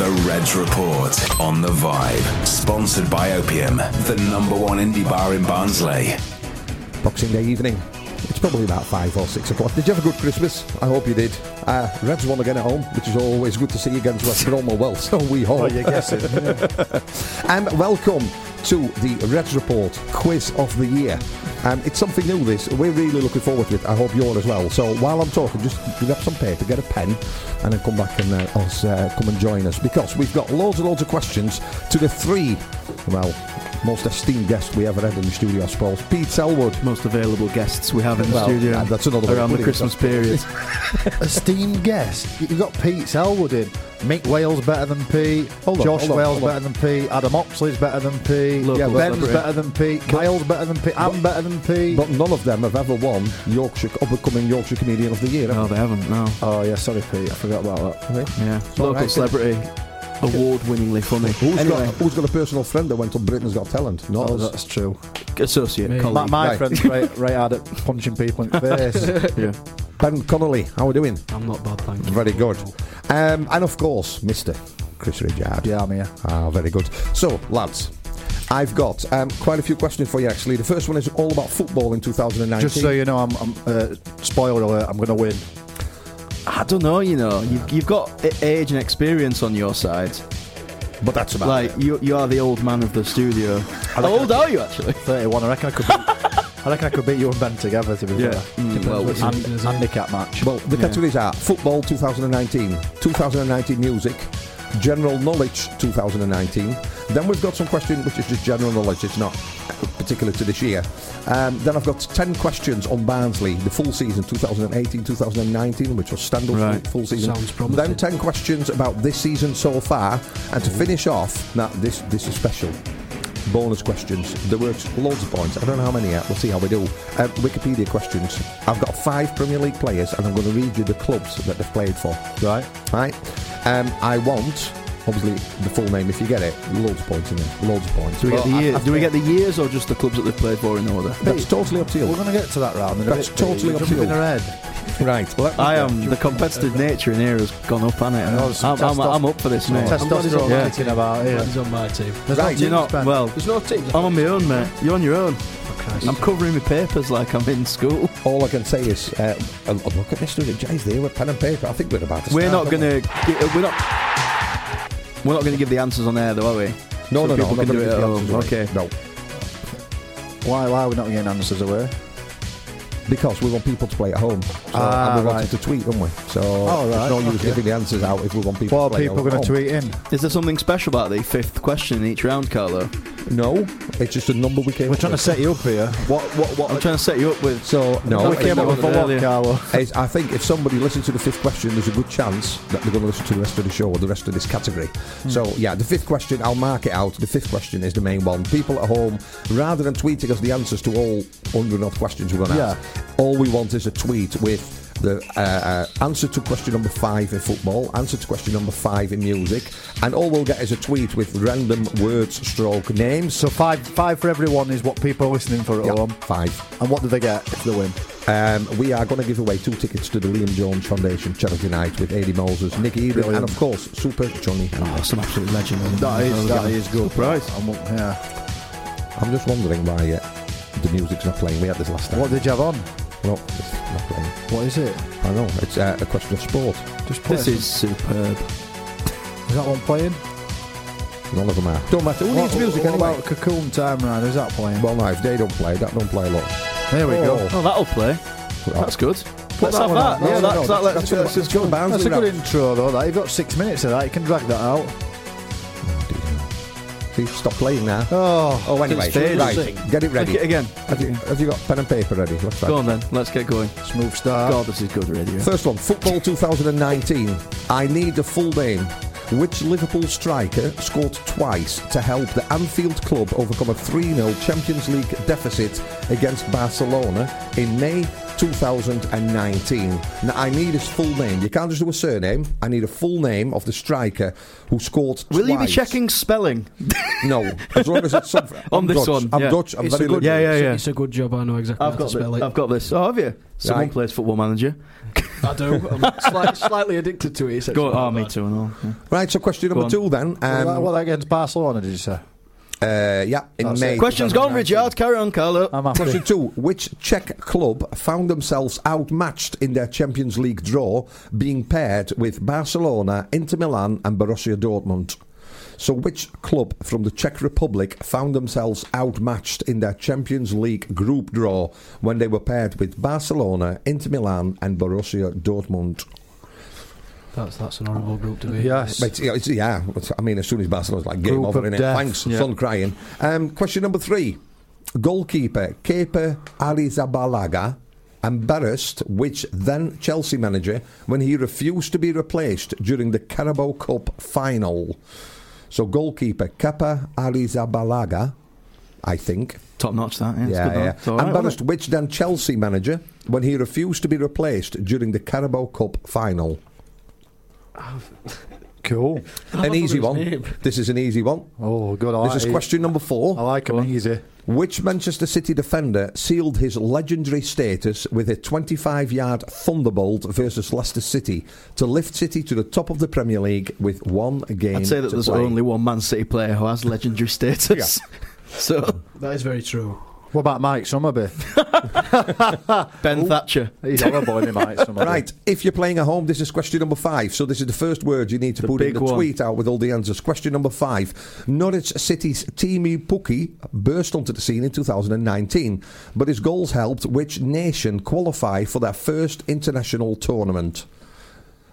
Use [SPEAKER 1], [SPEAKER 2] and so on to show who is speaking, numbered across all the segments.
[SPEAKER 1] The Reds Report on The Vibe. Sponsored by Opium, the number one indie bar in Barnsley.
[SPEAKER 2] Boxing Day evening. It's probably about five or six o'clock. Did you have a good Christmas? I hope you did. Uh, Reds won again at home, which is always good to see against West Brom. or Well, so we hope.
[SPEAKER 3] Well, you're guessing.
[SPEAKER 2] Um, welcome to the Reds Report Quiz of the Year. Um, it's something new. This we're really looking forward to it. I hope you're as well. So while I'm talking, just grab some paper, get a pen, and then come back and uh, us, uh, come and join us because we've got loads and loads of questions to the three, well, most esteemed guests we ever had in the studio. I suppose Pete Selwood.
[SPEAKER 4] most available guests we have in the
[SPEAKER 2] Well,
[SPEAKER 4] studio
[SPEAKER 2] yeah, that's another way
[SPEAKER 4] around
[SPEAKER 2] of
[SPEAKER 4] the
[SPEAKER 2] putting
[SPEAKER 4] Christmas
[SPEAKER 2] it, so-
[SPEAKER 4] period.
[SPEAKER 3] esteemed guest. You've got Pete Selwood in. Mick Wales better than Pete.
[SPEAKER 2] Hold on,
[SPEAKER 3] Josh
[SPEAKER 2] hold on,
[SPEAKER 3] Wales
[SPEAKER 2] hold on.
[SPEAKER 3] better than Pete. Adam Oxley's better than Pete.
[SPEAKER 4] Local
[SPEAKER 3] Ben's
[SPEAKER 4] celebrity.
[SPEAKER 3] better than Pete. Kyle's better than Pete. I'm better than Pete.
[SPEAKER 2] But none of them have ever won Yorkshire up and coming Yorkshire Comedian of the Year. have
[SPEAKER 4] no,
[SPEAKER 2] they?
[SPEAKER 4] they haven't. No,
[SPEAKER 3] oh yeah, sorry Pete, I forgot about that.
[SPEAKER 4] yeah,
[SPEAKER 2] all
[SPEAKER 4] local
[SPEAKER 2] right.
[SPEAKER 4] celebrity, award-winningly funny.
[SPEAKER 2] Who's
[SPEAKER 4] anyway,
[SPEAKER 2] got who's got a personal friend that went on Britain's Got Talent? Not
[SPEAKER 3] Oh,
[SPEAKER 2] us.
[SPEAKER 3] that's true.
[SPEAKER 4] associate
[SPEAKER 3] My,
[SPEAKER 4] colleague?
[SPEAKER 3] my
[SPEAKER 2] Right.
[SPEAKER 3] friend's right, right hard at punching people in the face.
[SPEAKER 4] yeah,
[SPEAKER 2] Ben Connolly, how are we doing?
[SPEAKER 4] I'm not bad, thank you.
[SPEAKER 2] Very good. Um, and of course, Mr. Chris Ridgeard.
[SPEAKER 3] yeah, I'm here.
[SPEAKER 2] Ah, very good. So, lads, I've got um, quite a few questions for you actually. The first one is all about football in 2019.
[SPEAKER 3] Just so you know, I'm, I'm uh, spoiler alert. I'm going to win.
[SPEAKER 4] I don't know. You know, you've, you've got a- age and experience on your side.
[SPEAKER 2] but that's about
[SPEAKER 4] Like
[SPEAKER 2] it.
[SPEAKER 4] you, you are the old man of the studio. How old are you actually?
[SPEAKER 3] 31. I reckon I could. Beat, I reckon I could beat you and Ben together. To be
[SPEAKER 4] Yeah.
[SPEAKER 3] fair,
[SPEAKER 4] Mm, well,
[SPEAKER 3] Hand- handicap match.
[SPEAKER 2] Well, the
[SPEAKER 4] Yeah.
[SPEAKER 2] categories are football 2019, 2019 music, general knowledge 2019. Then we've got some question which is just general knowledge. It's not particular to this year. Um, then I've got 10 questions on Barnsley, the full season 2018-2019, which was standard
[SPEAKER 4] Right.
[SPEAKER 2] full season.
[SPEAKER 5] Sounds promising.
[SPEAKER 2] Then 10 questions about this season so far, and to finish off, now this this is special. Bonus questions. There were loads of points. I don't know how many yet. We'll see how we do. Um, Wikipedia questions. I've got five Premier League players, and I'm going to read you the clubs that they've played for.
[SPEAKER 3] right.
[SPEAKER 2] Right? Um, I want, obviously, the full name if you get it. Loads of points in there. Loads of points.
[SPEAKER 4] Do we get
[SPEAKER 2] Well,
[SPEAKER 4] the
[SPEAKER 2] I-
[SPEAKER 4] year?
[SPEAKER 2] I
[SPEAKER 4] Do we get
[SPEAKER 2] think
[SPEAKER 4] the years or just the clubs that they've played for in order?
[SPEAKER 2] That's totally up to
[SPEAKER 3] We're
[SPEAKER 2] you.
[SPEAKER 3] going to get to that round. In a
[SPEAKER 2] That's
[SPEAKER 3] bit,
[SPEAKER 2] totally
[SPEAKER 3] Pete.
[SPEAKER 2] up to
[SPEAKER 3] Jumping
[SPEAKER 2] you.
[SPEAKER 3] ahead.
[SPEAKER 2] Right. Well,
[SPEAKER 4] I am. The competitive nature in here has gone up, hasn't
[SPEAKER 3] know,
[SPEAKER 4] it?
[SPEAKER 3] some
[SPEAKER 4] I'm, I'm,
[SPEAKER 3] testosterone-
[SPEAKER 4] I'm up for this, mate.
[SPEAKER 5] some
[SPEAKER 3] Testosterone
[SPEAKER 4] Yeah.
[SPEAKER 3] kicking about here.
[SPEAKER 5] He's on my team.
[SPEAKER 3] There's
[SPEAKER 2] Right,
[SPEAKER 3] no
[SPEAKER 4] You're
[SPEAKER 3] teams,
[SPEAKER 4] not.
[SPEAKER 3] Ben.
[SPEAKER 4] Well,
[SPEAKER 5] There's no team.
[SPEAKER 4] I'm on my own, mate. You're on your own.
[SPEAKER 3] Christ.
[SPEAKER 4] I'm covering my papers like I'm in school.
[SPEAKER 2] All I can say is, uh, a- a look at this, doing it, Jay's there with pen and paper. I think we're about to
[SPEAKER 4] We're
[SPEAKER 2] start,
[SPEAKER 4] not
[SPEAKER 2] aren't we?
[SPEAKER 4] gonna. gi- uh, We're not. We're not gonna give the answers on air, though, are we?
[SPEAKER 2] No,
[SPEAKER 4] So
[SPEAKER 2] no, no.
[SPEAKER 4] people
[SPEAKER 2] I'm not
[SPEAKER 4] can do
[SPEAKER 2] gonna
[SPEAKER 4] it
[SPEAKER 2] give
[SPEAKER 4] at
[SPEAKER 2] the
[SPEAKER 4] home.
[SPEAKER 2] answers away.
[SPEAKER 4] Okay.
[SPEAKER 2] No,
[SPEAKER 3] Why, why are we not getting answers away?
[SPEAKER 2] because we want people to play at home. So,
[SPEAKER 3] Ah,
[SPEAKER 2] and we
[SPEAKER 3] right.
[SPEAKER 2] wanted to tweet, don't we? So
[SPEAKER 3] Oh,
[SPEAKER 2] there's
[SPEAKER 3] right,
[SPEAKER 2] no use
[SPEAKER 3] okay.
[SPEAKER 2] giving the answers out if we want people
[SPEAKER 3] What
[SPEAKER 2] to
[SPEAKER 3] are
[SPEAKER 2] play
[SPEAKER 3] people
[SPEAKER 2] at
[SPEAKER 3] going to
[SPEAKER 2] home.
[SPEAKER 3] tweet in?
[SPEAKER 4] Is there something special about the fifth question in each round, Carlo?
[SPEAKER 2] No, it's just a number we came
[SPEAKER 3] We're
[SPEAKER 2] up
[SPEAKER 3] trying to
[SPEAKER 2] with.
[SPEAKER 3] set you up here. What? What? What?
[SPEAKER 4] I'm trying to set you up with.
[SPEAKER 2] So, no.
[SPEAKER 3] we
[SPEAKER 2] it's
[SPEAKER 3] came
[SPEAKER 2] not
[SPEAKER 3] up with a
[SPEAKER 4] what
[SPEAKER 3] lot,
[SPEAKER 4] earlier.
[SPEAKER 3] Carlo.
[SPEAKER 2] It's, I think if somebody listens to the fifth question, there's a good chance that they're going to listen to the rest of the show or the rest of this category. So, yeah, the fifth question, I'll mark it out. The fifth question is the main one. People at home, rather than tweeting us the answers to all 100 odd questions we're going to
[SPEAKER 3] Yeah.
[SPEAKER 2] ask, all we want is a tweet with the uh, uh, answer to question number five in football, answer to question number five in music, and all we'll get is a tweet with random words, stroke, names.
[SPEAKER 3] So five, five for everyone is what people are listening for at
[SPEAKER 2] Yeah,
[SPEAKER 3] home.
[SPEAKER 2] five.
[SPEAKER 3] And what do they get if they win?
[SPEAKER 2] Um, we are going to give away two tickets to the Liam Jones Foundation charity night with Aidy Moses, Nick Eden,
[SPEAKER 3] Brilliant.
[SPEAKER 2] and of course, Super Johnny.
[SPEAKER 4] Oh, some absolute legend.
[SPEAKER 3] That is that is good.
[SPEAKER 4] Surprise.
[SPEAKER 3] I'm, yeah.
[SPEAKER 2] I'm just wondering why uh, the music's not playing. We had this last time.
[SPEAKER 3] What did you have on?
[SPEAKER 2] No, it's not playing.
[SPEAKER 3] What is it?
[SPEAKER 2] I know. It's uh, a question of sport.
[SPEAKER 3] Just play
[SPEAKER 4] This
[SPEAKER 3] it.
[SPEAKER 4] is superb.
[SPEAKER 3] Is that one playing?
[SPEAKER 2] None of them are. Don't matter. Who needs music
[SPEAKER 3] what
[SPEAKER 2] anyway?
[SPEAKER 3] about Cocoon Time Rider? Is that playing?
[SPEAKER 2] Well, no, if they don't play, that don't play a lot.
[SPEAKER 3] there we
[SPEAKER 2] Oh.
[SPEAKER 3] go.
[SPEAKER 4] Oh, that'll play.
[SPEAKER 2] Right.
[SPEAKER 4] That's good. Let's
[SPEAKER 3] that
[SPEAKER 4] have
[SPEAKER 3] one
[SPEAKER 4] that.
[SPEAKER 3] out. No,
[SPEAKER 4] Yeah,
[SPEAKER 3] no,
[SPEAKER 4] that-
[SPEAKER 2] no,
[SPEAKER 4] that-
[SPEAKER 2] that's-
[SPEAKER 4] let's-
[SPEAKER 2] that's-
[SPEAKER 4] let's
[SPEAKER 2] that's good.
[SPEAKER 4] go.
[SPEAKER 2] Bounce
[SPEAKER 3] That's a
[SPEAKER 2] it
[SPEAKER 3] good
[SPEAKER 2] around.
[SPEAKER 3] intro though. That you've got six minutes of that. You can drag that out.
[SPEAKER 2] See, stop playing now.
[SPEAKER 3] Oh,
[SPEAKER 2] Oh, anyway,
[SPEAKER 4] it's faded.
[SPEAKER 2] right. Get it ready.
[SPEAKER 4] Look it again.
[SPEAKER 2] Have you, have you got pen and paper ready? Let's try.
[SPEAKER 4] Go on then. Let's get going.
[SPEAKER 3] smooth start.
[SPEAKER 4] God, this is good radio.
[SPEAKER 2] First one, football 2019. I need a full name. Which Liverpool striker scored twice to help the Anfield club overcome a 3 0 Champions League deficit against Barcelona in May 2019? Now, I need his full name. You can't just do a surname. I need a full name of the striker who scored
[SPEAKER 4] Will you be
[SPEAKER 2] twice.
[SPEAKER 4] checking spelling?
[SPEAKER 2] No. As long as it's some,
[SPEAKER 4] On
[SPEAKER 2] I'm
[SPEAKER 4] this
[SPEAKER 2] Dutch.
[SPEAKER 4] one,
[SPEAKER 2] I'm
[SPEAKER 4] yeah.
[SPEAKER 2] Dutch. I'm
[SPEAKER 5] It's
[SPEAKER 2] very
[SPEAKER 5] a good,
[SPEAKER 4] Yeah,
[SPEAKER 2] liberal.
[SPEAKER 4] yeah,
[SPEAKER 5] it's a-
[SPEAKER 4] yeah.
[SPEAKER 5] It's a good job I know exactly
[SPEAKER 4] I've
[SPEAKER 5] how to
[SPEAKER 4] got
[SPEAKER 5] spell
[SPEAKER 4] this.
[SPEAKER 5] it.
[SPEAKER 4] I've got this. Oh, have you? Someone
[SPEAKER 2] Right.
[SPEAKER 4] plays Football Manager.
[SPEAKER 5] I do. I'm slight, slightly addicted to it. It's
[SPEAKER 4] Go.
[SPEAKER 5] actually
[SPEAKER 4] Oh,
[SPEAKER 5] not
[SPEAKER 4] me
[SPEAKER 5] bad.
[SPEAKER 4] too. And all. Yeah.
[SPEAKER 2] Right, so question number
[SPEAKER 4] on.
[SPEAKER 2] two then. Um,
[SPEAKER 3] what, what against Barcelona? Did you say?
[SPEAKER 2] uh, yeah, in
[SPEAKER 3] That's
[SPEAKER 2] May.
[SPEAKER 3] it.
[SPEAKER 4] Question's gone,
[SPEAKER 3] 2019.
[SPEAKER 4] Richard. Carry on, Carlo.
[SPEAKER 3] I'm happy.
[SPEAKER 2] Question two: Which Czech club found themselves outmatched in their Champions League draw, being paired with Barcelona, Inter Milan, and Borussia Dortmund? So, which club from the Czech Republic found themselves outmatched in their Champions League group draw when they were paired with Barcelona, Inter Milan, and Borussia Dortmund?
[SPEAKER 5] That's, that's an horrible group to be in.
[SPEAKER 3] Yes.
[SPEAKER 2] But it's- it's- yeah, it's- I mean, as soon as Barcelona's like game
[SPEAKER 3] Group
[SPEAKER 2] over,
[SPEAKER 3] of
[SPEAKER 2] innit?
[SPEAKER 3] death,
[SPEAKER 2] Thanks,
[SPEAKER 3] yeah.
[SPEAKER 2] son crying. Um, question number three: Goalkeeper Kepa Arrizabalaga embarrassed which then Chelsea manager when he refused to be replaced during the Carabao Cup final. So goalkeeper Kepa Arrizabalaga, I think,
[SPEAKER 4] Top notch. That. Yeah. it's
[SPEAKER 2] yeah,
[SPEAKER 4] good,
[SPEAKER 2] yeah.
[SPEAKER 4] that. It's all right,
[SPEAKER 2] Embarrassed
[SPEAKER 4] wasn't
[SPEAKER 2] which then Chelsea manager when he refused to be replaced during the Carabao Cup final.
[SPEAKER 3] Cool.
[SPEAKER 2] an easy
[SPEAKER 5] his
[SPEAKER 2] one.
[SPEAKER 5] name.
[SPEAKER 2] This is an easy one.
[SPEAKER 3] Oh, good. I
[SPEAKER 2] This is
[SPEAKER 3] like
[SPEAKER 2] question number
[SPEAKER 3] I
[SPEAKER 2] four.
[SPEAKER 3] like him easy.
[SPEAKER 2] Which Manchester City defender sealed his legendary status with a 25 yard thunderbolt versus Leicester City to lift City to the top of the Premier League with one game?
[SPEAKER 4] it? I'd say that
[SPEAKER 2] to
[SPEAKER 4] there's
[SPEAKER 2] play?
[SPEAKER 4] only one Man City player who has legendary status. so
[SPEAKER 5] That is very true.
[SPEAKER 3] What about Mike Summerby?
[SPEAKER 4] Ben Thatcher.
[SPEAKER 3] He's horrible, isn't he, Mike Summerby?
[SPEAKER 2] Right, if you're playing at home, this is question number five. So this is the first word you need to
[SPEAKER 4] The
[SPEAKER 2] put in
[SPEAKER 4] big
[SPEAKER 2] the
[SPEAKER 4] one.
[SPEAKER 2] tweet out with all the answers. Question number five. Norwich City's Timi Pukki burst onto the scene in 2019, but his goals helped which nation qualify for their first international tournament?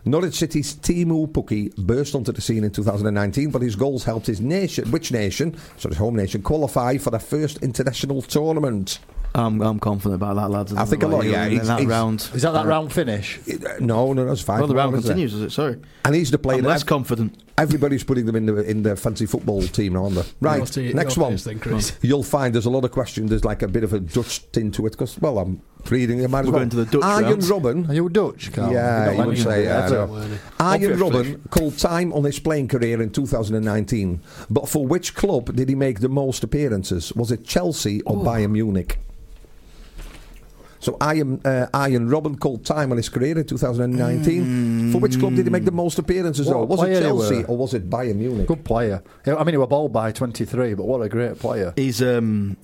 [SPEAKER 2] Norwich City's Timu Pukki burst onto the scene in 2019, but his goals helped his nation, which nation, so his home nation, qualify for their first international tournament?
[SPEAKER 4] I'm, I'm confident about that, lads.
[SPEAKER 2] I think a
[SPEAKER 4] about
[SPEAKER 2] lot,
[SPEAKER 4] you,
[SPEAKER 2] yeah,
[SPEAKER 4] and
[SPEAKER 2] he's-
[SPEAKER 4] then that
[SPEAKER 2] he's-
[SPEAKER 4] round.
[SPEAKER 3] Is that that round finish?
[SPEAKER 2] It- uh, No, no, that's five.
[SPEAKER 4] Well, the
[SPEAKER 2] more,
[SPEAKER 4] round
[SPEAKER 2] isn't it?
[SPEAKER 4] continues, is it? Sorry.
[SPEAKER 2] And he's the player.
[SPEAKER 4] I'm less
[SPEAKER 2] that
[SPEAKER 4] confident.
[SPEAKER 2] Everybody's putting them in the in their fancy football team, aren't they? Right,
[SPEAKER 5] Your te-
[SPEAKER 2] next
[SPEAKER 5] your
[SPEAKER 2] one.
[SPEAKER 5] team's then, Chris.
[SPEAKER 4] Hmm.
[SPEAKER 2] You'll find there's a lot of questions. There's like a bit of a Dutch tint to it because, well, I'm reading. I might as
[SPEAKER 4] We're
[SPEAKER 2] well.
[SPEAKER 4] going to the Dutch
[SPEAKER 2] Arjen
[SPEAKER 4] round.
[SPEAKER 3] Are
[SPEAKER 2] Robben.
[SPEAKER 3] you Dutch, Carl?
[SPEAKER 2] Yeah, you would say.
[SPEAKER 3] yeah.
[SPEAKER 2] Yeah,
[SPEAKER 5] That's
[SPEAKER 2] no.
[SPEAKER 5] it, weren't it?
[SPEAKER 2] Arjen
[SPEAKER 4] Obviously.
[SPEAKER 2] Robben called time on his playing career in 2019, but for which club did he make the most appearances? Was it Chelsea or Bayern Munich? So Iron uh, Iron Robin called time on his career in 2019. For which club did he make the most appearances?
[SPEAKER 3] What
[SPEAKER 2] though? Was
[SPEAKER 3] player
[SPEAKER 2] it
[SPEAKER 3] they
[SPEAKER 2] Chelsea
[SPEAKER 3] were?
[SPEAKER 2] or was it Bayern Munich?
[SPEAKER 3] Good player. Yeah, I mean, he was ball by 23, but what a great player.
[SPEAKER 4] He's um,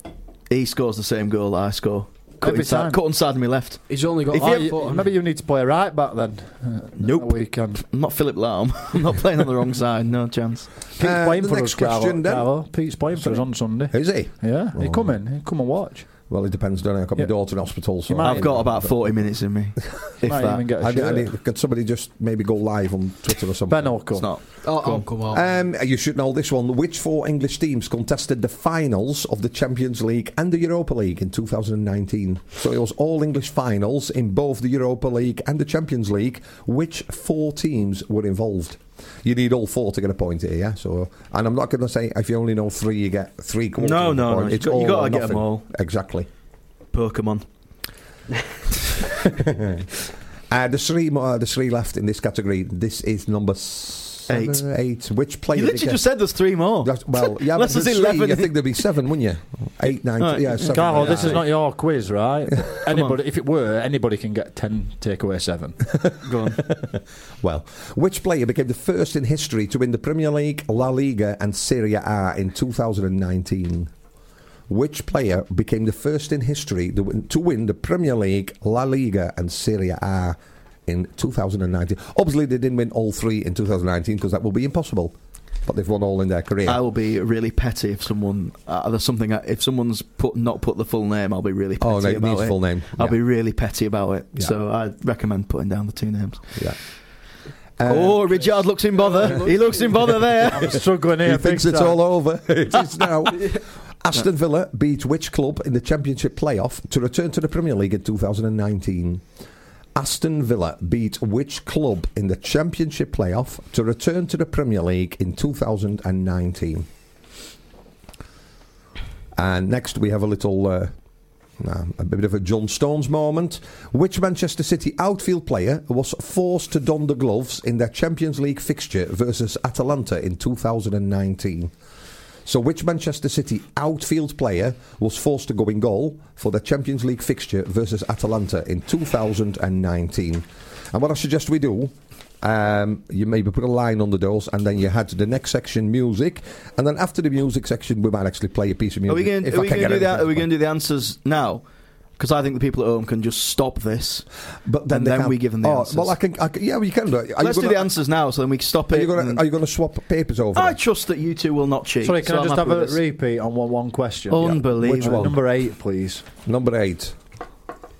[SPEAKER 4] he scores the same goal I score. Cut
[SPEAKER 3] Every
[SPEAKER 4] inside,
[SPEAKER 3] time.
[SPEAKER 4] cut inside my left.
[SPEAKER 5] He's only got
[SPEAKER 4] If
[SPEAKER 5] right
[SPEAKER 4] you-
[SPEAKER 5] foot. hasn't
[SPEAKER 3] Maybe
[SPEAKER 5] he?
[SPEAKER 3] you need to play right back then. uh,
[SPEAKER 4] Nope.
[SPEAKER 3] on the Weekend.
[SPEAKER 4] I'm not Philip Lahm. I'm not playing on the wrong side. No chance.
[SPEAKER 3] Pete's
[SPEAKER 2] Uh,
[SPEAKER 3] playing
[SPEAKER 2] the
[SPEAKER 3] for
[SPEAKER 2] next
[SPEAKER 3] us, Carlo-
[SPEAKER 2] question then.
[SPEAKER 3] Carlo. Pete's playing for us on Sunday.
[SPEAKER 2] Is he?
[SPEAKER 3] Yeah, he come in. He come and watch.
[SPEAKER 2] Well, it depends, don't it? I've got
[SPEAKER 3] Yeah.
[SPEAKER 2] my daughter in hospital, so
[SPEAKER 3] You might
[SPEAKER 4] I've got about
[SPEAKER 2] But-
[SPEAKER 4] 40 minutes in me. If
[SPEAKER 3] Might even
[SPEAKER 4] that.
[SPEAKER 3] get a
[SPEAKER 2] I mean, I
[SPEAKER 3] shirt.
[SPEAKER 2] mean, could somebody just maybe go live on Twitter or something?
[SPEAKER 3] Ben will come.
[SPEAKER 4] It's not.
[SPEAKER 5] Oh, oh, come on.
[SPEAKER 3] Uh,
[SPEAKER 2] Um, you should know this one. Which four English teams contested the finals of the Champions League and the Europa League in 2019? So it was all English finals in both the Europa League and the Champions League. Which four teams were involved? You need all four to get a point here, yeah. So, and I'm not going to say if you only know three, you get three quarters.
[SPEAKER 4] No,
[SPEAKER 2] of a
[SPEAKER 4] no,
[SPEAKER 2] point.
[SPEAKER 4] no, you
[SPEAKER 2] It's
[SPEAKER 4] got- you
[SPEAKER 2] all
[SPEAKER 4] gotta
[SPEAKER 2] or
[SPEAKER 4] get 'em
[SPEAKER 2] nothing.
[SPEAKER 4] all.
[SPEAKER 2] Exactly.
[SPEAKER 4] Pokemon.
[SPEAKER 2] Uh, there's three. more- Uh, there's three left in this category. This is number seven,
[SPEAKER 4] Eight.
[SPEAKER 2] eight. Which player?
[SPEAKER 4] You
[SPEAKER 2] did
[SPEAKER 4] literally
[SPEAKER 2] get-
[SPEAKER 4] just said there's three
[SPEAKER 3] Oh.
[SPEAKER 4] more.
[SPEAKER 2] That's, well, yeah, but
[SPEAKER 4] Unless
[SPEAKER 2] there's
[SPEAKER 4] there's
[SPEAKER 2] three,
[SPEAKER 4] 11.
[SPEAKER 2] I think there'd be seven, wouldn't you? Eight, nine,
[SPEAKER 4] Alright.
[SPEAKER 2] yeah, seven.
[SPEAKER 3] Carlo,
[SPEAKER 2] yeah.
[SPEAKER 3] this is not your quiz, right? anybody, if it were, anybody can get ten, take away seven.
[SPEAKER 4] Go on.
[SPEAKER 2] Well, which player became the first in history to win the Premier League, La Liga, and Serie A in 2019? Which player became the first in history to win, to win the Premier League, La Liga, and Serie A in 2019? Obviously, they didn't win all three in 2019 because that would be impossible. But they've won all in their career.
[SPEAKER 4] I will be really petty if someone uh, there's something I, if someone's put not put the full name. I'll be really petty
[SPEAKER 2] Oh, no, it
[SPEAKER 4] about
[SPEAKER 2] needs
[SPEAKER 4] it.
[SPEAKER 2] full name.
[SPEAKER 4] I'll
[SPEAKER 2] Yeah.
[SPEAKER 4] be really petty about it.
[SPEAKER 2] Yeah.
[SPEAKER 4] So I recommend putting down the two names.
[SPEAKER 2] yeah. Um,
[SPEAKER 4] oh, Richard looks in bother. he looks in bother there.
[SPEAKER 3] Struggling
[SPEAKER 2] He
[SPEAKER 3] here.
[SPEAKER 2] thinks
[SPEAKER 3] big
[SPEAKER 2] it's
[SPEAKER 3] time.
[SPEAKER 2] all over. it is now. Aston Villa beat which club in the Championship playoff to return to the Premier League in 2019? Aston Villa beat which club in the Championship playoff to return to the Premier League in 2019? And next we have a little. Uh, nah, a bit of a John Stones moment. Which Manchester City outfield player was forced to don the gloves in their Champions League fixture versus Atalanta in 2019? So, which Manchester City outfield player was forced to go in goal for the Champions League fixture versus Atalanta in 2019? And what I suggest we do, um, you maybe put a line on the doors, and then you had the next section music, and then after the music section, we might actually play a piece of
[SPEAKER 4] Are we
[SPEAKER 2] music.
[SPEAKER 4] going
[SPEAKER 2] if
[SPEAKER 4] to
[SPEAKER 2] I can get
[SPEAKER 4] do that?
[SPEAKER 2] anything.
[SPEAKER 4] Are we going to do the answers now? Because I think the people at home can just stop this.
[SPEAKER 2] But then,
[SPEAKER 4] And
[SPEAKER 2] they
[SPEAKER 4] then
[SPEAKER 2] can't-
[SPEAKER 4] we give them the
[SPEAKER 2] oh,
[SPEAKER 4] answers.
[SPEAKER 2] Well, I can, I can. Yeah, well, you can do it. Are
[SPEAKER 4] Let's
[SPEAKER 2] you
[SPEAKER 4] do
[SPEAKER 2] gonna,
[SPEAKER 4] the answers now, so then we can stop
[SPEAKER 2] Are
[SPEAKER 4] it.
[SPEAKER 2] you going
[SPEAKER 4] and-
[SPEAKER 2] to? Are you going to swap papers over?
[SPEAKER 4] I
[SPEAKER 2] then?
[SPEAKER 4] trust that you two will not cheat.
[SPEAKER 3] Sorry, can
[SPEAKER 4] so
[SPEAKER 3] I
[SPEAKER 4] I'm
[SPEAKER 3] just
[SPEAKER 4] happy
[SPEAKER 3] have a
[SPEAKER 4] with this.
[SPEAKER 3] repeat on one, one question?
[SPEAKER 4] Unbelievable.
[SPEAKER 2] Which one?
[SPEAKER 3] Number eight, please.
[SPEAKER 2] Number eight.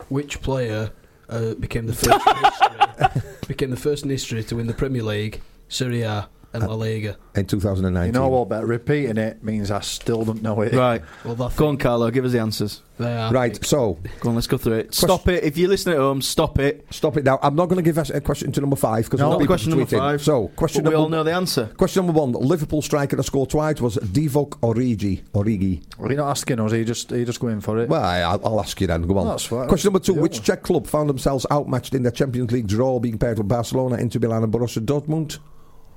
[SPEAKER 5] Which player uh, became the first in history, became the first in history to win the Premier League, Serie A, and La Liga?
[SPEAKER 2] In 2019.
[SPEAKER 3] You know what? But repeating it means I still don't know it.
[SPEAKER 4] Right.
[SPEAKER 5] Well, that
[SPEAKER 4] Go on, Carlo. Give us the answers.
[SPEAKER 5] they are.
[SPEAKER 2] Right, so
[SPEAKER 4] Go on. Let's go through it. Stop it. If you're listening at home, stop it.
[SPEAKER 2] stop it now. I'm not going to give us a question to number five because
[SPEAKER 4] No,
[SPEAKER 2] no,
[SPEAKER 4] question number five.
[SPEAKER 2] So, question
[SPEAKER 4] But we
[SPEAKER 2] number
[SPEAKER 4] all know the answer.
[SPEAKER 2] question number one. Liverpool striker that scored twice was Divock Origi. Origi.
[SPEAKER 3] Are you not asking us? Are you just, are you just going for it?
[SPEAKER 2] Well, I, I'll I'll ask you then. Go on.
[SPEAKER 3] That's fine.
[SPEAKER 2] Question number two.
[SPEAKER 3] Yeah.
[SPEAKER 2] Which Czech club found themselves outmatched in their Champions League draw, being paired with Barcelona, Inter Milan, and Borussia Dortmund?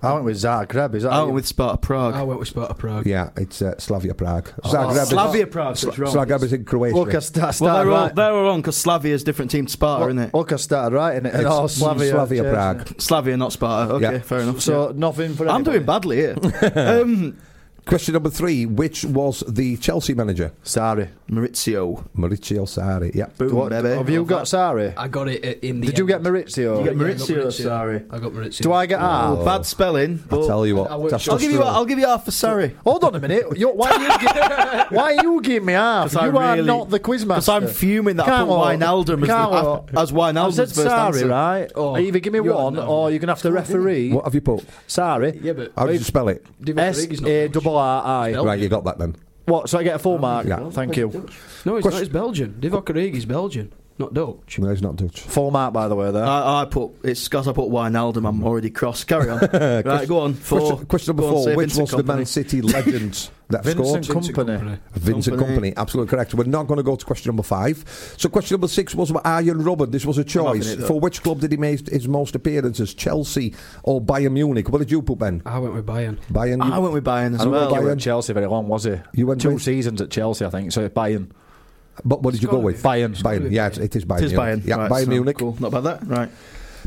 [SPEAKER 3] I went with Zagreb. Is that
[SPEAKER 4] Out
[SPEAKER 3] you?
[SPEAKER 4] with Sparta
[SPEAKER 3] Ah,
[SPEAKER 5] I
[SPEAKER 4] Prague.
[SPEAKER 5] went with Sparta Prague.
[SPEAKER 2] Yeah, it's uh, Slavia Prague.
[SPEAKER 4] Oh,
[SPEAKER 2] Zagreb,
[SPEAKER 4] Slavia Prague.
[SPEAKER 2] is,
[SPEAKER 4] that's wrong.
[SPEAKER 2] Zagreb is in Croatia.
[SPEAKER 3] Look, I sta- started
[SPEAKER 4] Well, they're all,
[SPEAKER 3] right.
[SPEAKER 4] they're all wrong because Slavia is different team to Sparta,
[SPEAKER 3] Look-
[SPEAKER 4] isn't it?
[SPEAKER 3] Look, I started writing it. And
[SPEAKER 2] It's
[SPEAKER 4] oh,
[SPEAKER 3] all Slavia,
[SPEAKER 2] Slavia
[SPEAKER 3] changed
[SPEAKER 2] Prague.
[SPEAKER 3] it.
[SPEAKER 4] Slavia, not Sparta. Okay,
[SPEAKER 2] Yeah.
[SPEAKER 4] fair enough.
[SPEAKER 3] So nothing for.
[SPEAKER 4] I'm doing
[SPEAKER 3] anybody.
[SPEAKER 4] badly here. um,
[SPEAKER 2] Question number three: Which was the Chelsea manager?
[SPEAKER 3] Sorry.
[SPEAKER 4] Maurizio.
[SPEAKER 2] Maurizio Sarri. Yeah.
[SPEAKER 4] Boom,
[SPEAKER 3] What,
[SPEAKER 4] baby.
[SPEAKER 3] have you got Sorry?
[SPEAKER 5] I got it i- in the.
[SPEAKER 3] Did you get
[SPEAKER 5] end.
[SPEAKER 3] Maurizio?
[SPEAKER 4] You get
[SPEAKER 5] Yeah, I got
[SPEAKER 4] Maurizio, sorry.
[SPEAKER 5] I got Maurizio.
[SPEAKER 3] Do I get R?
[SPEAKER 4] Oh, bad spelling.
[SPEAKER 2] I
[SPEAKER 4] but-
[SPEAKER 2] tell you what.
[SPEAKER 5] I worked
[SPEAKER 2] that's
[SPEAKER 5] short.
[SPEAKER 4] I'll give you. I'll give you half for sorry.
[SPEAKER 3] Hold on a minute. You're, why, are you gi- why are you giving me half?
[SPEAKER 4] 'Cause
[SPEAKER 3] You
[SPEAKER 4] I
[SPEAKER 3] are
[SPEAKER 4] really-
[SPEAKER 3] not the quizmaster.
[SPEAKER 4] Because I'm fuming that I put
[SPEAKER 3] Carlo,
[SPEAKER 4] Wijnaldum
[SPEAKER 3] Carlo,
[SPEAKER 4] as, the, as Wijnaldum's
[SPEAKER 3] I've said
[SPEAKER 4] first
[SPEAKER 3] sorry,
[SPEAKER 4] answer.
[SPEAKER 3] right?
[SPEAKER 5] Oh,
[SPEAKER 3] Either give me
[SPEAKER 5] you
[SPEAKER 3] one,
[SPEAKER 5] are- no.
[SPEAKER 3] or you're gonna have to referee.
[SPEAKER 2] What have you put?
[SPEAKER 3] Sorry.
[SPEAKER 5] Yeah, but
[SPEAKER 2] How did you spell it?
[SPEAKER 5] Divock
[SPEAKER 3] S
[SPEAKER 5] Origi's not
[SPEAKER 3] A
[SPEAKER 5] Dutch.
[SPEAKER 3] double R I.
[SPEAKER 5] Spelled.
[SPEAKER 2] Right, you got that then.
[SPEAKER 3] What? So I get a full mark.
[SPEAKER 2] Yeah.
[SPEAKER 3] Thank you.
[SPEAKER 5] No, it's not. It's Belgian. Divock Origi's Belgian, not Dutch.
[SPEAKER 2] No, it's not Dutch.
[SPEAKER 3] Full mark, by the way. There.
[SPEAKER 4] I, I put it's because I put Wijnaldum. I'm already cross. Carry on. right, go on. Four.
[SPEAKER 2] Question, question
[SPEAKER 4] Go
[SPEAKER 2] number
[SPEAKER 4] on,
[SPEAKER 2] four:
[SPEAKER 4] say
[SPEAKER 2] Which
[SPEAKER 4] Vincent
[SPEAKER 2] was the
[SPEAKER 4] Kompany.
[SPEAKER 2] Man City legend that
[SPEAKER 3] Vincent
[SPEAKER 2] scored?
[SPEAKER 3] Company.
[SPEAKER 2] Vincent
[SPEAKER 4] Kompany.
[SPEAKER 2] Company, absolutely correct. We're not going to go to question number five. So, question number six was about Arjen Robben. This was a
[SPEAKER 4] having
[SPEAKER 2] choice.
[SPEAKER 4] it, though.
[SPEAKER 2] For which club did he make his most appearances? Chelsea or Bayern Munich? What did you put, Ben?
[SPEAKER 5] I went with Bayern.
[SPEAKER 2] Bayern.
[SPEAKER 4] I
[SPEAKER 2] you-
[SPEAKER 4] went with Bayern as
[SPEAKER 2] I went with
[SPEAKER 4] well.
[SPEAKER 3] He
[SPEAKER 2] Bayern.
[SPEAKER 3] were at Chelsea very long, was he?
[SPEAKER 2] You went
[SPEAKER 3] two
[SPEAKER 2] with-
[SPEAKER 3] seasons at Chelsea, I think. So Bayern,
[SPEAKER 2] but what did you go with?
[SPEAKER 3] Bayern.
[SPEAKER 2] Bayern. Yeah, it it is Bayern.
[SPEAKER 4] It is
[SPEAKER 2] Munich.
[SPEAKER 4] Bayern.
[SPEAKER 2] Yeah,
[SPEAKER 4] Right,
[SPEAKER 2] Bayern
[SPEAKER 4] so,
[SPEAKER 2] Munich.
[SPEAKER 4] Cool. Not bad that. Right.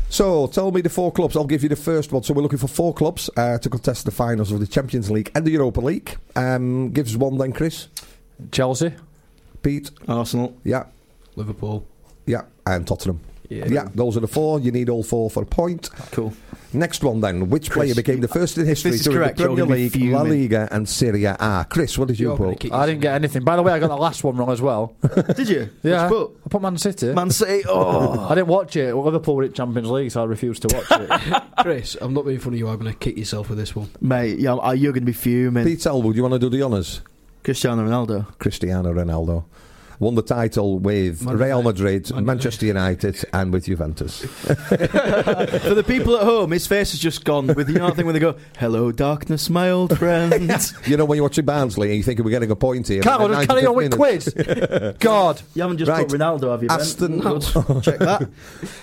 [SPEAKER 2] So, tell me the four clubs. I'll give you the first one. So, we're looking for four clubs uh, to contest the finals of the Champions League and the Europa League. Um, give us one then, Chris.
[SPEAKER 3] Chelsea,
[SPEAKER 2] Pete?
[SPEAKER 4] Arsenal.
[SPEAKER 2] Yeah,
[SPEAKER 5] Liverpool.
[SPEAKER 2] yeah, and Tottenham.
[SPEAKER 5] Yeah.
[SPEAKER 2] Yeah, those are the four. You need all four for a point.
[SPEAKER 4] Cool.
[SPEAKER 2] Next one then. Which player became the first in history
[SPEAKER 4] this is
[SPEAKER 2] to win
[SPEAKER 4] correct,
[SPEAKER 2] the
[SPEAKER 4] you're
[SPEAKER 2] Premier
[SPEAKER 4] gonna be
[SPEAKER 2] League, La
[SPEAKER 4] fuming.
[SPEAKER 2] Liga, and Serie A? Chris, what did you
[SPEAKER 5] You're gonna
[SPEAKER 2] put?
[SPEAKER 5] kick
[SPEAKER 3] I didn't get anything. By the way, I got the last one wrong as well.
[SPEAKER 4] Did you?
[SPEAKER 3] Yeah,
[SPEAKER 4] Which book?
[SPEAKER 3] I put Man City.
[SPEAKER 4] Man City. Oh.
[SPEAKER 3] I didn't watch it. Liverpool were in Champions League, so I refused to watch it.
[SPEAKER 5] Chris, I'm not being funny. You are going to kick yourself with this one.
[SPEAKER 4] Mate, yeah, uh, you're going to be fuming.
[SPEAKER 2] Pete Elwood, you want to do the honours?
[SPEAKER 4] Cristiano Ronaldo.
[SPEAKER 2] Cristiano Ronaldo won the title with
[SPEAKER 5] Man-
[SPEAKER 2] Real Madrid,
[SPEAKER 5] Man-
[SPEAKER 2] Manchester United, and with Juventus.
[SPEAKER 4] For the people at home, his face has just gone with you know that thing when they go, "Hello, darkness, my old friend."
[SPEAKER 2] You know, when you're watching Barnsley and you think we're getting a point here.
[SPEAKER 3] Carol,
[SPEAKER 2] In the
[SPEAKER 3] just carry on
[SPEAKER 2] 95th
[SPEAKER 3] with
[SPEAKER 2] minute,
[SPEAKER 3] quiz. God.
[SPEAKER 4] you haven't just
[SPEAKER 2] Right.
[SPEAKER 4] put Ronaldo, have you? Ben?
[SPEAKER 2] Aston-
[SPEAKER 4] No. Check that.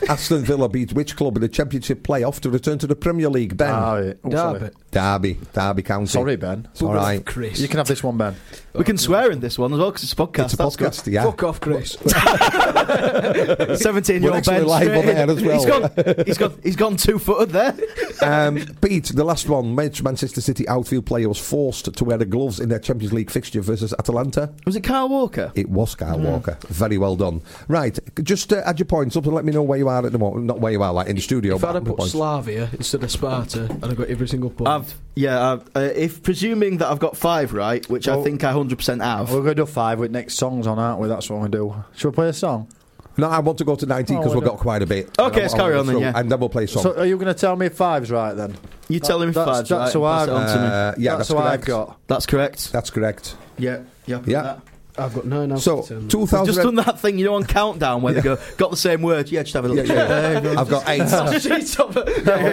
[SPEAKER 2] Aston Villa beat which club in the Championship playoff to return to the Premier League, Ben?
[SPEAKER 3] Oh, sorry.
[SPEAKER 5] Derby.
[SPEAKER 2] Derby, Derby County.
[SPEAKER 3] Sorry, Ben.
[SPEAKER 2] It's all right.
[SPEAKER 5] Chris.
[SPEAKER 3] You can have this one, Ben.
[SPEAKER 4] We can swear in this one as well because it's a podcast.
[SPEAKER 2] It's a
[SPEAKER 4] that's
[SPEAKER 2] podcast, yeah.
[SPEAKER 5] Fuck off, Chris.
[SPEAKER 4] good. Seventeen-year-old Ben.
[SPEAKER 2] We're actually live on
[SPEAKER 4] straight in.
[SPEAKER 2] air as well.
[SPEAKER 4] He's gone. He's gone. He's gone two-footed there.
[SPEAKER 2] um, Pete, the last one. Which Manchester City outfield player was forced to wear the gloves in their Champions League fixture versus Atalanta?
[SPEAKER 4] Was it Carl Walker?
[SPEAKER 2] It was Kyle Walker. Very well done. Right, just uh, add your points up and let me know where you are at the moment. Not where you are, like in the studio.
[SPEAKER 5] If I'd
[SPEAKER 2] but
[SPEAKER 5] have
[SPEAKER 2] the
[SPEAKER 5] put
[SPEAKER 2] points.
[SPEAKER 5] Slavia instead of Sparta, I'd have got every single point.
[SPEAKER 4] I've yeah. I've, uh, if presuming that I've got five right, which I
[SPEAKER 3] Well-
[SPEAKER 4] think I hundred percent have.
[SPEAKER 3] We're going to do five with next songs on, aren't we? That's what we do. Shall we play a song?
[SPEAKER 2] no, I want to go to 19
[SPEAKER 3] Oh,
[SPEAKER 2] because
[SPEAKER 3] we
[SPEAKER 2] we've
[SPEAKER 3] don't-
[SPEAKER 2] got quite a bit.
[SPEAKER 4] Okay,
[SPEAKER 2] And I-
[SPEAKER 4] let's
[SPEAKER 2] I
[SPEAKER 4] carry
[SPEAKER 2] wanna
[SPEAKER 4] on then,
[SPEAKER 2] throw-
[SPEAKER 4] yeah.
[SPEAKER 2] And then we'll play some.
[SPEAKER 3] So, are you going to tell me if five's right then?
[SPEAKER 4] You tell him
[SPEAKER 3] That's-
[SPEAKER 4] five.
[SPEAKER 3] that's
[SPEAKER 4] right?
[SPEAKER 3] who
[SPEAKER 4] Pass
[SPEAKER 3] I've-
[SPEAKER 4] it on to me.
[SPEAKER 2] uh, yeah,
[SPEAKER 3] that's,
[SPEAKER 2] that's,
[SPEAKER 3] what
[SPEAKER 2] correct.
[SPEAKER 3] I've got.
[SPEAKER 4] That's correct.
[SPEAKER 2] That's correct.
[SPEAKER 4] Yeah. Yeah.
[SPEAKER 2] Yeah.
[SPEAKER 5] I've got nine out of
[SPEAKER 2] So,
[SPEAKER 5] ten.
[SPEAKER 2] 2000.
[SPEAKER 4] Just done that thing, you know, on countdown where they go, got the same word. Yeah, just have a
[SPEAKER 2] Yeah,
[SPEAKER 4] look.
[SPEAKER 2] yeah, yeah. I've got eight. I've,
[SPEAKER 4] Just-
[SPEAKER 2] I've got,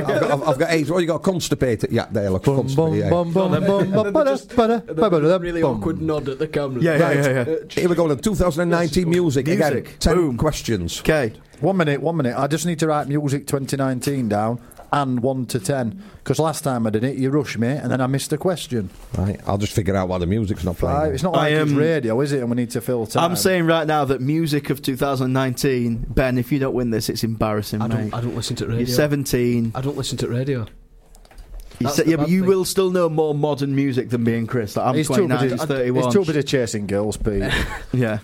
[SPEAKER 2] I've, I've got eight. Oh, you got constipated. Yeah, there, look.
[SPEAKER 3] Bum, bum,
[SPEAKER 2] constipated, yeah.
[SPEAKER 3] bum, bum, bum, bum, ba-da, ba-da,
[SPEAKER 5] And
[SPEAKER 3] ba-ba-da,
[SPEAKER 5] then a really
[SPEAKER 3] bum.
[SPEAKER 5] awkward nod at the camera.
[SPEAKER 4] Yeah, yeah, yeah, yeah.
[SPEAKER 2] Here we go. Then 2019 music. Again,
[SPEAKER 4] Music.
[SPEAKER 2] ten
[SPEAKER 4] Boom.
[SPEAKER 2] questions.
[SPEAKER 4] Okay.
[SPEAKER 3] One minute, one minute. I just need to write music 2019 down and one to ten. Because last time I did it, you rushed me and then I missed a question.
[SPEAKER 2] Right, I'll just figure out why the music's not playing.
[SPEAKER 3] Right, it's not
[SPEAKER 4] I
[SPEAKER 3] like it's
[SPEAKER 4] am-
[SPEAKER 3] radio, is it? And we need to fill time.
[SPEAKER 4] I'm saying right now that music of 2019, Ben, if you don't win this, it's embarrassing,
[SPEAKER 5] I
[SPEAKER 4] mate.
[SPEAKER 5] don't, I don't listen to radio.
[SPEAKER 4] You're 17.
[SPEAKER 5] I don't listen to radio.
[SPEAKER 4] You
[SPEAKER 5] That's
[SPEAKER 4] said-
[SPEAKER 5] the
[SPEAKER 4] yeah, but
[SPEAKER 5] bad
[SPEAKER 4] you
[SPEAKER 5] thing.
[SPEAKER 4] will still know more modern music than me and Chris. Like, I'm
[SPEAKER 3] He's too
[SPEAKER 4] 29,
[SPEAKER 3] busy.
[SPEAKER 4] he's
[SPEAKER 3] I-
[SPEAKER 4] 31.
[SPEAKER 3] He's too busy chasing girls, Pete.
[SPEAKER 4] Yeah.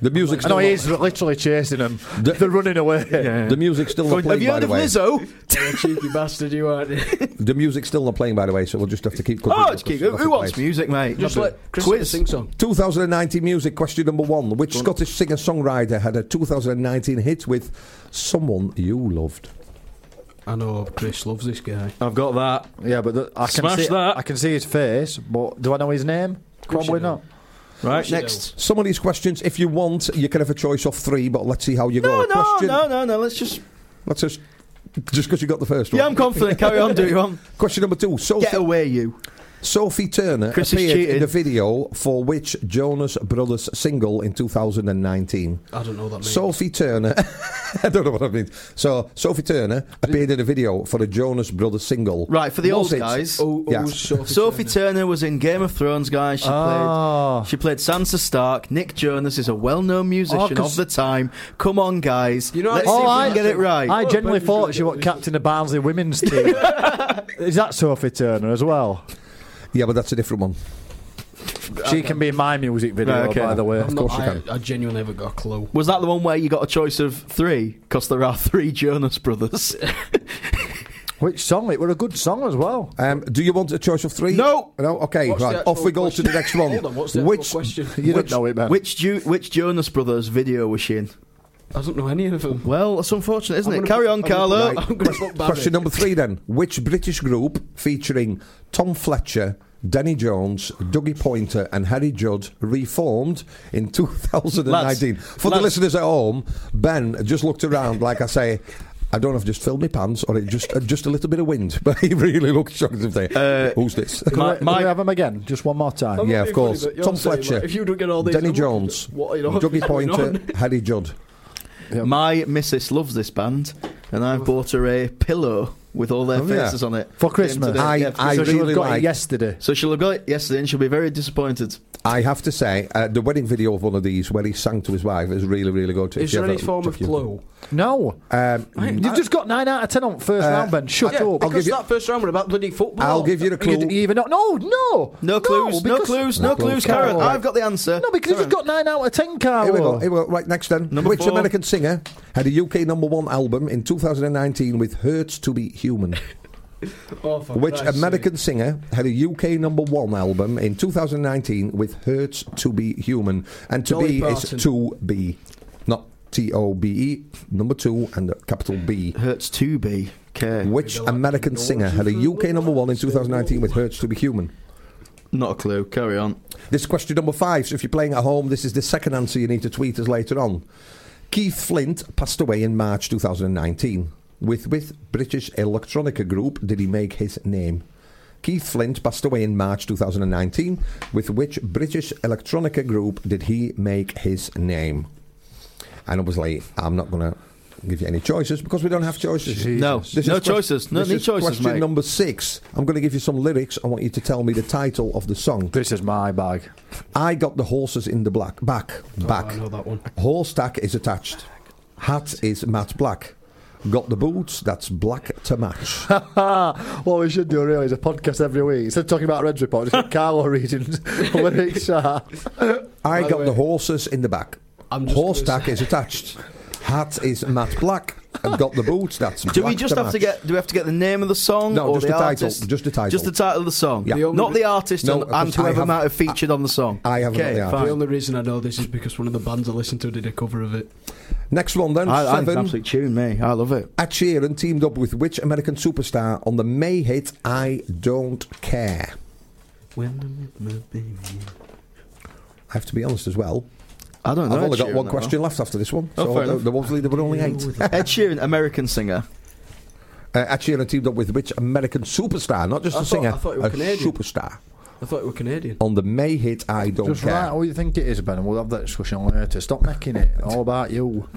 [SPEAKER 2] the music's
[SPEAKER 3] I know
[SPEAKER 2] still
[SPEAKER 3] he
[SPEAKER 2] not,
[SPEAKER 3] is literally chasing them.
[SPEAKER 2] The-
[SPEAKER 3] They're running away.
[SPEAKER 2] the music's still not
[SPEAKER 4] Have
[SPEAKER 2] playing.
[SPEAKER 4] you
[SPEAKER 2] By
[SPEAKER 4] heard
[SPEAKER 2] the
[SPEAKER 4] of
[SPEAKER 2] way,
[SPEAKER 4] Lizzo?
[SPEAKER 5] You're a cheeky bastard, you aren't.
[SPEAKER 2] the music's still not playing. By the way, so we'll just have to keep. covering
[SPEAKER 4] Oh,
[SPEAKER 2] it
[SPEAKER 4] it's
[SPEAKER 2] because
[SPEAKER 4] cute. Who,
[SPEAKER 2] nothing
[SPEAKER 4] who wants
[SPEAKER 2] plays.
[SPEAKER 4] music, mate?
[SPEAKER 5] Just let Chris
[SPEAKER 4] Quiz.
[SPEAKER 5] sing song.
[SPEAKER 2] 2019 music question number one. Which Scottish singer songwriter had a 2019 hit with "Someone You Loved"?
[SPEAKER 5] I know Chris loves this guy.
[SPEAKER 4] I've got that.
[SPEAKER 3] Yeah, but the, I can
[SPEAKER 4] Smash
[SPEAKER 3] see,
[SPEAKER 4] that.
[SPEAKER 3] I can see his face, but do I know his name?
[SPEAKER 5] course you
[SPEAKER 3] Probably
[SPEAKER 5] do.
[SPEAKER 3] not.
[SPEAKER 4] Right,
[SPEAKER 5] Yes,
[SPEAKER 4] next.
[SPEAKER 2] Some of these questions, if you want, you can have a choice of three, but let's see how you
[SPEAKER 4] No,
[SPEAKER 2] go.
[SPEAKER 4] no,
[SPEAKER 2] question,
[SPEAKER 4] no, no, no. Let's just.
[SPEAKER 2] Let's just just because you got the first one.
[SPEAKER 4] Yeah, I'm confident. Carry on, do you want?
[SPEAKER 2] Question number two. Sophie,
[SPEAKER 4] Get away, you.
[SPEAKER 2] Sophie Turner
[SPEAKER 4] Chris is
[SPEAKER 2] appeared in
[SPEAKER 4] cheating.
[SPEAKER 2] the video for which Jonas Brothers single in 2019?
[SPEAKER 5] I don't know that means.
[SPEAKER 2] Sophie Turner. I don't know what I mean. So Sophie Turner appeared in a video for a Jonas Brothers single.
[SPEAKER 4] Right, for the
[SPEAKER 2] Was
[SPEAKER 4] old
[SPEAKER 2] it-
[SPEAKER 4] guys.
[SPEAKER 5] oh, oh,
[SPEAKER 2] yeah.
[SPEAKER 5] Sophie,
[SPEAKER 4] Sophie
[SPEAKER 5] Turner.
[SPEAKER 4] Turner was in Game of Thrones, guys. She
[SPEAKER 3] Ah.
[SPEAKER 4] played. Oh. She played Sansa Stark. Nick Jonas is a well-known musician
[SPEAKER 3] 'cause-
[SPEAKER 4] of the time. Come on, guys.
[SPEAKER 5] Oh, You know,
[SPEAKER 4] Let's
[SPEAKER 5] I-
[SPEAKER 4] see if
[SPEAKER 5] Oh,
[SPEAKER 4] we
[SPEAKER 5] I-
[SPEAKER 4] can get it right.
[SPEAKER 3] I
[SPEAKER 5] Oh,
[SPEAKER 3] generally
[SPEAKER 5] Ben's
[SPEAKER 3] thought
[SPEAKER 5] good.
[SPEAKER 3] she was captain of Barnsley women's team. is that Sophie Turner as well?
[SPEAKER 2] Yeah, but that's a different one.
[SPEAKER 3] She can be in my music video,
[SPEAKER 4] Right, okay.
[SPEAKER 3] by the way.
[SPEAKER 5] I'm
[SPEAKER 2] Of course
[SPEAKER 5] not,
[SPEAKER 2] you
[SPEAKER 5] I, I genuinely haven't got a clue.
[SPEAKER 4] was that the one where you got a choice of three? Because there are three Jonas brothers.
[SPEAKER 3] Which song? It were a good song as well.
[SPEAKER 2] Um, do you want a choice of three?
[SPEAKER 4] No.
[SPEAKER 2] No. Okay.
[SPEAKER 5] What's the
[SPEAKER 2] right.
[SPEAKER 5] actual
[SPEAKER 2] Off we go to the
[SPEAKER 5] question?
[SPEAKER 2] next one.
[SPEAKER 5] Hold on, what's the actual
[SPEAKER 2] Which
[SPEAKER 5] question?
[SPEAKER 3] You
[SPEAKER 4] Which-
[SPEAKER 3] don't know it, man.
[SPEAKER 4] which jo- which Jonas brothers video was she in?
[SPEAKER 5] I don't know any of them.
[SPEAKER 4] Well, that's unfortunate, isn't
[SPEAKER 5] I'm
[SPEAKER 4] it? Carry
[SPEAKER 5] gonna put-
[SPEAKER 4] on, Carlo.
[SPEAKER 5] I'm gonna put- I'm going to put Barry.
[SPEAKER 2] question number three then? Which British group featuring Tom Fletcher, Danny Jones, Dougie Pointer, and Harry Judd reformed in 2019?
[SPEAKER 4] Lads,
[SPEAKER 2] For the
[SPEAKER 4] lads.
[SPEAKER 2] listeners at home, Ben just looked around like I say. I don't know if I just filled my pants or it just uh, just a little bit of wind, but he really looked shocked if they.
[SPEAKER 5] Uh,
[SPEAKER 2] Who's this?
[SPEAKER 3] Can
[SPEAKER 4] My-
[SPEAKER 3] we- can
[SPEAKER 4] my-
[SPEAKER 3] we have them again? Just one more time.
[SPEAKER 5] I'm
[SPEAKER 2] Yeah,
[SPEAKER 5] not
[SPEAKER 2] of
[SPEAKER 5] being
[SPEAKER 2] course.
[SPEAKER 5] funny, but you're
[SPEAKER 2] Tom
[SPEAKER 5] saying,
[SPEAKER 2] Fletcher,
[SPEAKER 5] like, if you don't get all these,
[SPEAKER 2] Danny
[SPEAKER 5] I'm looking at
[SPEAKER 2] Jones,
[SPEAKER 5] the- what, you know,
[SPEAKER 2] Dougie
[SPEAKER 5] what's going
[SPEAKER 2] Pointer,
[SPEAKER 5] on?
[SPEAKER 2] Harry Judd.
[SPEAKER 4] My missus loves this band, and I bought her a pillow with all their
[SPEAKER 2] Oh, yeah.
[SPEAKER 4] faces on it
[SPEAKER 3] For
[SPEAKER 4] at the end
[SPEAKER 3] Christmas.
[SPEAKER 4] of the-
[SPEAKER 2] I-
[SPEAKER 4] yeah,
[SPEAKER 2] I
[SPEAKER 4] so
[SPEAKER 3] so
[SPEAKER 4] she'll-
[SPEAKER 3] she'll
[SPEAKER 2] really
[SPEAKER 3] have got
[SPEAKER 2] like-
[SPEAKER 3] it yesterday.
[SPEAKER 4] so she'll have got it yesterday, and she'll be very disappointed.
[SPEAKER 2] I have to say, uh, the wedding video of one of these where he sang to his wife is really, really good.
[SPEAKER 5] Is
[SPEAKER 2] If you
[SPEAKER 5] there
[SPEAKER 2] ever
[SPEAKER 5] any form of
[SPEAKER 2] check it-
[SPEAKER 5] clue?
[SPEAKER 3] No.
[SPEAKER 2] Um,
[SPEAKER 3] You've just got 9 out of 10 on first
[SPEAKER 2] Uh,
[SPEAKER 3] round, Ben. Shut
[SPEAKER 5] yeah,
[SPEAKER 3] up.
[SPEAKER 2] I'll give
[SPEAKER 5] because
[SPEAKER 2] you-
[SPEAKER 5] that first round were about bloody football.
[SPEAKER 2] I'll give you the
[SPEAKER 3] You,
[SPEAKER 2] clue.
[SPEAKER 3] you even not, no, no.
[SPEAKER 4] No clues, no,
[SPEAKER 3] because-
[SPEAKER 4] clues, no,
[SPEAKER 2] No clues,
[SPEAKER 4] clues, Karen.
[SPEAKER 2] Carol.
[SPEAKER 4] I've got the answer.
[SPEAKER 3] No, because you've got 9 out of 10, Carl.
[SPEAKER 2] Here we
[SPEAKER 5] Oh.
[SPEAKER 2] go. Here we go. Right next then.
[SPEAKER 4] Number
[SPEAKER 2] Which
[SPEAKER 4] four.
[SPEAKER 2] American singer had a UK number one album in 2019 with "Hurts to Be Human"?
[SPEAKER 5] Oh, for
[SPEAKER 2] Which
[SPEAKER 5] Christ's
[SPEAKER 2] American singer had a UK number one album in 2019 with "Hurts to Be Human"? And to
[SPEAKER 5] Dolly
[SPEAKER 2] be
[SPEAKER 5] Parton.
[SPEAKER 2] is to be, not T O B E. Number two and a capital B.
[SPEAKER 4] hurts to be. Okay,
[SPEAKER 2] Which
[SPEAKER 5] Maybe I
[SPEAKER 2] American
[SPEAKER 5] can
[SPEAKER 2] singer had a
[SPEAKER 5] go
[SPEAKER 2] UK number one in 2019 with "Hurts to Be Human"?
[SPEAKER 4] not a clue. Carry on.
[SPEAKER 2] This is question number five. So if you're playing at home, this is the second answer you need to tweet us later on. Keith Flint passed away in March 2019. With with British electronica group did he make his name? Keith Flint passed away in March 2019. With which British electronica group did he make his name? And obviously, I'm not going to give you any choices because we don't have choices.
[SPEAKER 4] No,
[SPEAKER 2] This
[SPEAKER 4] no
[SPEAKER 2] is ques-
[SPEAKER 4] choices. No
[SPEAKER 2] this
[SPEAKER 4] need
[SPEAKER 2] is
[SPEAKER 4] choices,
[SPEAKER 2] Question
[SPEAKER 4] mate.
[SPEAKER 2] number six. I'm going to give you some lyrics. I want you to tell me the title of the song.
[SPEAKER 3] This is my bag.
[SPEAKER 2] I got the horses in the black back back.
[SPEAKER 5] Oh, I know that one.
[SPEAKER 2] Horse tack is attached. Hat is matte black. Got the boots that's black to match.
[SPEAKER 3] what we should do really is a podcast every week. Instead of talking about Reds Report, just get Carlo reading lyrics. uh,
[SPEAKER 2] I
[SPEAKER 5] the
[SPEAKER 2] got the
[SPEAKER 5] way-
[SPEAKER 2] horses in the back.
[SPEAKER 5] I'm just
[SPEAKER 2] Horse
[SPEAKER 5] gonna
[SPEAKER 2] tack is attached. Hat is matte black. And got the boots that's
[SPEAKER 4] Do
[SPEAKER 2] black
[SPEAKER 4] we just
[SPEAKER 2] to
[SPEAKER 4] have to
[SPEAKER 2] match.
[SPEAKER 4] get? Do we have to get the name of the song?
[SPEAKER 2] No,
[SPEAKER 4] or
[SPEAKER 2] just
[SPEAKER 4] the
[SPEAKER 2] the title,
[SPEAKER 4] artist?
[SPEAKER 2] just the title.
[SPEAKER 4] Just the title of the song.
[SPEAKER 2] Yeah. The
[SPEAKER 5] only
[SPEAKER 4] Not
[SPEAKER 5] re-
[SPEAKER 4] the artist
[SPEAKER 2] No,
[SPEAKER 4] and, and
[SPEAKER 2] because I
[SPEAKER 4] whoever
[SPEAKER 2] have-
[SPEAKER 4] might have featured on the song.
[SPEAKER 2] I haven't got
[SPEAKER 4] Okay,
[SPEAKER 2] the artist.
[SPEAKER 4] fine.
[SPEAKER 5] The only reason I know this is because one of the bands I listened to did a cover of it.
[SPEAKER 2] Next one then.
[SPEAKER 4] I, I think it's an
[SPEAKER 2] Seven.
[SPEAKER 4] absolute tune, me. I love it.
[SPEAKER 2] Ed Sheeran teamed up with which American superstar on the May hit I Don't Care? I have to be honest as well.
[SPEAKER 4] I don't know.
[SPEAKER 2] I've
[SPEAKER 4] Ed
[SPEAKER 2] only got
[SPEAKER 4] Sheeran
[SPEAKER 2] one
[SPEAKER 4] that
[SPEAKER 2] question left after this one.
[SPEAKER 4] Oh,
[SPEAKER 2] so
[SPEAKER 4] fair
[SPEAKER 2] there,
[SPEAKER 4] enough.
[SPEAKER 2] there was there were only eight.
[SPEAKER 4] well. Ed Sheeran, American singer.
[SPEAKER 2] Uh, Ed Sheeran teamed up with which American superstar, not just a
[SPEAKER 5] I thought-
[SPEAKER 2] singer,
[SPEAKER 5] I thought you were
[SPEAKER 2] a
[SPEAKER 5] Canadian.
[SPEAKER 2] superstar,
[SPEAKER 5] I thought it were Canadian.
[SPEAKER 2] on the May hit I Don't
[SPEAKER 3] just
[SPEAKER 2] Care.
[SPEAKER 3] write all you think it is, Ben, and we'll have that discussion later. Stop making it all about you.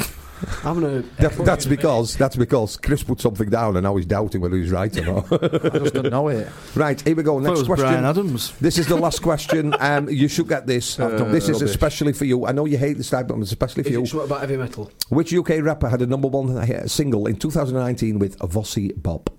[SPEAKER 5] I'm gonna.
[SPEAKER 2] That- that's because that's because Chris put something down and now he's doubting whether he's right or not.
[SPEAKER 3] I just don't know it.
[SPEAKER 2] right, here we go.
[SPEAKER 4] I thought it
[SPEAKER 2] Next
[SPEAKER 4] was Brian
[SPEAKER 2] question.
[SPEAKER 4] Adams.
[SPEAKER 2] This is the last question. Um, you should get this.
[SPEAKER 3] I've
[SPEAKER 4] Uh,
[SPEAKER 3] done
[SPEAKER 2] this is
[SPEAKER 3] rubbish.
[SPEAKER 2] especially for you. I know you hate this type, but it's especially for
[SPEAKER 5] Is
[SPEAKER 2] you.
[SPEAKER 5] it something about heavy metal?
[SPEAKER 2] Which UK rapper had a number one hit single in 2019 with Vossi Bob?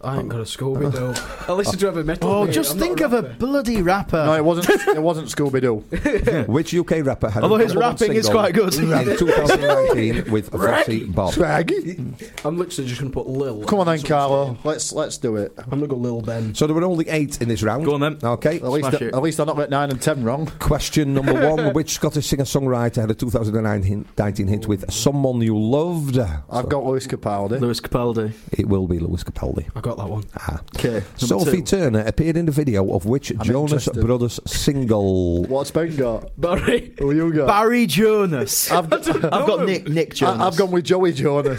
[SPEAKER 5] I ain't got a Scooby Doo. I listen to heavy metal.
[SPEAKER 4] Oh,
[SPEAKER 5] mate.
[SPEAKER 4] just
[SPEAKER 5] I'm not
[SPEAKER 4] think of a
[SPEAKER 5] rapper.
[SPEAKER 4] bloody rapper.
[SPEAKER 3] No, it wasn't. It wasn't Scooby Doo.
[SPEAKER 2] Which UK rapper had
[SPEAKER 4] Although
[SPEAKER 2] a
[SPEAKER 4] his
[SPEAKER 2] number one
[SPEAKER 4] rapping is
[SPEAKER 2] single
[SPEAKER 4] quite good.
[SPEAKER 2] in 2019 with Vossi Bob?
[SPEAKER 3] Swaggy.
[SPEAKER 5] I'm literally just gonna put Lil.
[SPEAKER 3] Come on then,
[SPEAKER 5] That's what
[SPEAKER 3] Carlo. Let's let's do it.
[SPEAKER 5] I'm gonna go Lil Ben.
[SPEAKER 2] So there were only eight in this round.
[SPEAKER 4] Go on then.
[SPEAKER 2] Okay.
[SPEAKER 3] At least,
[SPEAKER 4] Smash it.
[SPEAKER 3] at least I not got nine and ten wrong.
[SPEAKER 2] Question number one: Which Scottish singer-songwriter had a 2019 hit with "Someone You Loved"?
[SPEAKER 3] I've got Lewis Capaldi.
[SPEAKER 4] Lewis Capaldi.
[SPEAKER 2] It will be Lewis Capaldi.
[SPEAKER 5] I got that one.
[SPEAKER 2] Ah.
[SPEAKER 4] Okay.
[SPEAKER 2] Sophie Turner appeared in the video of which Jonas
[SPEAKER 3] interested.
[SPEAKER 2] Brothers single?
[SPEAKER 3] What's Ben got?
[SPEAKER 5] Barry.
[SPEAKER 3] Who you got?
[SPEAKER 4] Barry Jonas. I've,
[SPEAKER 3] I've, I,
[SPEAKER 4] I've got Nick Nick Jonas.
[SPEAKER 3] I've gone with Joey Jonas.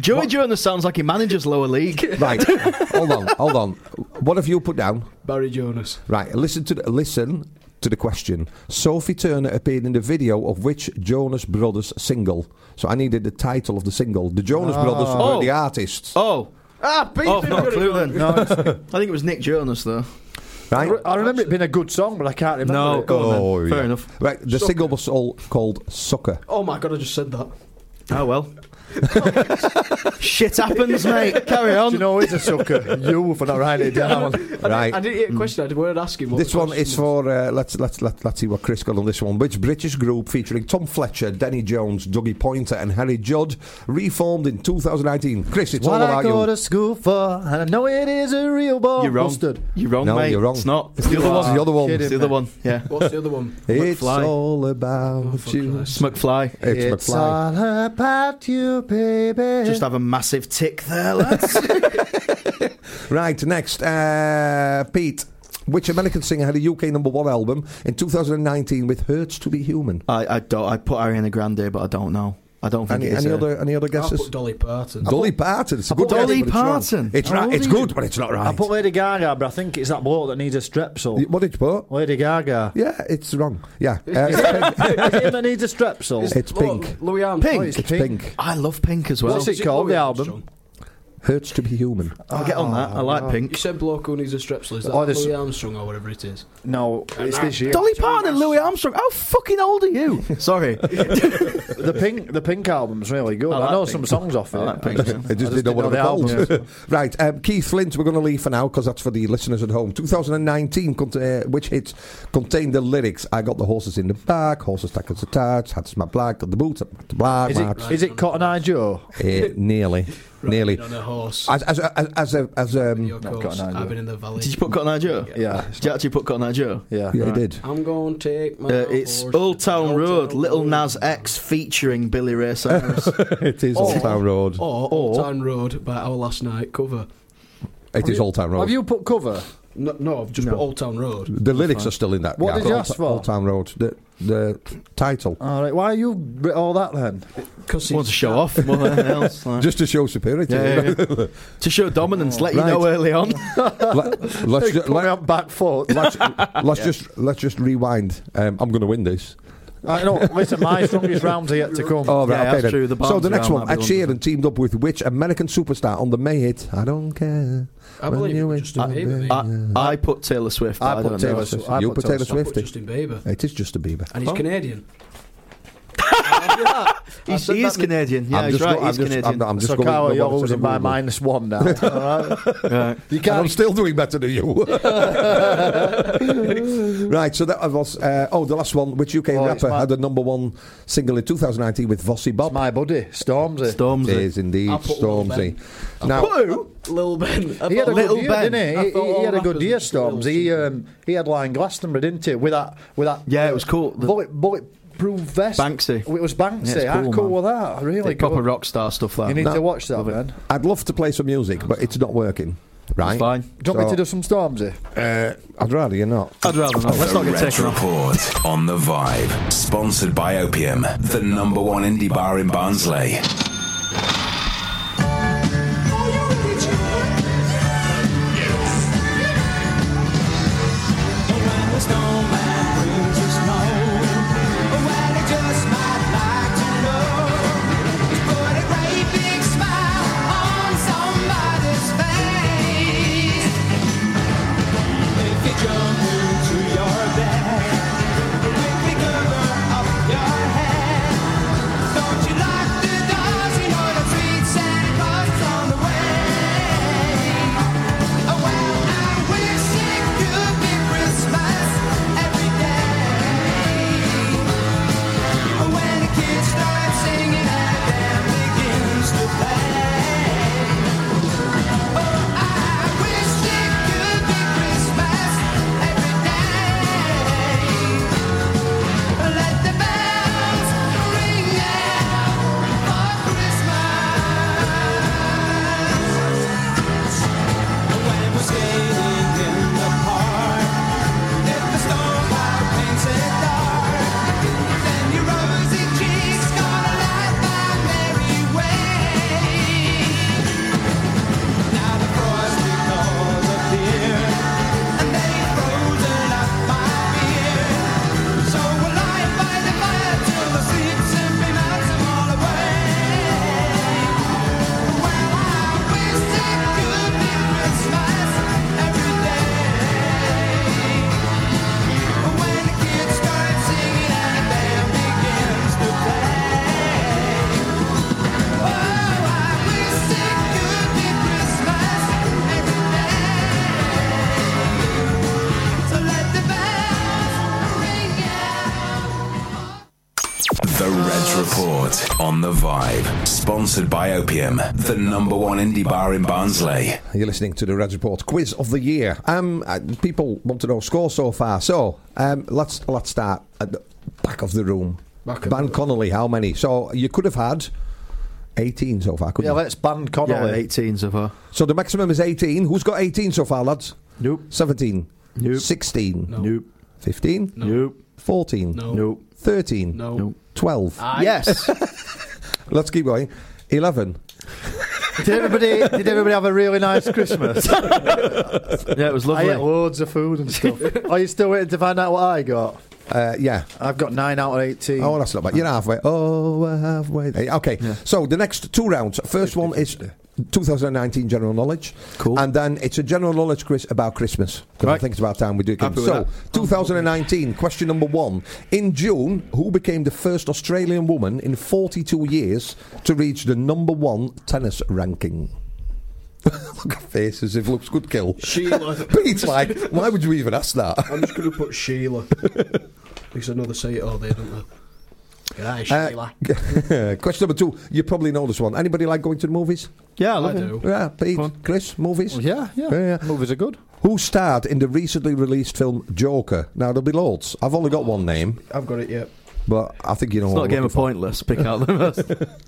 [SPEAKER 4] Joey Jonas sounds like he manages lower league.
[SPEAKER 2] Right. hold on. Hold on. What have you put down?
[SPEAKER 5] Barry Jonas.
[SPEAKER 2] Right. Listen to the, listen to the question. Sophie Turner appeared in the video of which Jonas Brothers single? So I needed the title of the single. The Jonas Brothers were
[SPEAKER 4] Oh.
[SPEAKER 2] the artists.
[SPEAKER 4] Oh.
[SPEAKER 5] Ah, beat
[SPEAKER 4] Oh, not a clue then.
[SPEAKER 3] No, it's-
[SPEAKER 4] I think it was Nick Jonas though.
[SPEAKER 3] I,
[SPEAKER 2] Right.
[SPEAKER 3] I remember it being a good song, but I can't remember.
[SPEAKER 4] No,
[SPEAKER 3] it.
[SPEAKER 4] go on then.
[SPEAKER 2] Oh,
[SPEAKER 4] Fair
[SPEAKER 2] yeah.
[SPEAKER 4] enough.
[SPEAKER 2] Right, the single was all called Sucker.
[SPEAKER 5] Oh my god, I just said that.
[SPEAKER 4] Oh well. Shit happens, mate. Carry on.
[SPEAKER 2] Um,
[SPEAKER 3] Do you know he's a sucker? you for not writing it down.
[SPEAKER 2] Right.
[SPEAKER 5] I didn't hear a question. I weren't asking. What
[SPEAKER 2] This
[SPEAKER 5] the
[SPEAKER 2] one
[SPEAKER 5] question
[SPEAKER 2] is
[SPEAKER 5] was.
[SPEAKER 2] for uh, let's let's let, let's see what Chris got on this one. Which British group featuring Tom Fletcher, Denny Jones, Dougie Pointer, and Harry Judd reformed in 2019? Chris, it's all about you.
[SPEAKER 3] school for, and I know it is a real ball.
[SPEAKER 4] You're wrong.
[SPEAKER 3] Mustard.
[SPEAKER 4] You're wrong,
[SPEAKER 2] No,
[SPEAKER 4] mate.
[SPEAKER 2] you're wrong.
[SPEAKER 4] It's not. It's the
[SPEAKER 2] You
[SPEAKER 4] other
[SPEAKER 2] are
[SPEAKER 4] one.
[SPEAKER 2] the other one.
[SPEAKER 4] It's the other one. Yeah.
[SPEAKER 5] What's the other one?
[SPEAKER 2] It's
[SPEAKER 4] McFly.
[SPEAKER 2] all about
[SPEAKER 5] Oh, for
[SPEAKER 2] you.
[SPEAKER 5] Christ's
[SPEAKER 4] It's McFly.
[SPEAKER 2] It's, McFly.
[SPEAKER 3] all about you, baby.
[SPEAKER 4] Just have a massive tick there, lads.
[SPEAKER 2] Right, next, uh, Pete. Which American singer had a UK number one album in 2019 with "Hurts to Be Human"?
[SPEAKER 4] I, I don't. I put Ariana Grande, but I don't know. I don't think
[SPEAKER 2] Any,
[SPEAKER 4] it is.
[SPEAKER 2] any
[SPEAKER 4] her.
[SPEAKER 2] other any other
[SPEAKER 5] I'll
[SPEAKER 2] guesses?
[SPEAKER 5] put Dolly Parton.
[SPEAKER 2] Dolly Parton. It's a good
[SPEAKER 4] Dolly
[SPEAKER 2] guess, but it's wrong.
[SPEAKER 4] Parton.
[SPEAKER 2] It's
[SPEAKER 3] How
[SPEAKER 2] right.
[SPEAKER 3] old
[SPEAKER 2] It's
[SPEAKER 3] are you?
[SPEAKER 2] good, but it's not right.
[SPEAKER 3] I put Lady Gaga, but I think it's that bloke that needs a strepsil.
[SPEAKER 2] Y- What did you put?
[SPEAKER 3] Lady Gaga.
[SPEAKER 2] Yeah, it's wrong. Yeah, uh, it's pink.
[SPEAKER 3] Is it him that needs a strepsil?
[SPEAKER 2] It's
[SPEAKER 5] Look,
[SPEAKER 2] pink.
[SPEAKER 5] Louis Armstrong.
[SPEAKER 4] Pink.
[SPEAKER 3] it's
[SPEAKER 2] It's pink.
[SPEAKER 4] I love Pink as well.
[SPEAKER 3] What's it called, the
[SPEAKER 5] Louis
[SPEAKER 3] album?
[SPEAKER 5] Armstrong?
[SPEAKER 2] Hurts to be human.
[SPEAKER 4] I'll get on that. I like
[SPEAKER 5] You
[SPEAKER 4] pink.
[SPEAKER 5] said Bloke Who Needs a Strepsil. Is that
[SPEAKER 3] Oh, this-
[SPEAKER 5] Louis Armstrong or whatever it is?
[SPEAKER 3] No, it's this year.
[SPEAKER 4] Dolly Parton and Louis Armstrong. How fucking old are you? Sorry.
[SPEAKER 3] The pink, the pink album's really good.
[SPEAKER 4] I
[SPEAKER 3] I,
[SPEAKER 4] like
[SPEAKER 3] know
[SPEAKER 4] Pink.
[SPEAKER 3] some songs off it.
[SPEAKER 4] I like Pink.
[SPEAKER 3] just-
[SPEAKER 4] I
[SPEAKER 2] I just, didn't know what
[SPEAKER 3] the
[SPEAKER 2] it was
[SPEAKER 3] albums.
[SPEAKER 2] called. right, um, Keith Flint, we're going to leave for now because that's for the listeners at home. 2019, cont- uh, which hits contained the lyrics I got the horses in the back, horses tackles attached, hats my black, got the boots up the black,
[SPEAKER 3] Is it, is it Cotton Eye Joe?
[SPEAKER 2] Eh, nearly, nearly.
[SPEAKER 5] Riding on a horse.
[SPEAKER 2] As, as, as, as, a- as
[SPEAKER 5] Your
[SPEAKER 2] um,
[SPEAKER 5] course.
[SPEAKER 3] got an idea.
[SPEAKER 5] I've been in the valley.
[SPEAKER 4] Did you put Cotton Eye Joe?
[SPEAKER 3] Yeah.
[SPEAKER 4] Did you actually put Cotton Eye Joe?
[SPEAKER 3] Yeah.
[SPEAKER 2] yeah, he did.
[SPEAKER 5] I'm going to take my.
[SPEAKER 4] Uh, it's
[SPEAKER 5] horse
[SPEAKER 4] Old
[SPEAKER 5] to
[SPEAKER 4] Town
[SPEAKER 5] Old
[SPEAKER 4] Road,
[SPEAKER 5] Town
[SPEAKER 4] Little
[SPEAKER 5] Road.
[SPEAKER 4] Nas X featuring Billy Ray Cyrus.
[SPEAKER 2] It is Old Town Road.
[SPEAKER 5] Or, Old Town Road by Our Last Night cover.
[SPEAKER 2] It is Old Town Road.
[SPEAKER 3] Have you put cover?
[SPEAKER 5] No, no I've just put Old Town Road.
[SPEAKER 2] the lyrics are still in that.
[SPEAKER 3] What
[SPEAKER 2] yeah,
[SPEAKER 3] did you
[SPEAKER 2] Old-
[SPEAKER 3] ask for? Uh,
[SPEAKER 2] Old Town Road. The, the title.
[SPEAKER 3] All right. Why are you writ all that then?
[SPEAKER 5] Because
[SPEAKER 4] Want to show off more than anything else. like.
[SPEAKER 2] Just to show superiority.
[SPEAKER 4] Yeah, yeah, yeah. to show dominance, let you
[SPEAKER 2] Right.
[SPEAKER 4] know early on.
[SPEAKER 2] Let, us
[SPEAKER 3] Put me on back foot.
[SPEAKER 2] let's, let's just let's just rewind. Um, I'm going to win this.
[SPEAKER 3] I know. Listen, my strongest rounds are yet to come.
[SPEAKER 2] Oh, right,
[SPEAKER 4] Yeah,
[SPEAKER 2] okay
[SPEAKER 4] that's
[SPEAKER 2] then.
[SPEAKER 4] true, the
[SPEAKER 2] so
[SPEAKER 4] bombs
[SPEAKER 2] the next
[SPEAKER 4] around
[SPEAKER 2] one,
[SPEAKER 4] might
[SPEAKER 2] Ed
[SPEAKER 4] be wonderful.
[SPEAKER 2] Sheeran teamed up with which American superstar on the May hit? I don't care.
[SPEAKER 5] I
[SPEAKER 2] When
[SPEAKER 5] believe it
[SPEAKER 2] you
[SPEAKER 5] was
[SPEAKER 2] went
[SPEAKER 5] Justin
[SPEAKER 2] to
[SPEAKER 5] Bieber,
[SPEAKER 2] bed.
[SPEAKER 4] I, I put Taylor Swift.
[SPEAKER 3] I
[SPEAKER 4] but I,
[SPEAKER 3] put
[SPEAKER 4] don't
[SPEAKER 3] Taylor
[SPEAKER 4] know.
[SPEAKER 3] Swift.
[SPEAKER 2] you
[SPEAKER 3] put
[SPEAKER 2] put Taylor
[SPEAKER 3] Taylor
[SPEAKER 5] I put
[SPEAKER 2] Swift.
[SPEAKER 5] Justin Bieber.
[SPEAKER 2] It is Justin Bieber.
[SPEAKER 5] And he's Canadian.
[SPEAKER 4] He's,
[SPEAKER 5] I said
[SPEAKER 4] he is
[SPEAKER 5] that-
[SPEAKER 4] Canadian. Yeah,
[SPEAKER 2] I'm
[SPEAKER 4] he's
[SPEAKER 2] just
[SPEAKER 4] right.
[SPEAKER 2] go- I'm
[SPEAKER 4] he's
[SPEAKER 2] just-
[SPEAKER 4] Canadian.
[SPEAKER 2] I'm not- I'm just
[SPEAKER 3] so,
[SPEAKER 2] going
[SPEAKER 3] Carl,
[SPEAKER 2] with
[SPEAKER 3] you're
[SPEAKER 2] what it's
[SPEAKER 3] losing by
[SPEAKER 2] available.
[SPEAKER 3] minus one now. all right?
[SPEAKER 4] Right.
[SPEAKER 3] You
[SPEAKER 2] And I'm
[SPEAKER 3] can't.
[SPEAKER 2] still doing better than you. right, so that was. Uh, oh, the last one, which UK
[SPEAKER 3] Oh, it's
[SPEAKER 2] rapper
[SPEAKER 3] my-
[SPEAKER 2] had a number one single in 2019 with Vossi Bob.
[SPEAKER 3] My buddy, Stormzy.
[SPEAKER 2] It
[SPEAKER 4] Stormzy.
[SPEAKER 2] is indeed
[SPEAKER 5] I put Lil
[SPEAKER 2] Stormzy.
[SPEAKER 4] Put
[SPEAKER 2] Now,
[SPEAKER 4] who?
[SPEAKER 5] Lil Ben.
[SPEAKER 3] He had a
[SPEAKER 4] Little
[SPEAKER 3] good year,
[SPEAKER 4] Ben.
[SPEAKER 3] didn't
[SPEAKER 5] I
[SPEAKER 3] he? He,
[SPEAKER 5] thought
[SPEAKER 3] he
[SPEAKER 5] all
[SPEAKER 3] had a good
[SPEAKER 5] rappers
[SPEAKER 3] year,
[SPEAKER 5] were just
[SPEAKER 3] Storms. He um, he had Lion Glastonbury, didn't he? With that, with that.
[SPEAKER 4] Yeah, it was cool. The-
[SPEAKER 3] bullet bulletproof vest.
[SPEAKER 4] Banksy.
[SPEAKER 3] It was Banksy.
[SPEAKER 4] Yeah, it's
[SPEAKER 3] How
[SPEAKER 4] cool,
[SPEAKER 3] cool
[SPEAKER 4] man.
[SPEAKER 3] was that? Really
[SPEAKER 4] Like proper
[SPEAKER 3] good.
[SPEAKER 4] rock star stuff. That
[SPEAKER 3] You need
[SPEAKER 4] Nah,
[SPEAKER 3] to watch that,
[SPEAKER 4] love it.
[SPEAKER 3] man.
[SPEAKER 2] I'd love to play some music, but it's not working. Right?
[SPEAKER 4] It's fine.
[SPEAKER 3] Do you want me
[SPEAKER 2] So-
[SPEAKER 3] to do some Stormsy?
[SPEAKER 2] Uh, I'd rather you not.
[SPEAKER 4] I'd rather not. Let's not
[SPEAKER 6] The
[SPEAKER 4] get
[SPEAKER 6] Reds
[SPEAKER 4] taken off.
[SPEAKER 6] Report on The Vibe. Sponsored by Opium, the number one indie bar in Barnsley.
[SPEAKER 5] Oh, Oh,
[SPEAKER 6] The Reds Report on The Vibe. Sponsored by Opium, the number one indie bar in Barnsley.
[SPEAKER 2] You're listening to the Reds Report quiz of the year. Um, uh, people want to know score so far. So um, let's let's start at the back of the room.
[SPEAKER 5] Back of
[SPEAKER 2] Ban
[SPEAKER 5] the-
[SPEAKER 2] Connolly, how many? So you could have had 18 so far,
[SPEAKER 3] Yeah,
[SPEAKER 2] couldn't you?
[SPEAKER 3] let's ban
[SPEAKER 4] Yeah,
[SPEAKER 3] Connolly.
[SPEAKER 4] 18 so far.
[SPEAKER 2] So the maximum is 18. Who's got 18 so far, lads?
[SPEAKER 4] Nope.
[SPEAKER 2] 17.
[SPEAKER 4] Nope.
[SPEAKER 2] 16.
[SPEAKER 5] No.
[SPEAKER 4] Nope.
[SPEAKER 2] 15.
[SPEAKER 5] No.
[SPEAKER 4] Nope.
[SPEAKER 2] 14.
[SPEAKER 5] No.
[SPEAKER 4] Nope.
[SPEAKER 2] 13.
[SPEAKER 5] No.
[SPEAKER 2] 12.
[SPEAKER 5] I-
[SPEAKER 4] Yes.
[SPEAKER 2] Let's keep going. 11.
[SPEAKER 3] Did everybody? Did everybody have a really nice Christmas?
[SPEAKER 4] yeah, it was
[SPEAKER 3] I ate
[SPEAKER 4] lovely.
[SPEAKER 3] loads of food and stuff. Are you still waiting to find out what I got?
[SPEAKER 2] Uh, yeah.
[SPEAKER 3] I've got nine out of eighteen.
[SPEAKER 2] Oh, that's not bad. You're halfway. Oh, we're halfway. there. Okay. So the next two rounds. First one is 2019 general knowledge.
[SPEAKER 4] Cool.
[SPEAKER 2] And then it's a general knowledge quiz about Christmas. 'cause I
[SPEAKER 4] Right.
[SPEAKER 2] think it's about time we do it. again.
[SPEAKER 4] Happy with
[SPEAKER 2] So,
[SPEAKER 4] that.
[SPEAKER 2] 2019, question number one. In June, who became the first Australian woman in 42 years to reach the number one tennis ranking? Look at faces if looks could kill.
[SPEAKER 5] Sheila.
[SPEAKER 2] Pete's like, why would you even ask that?
[SPEAKER 5] I'm just going to put Sheila. because I know they say it all day, don't they? Good eye,
[SPEAKER 2] Uh,
[SPEAKER 5] Sheila.
[SPEAKER 2] question number two. You probably know this one. Anybody like going to the movies?
[SPEAKER 4] Yeah, I love
[SPEAKER 5] I
[SPEAKER 4] it.
[SPEAKER 5] do.
[SPEAKER 2] Yeah, Pete,
[SPEAKER 4] Go on.
[SPEAKER 2] Chris, movies.
[SPEAKER 3] Well, yeah, yeah,
[SPEAKER 2] Yeah, yeah.
[SPEAKER 3] Movies are good.
[SPEAKER 2] Who starred in the recently released film Joker? Now there'll be loads. I've only got one name,
[SPEAKER 5] I've got it, yep.
[SPEAKER 2] but I think you know.
[SPEAKER 4] It's
[SPEAKER 2] what
[SPEAKER 4] not a game
[SPEAKER 2] I'm looking
[SPEAKER 4] of
[SPEAKER 2] for.
[SPEAKER 4] pointless. Pick out the most.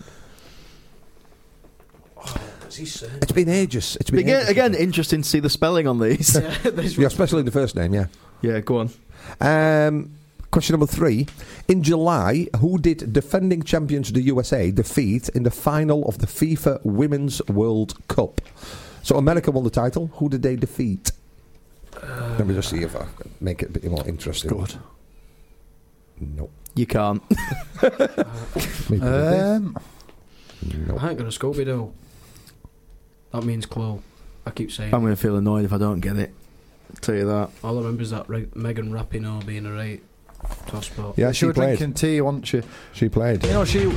[SPEAKER 5] What's he saying?
[SPEAKER 2] It's been ages. It's been
[SPEAKER 4] again,
[SPEAKER 2] ages.
[SPEAKER 4] again, interesting to see the spelling on these.
[SPEAKER 2] Yeah, especially the first name. Yeah.
[SPEAKER 4] yeah, go on.
[SPEAKER 2] Um, question number three. In July, who did defending champions the USA defeat in the final of the FIFA Women's World Cup? So America won the title. Who did they defeat? Let me just see if I can make it a bit more interesting.
[SPEAKER 4] Good.
[SPEAKER 2] No.
[SPEAKER 4] You can't.
[SPEAKER 2] Maybe this.
[SPEAKER 3] Um,
[SPEAKER 2] no.
[SPEAKER 5] I ain't going to Scooby Doo. That means clue. I keep saying.
[SPEAKER 4] I'm going to feel annoyed if I don't get it. Tell you that.
[SPEAKER 5] All I remember is that reg- Megan Rapinoe being a right tosspot.
[SPEAKER 2] Yeah,
[SPEAKER 3] she
[SPEAKER 2] she
[SPEAKER 3] was
[SPEAKER 2] played.
[SPEAKER 3] drinking tea, wasn't she?
[SPEAKER 2] She played.
[SPEAKER 3] You know she.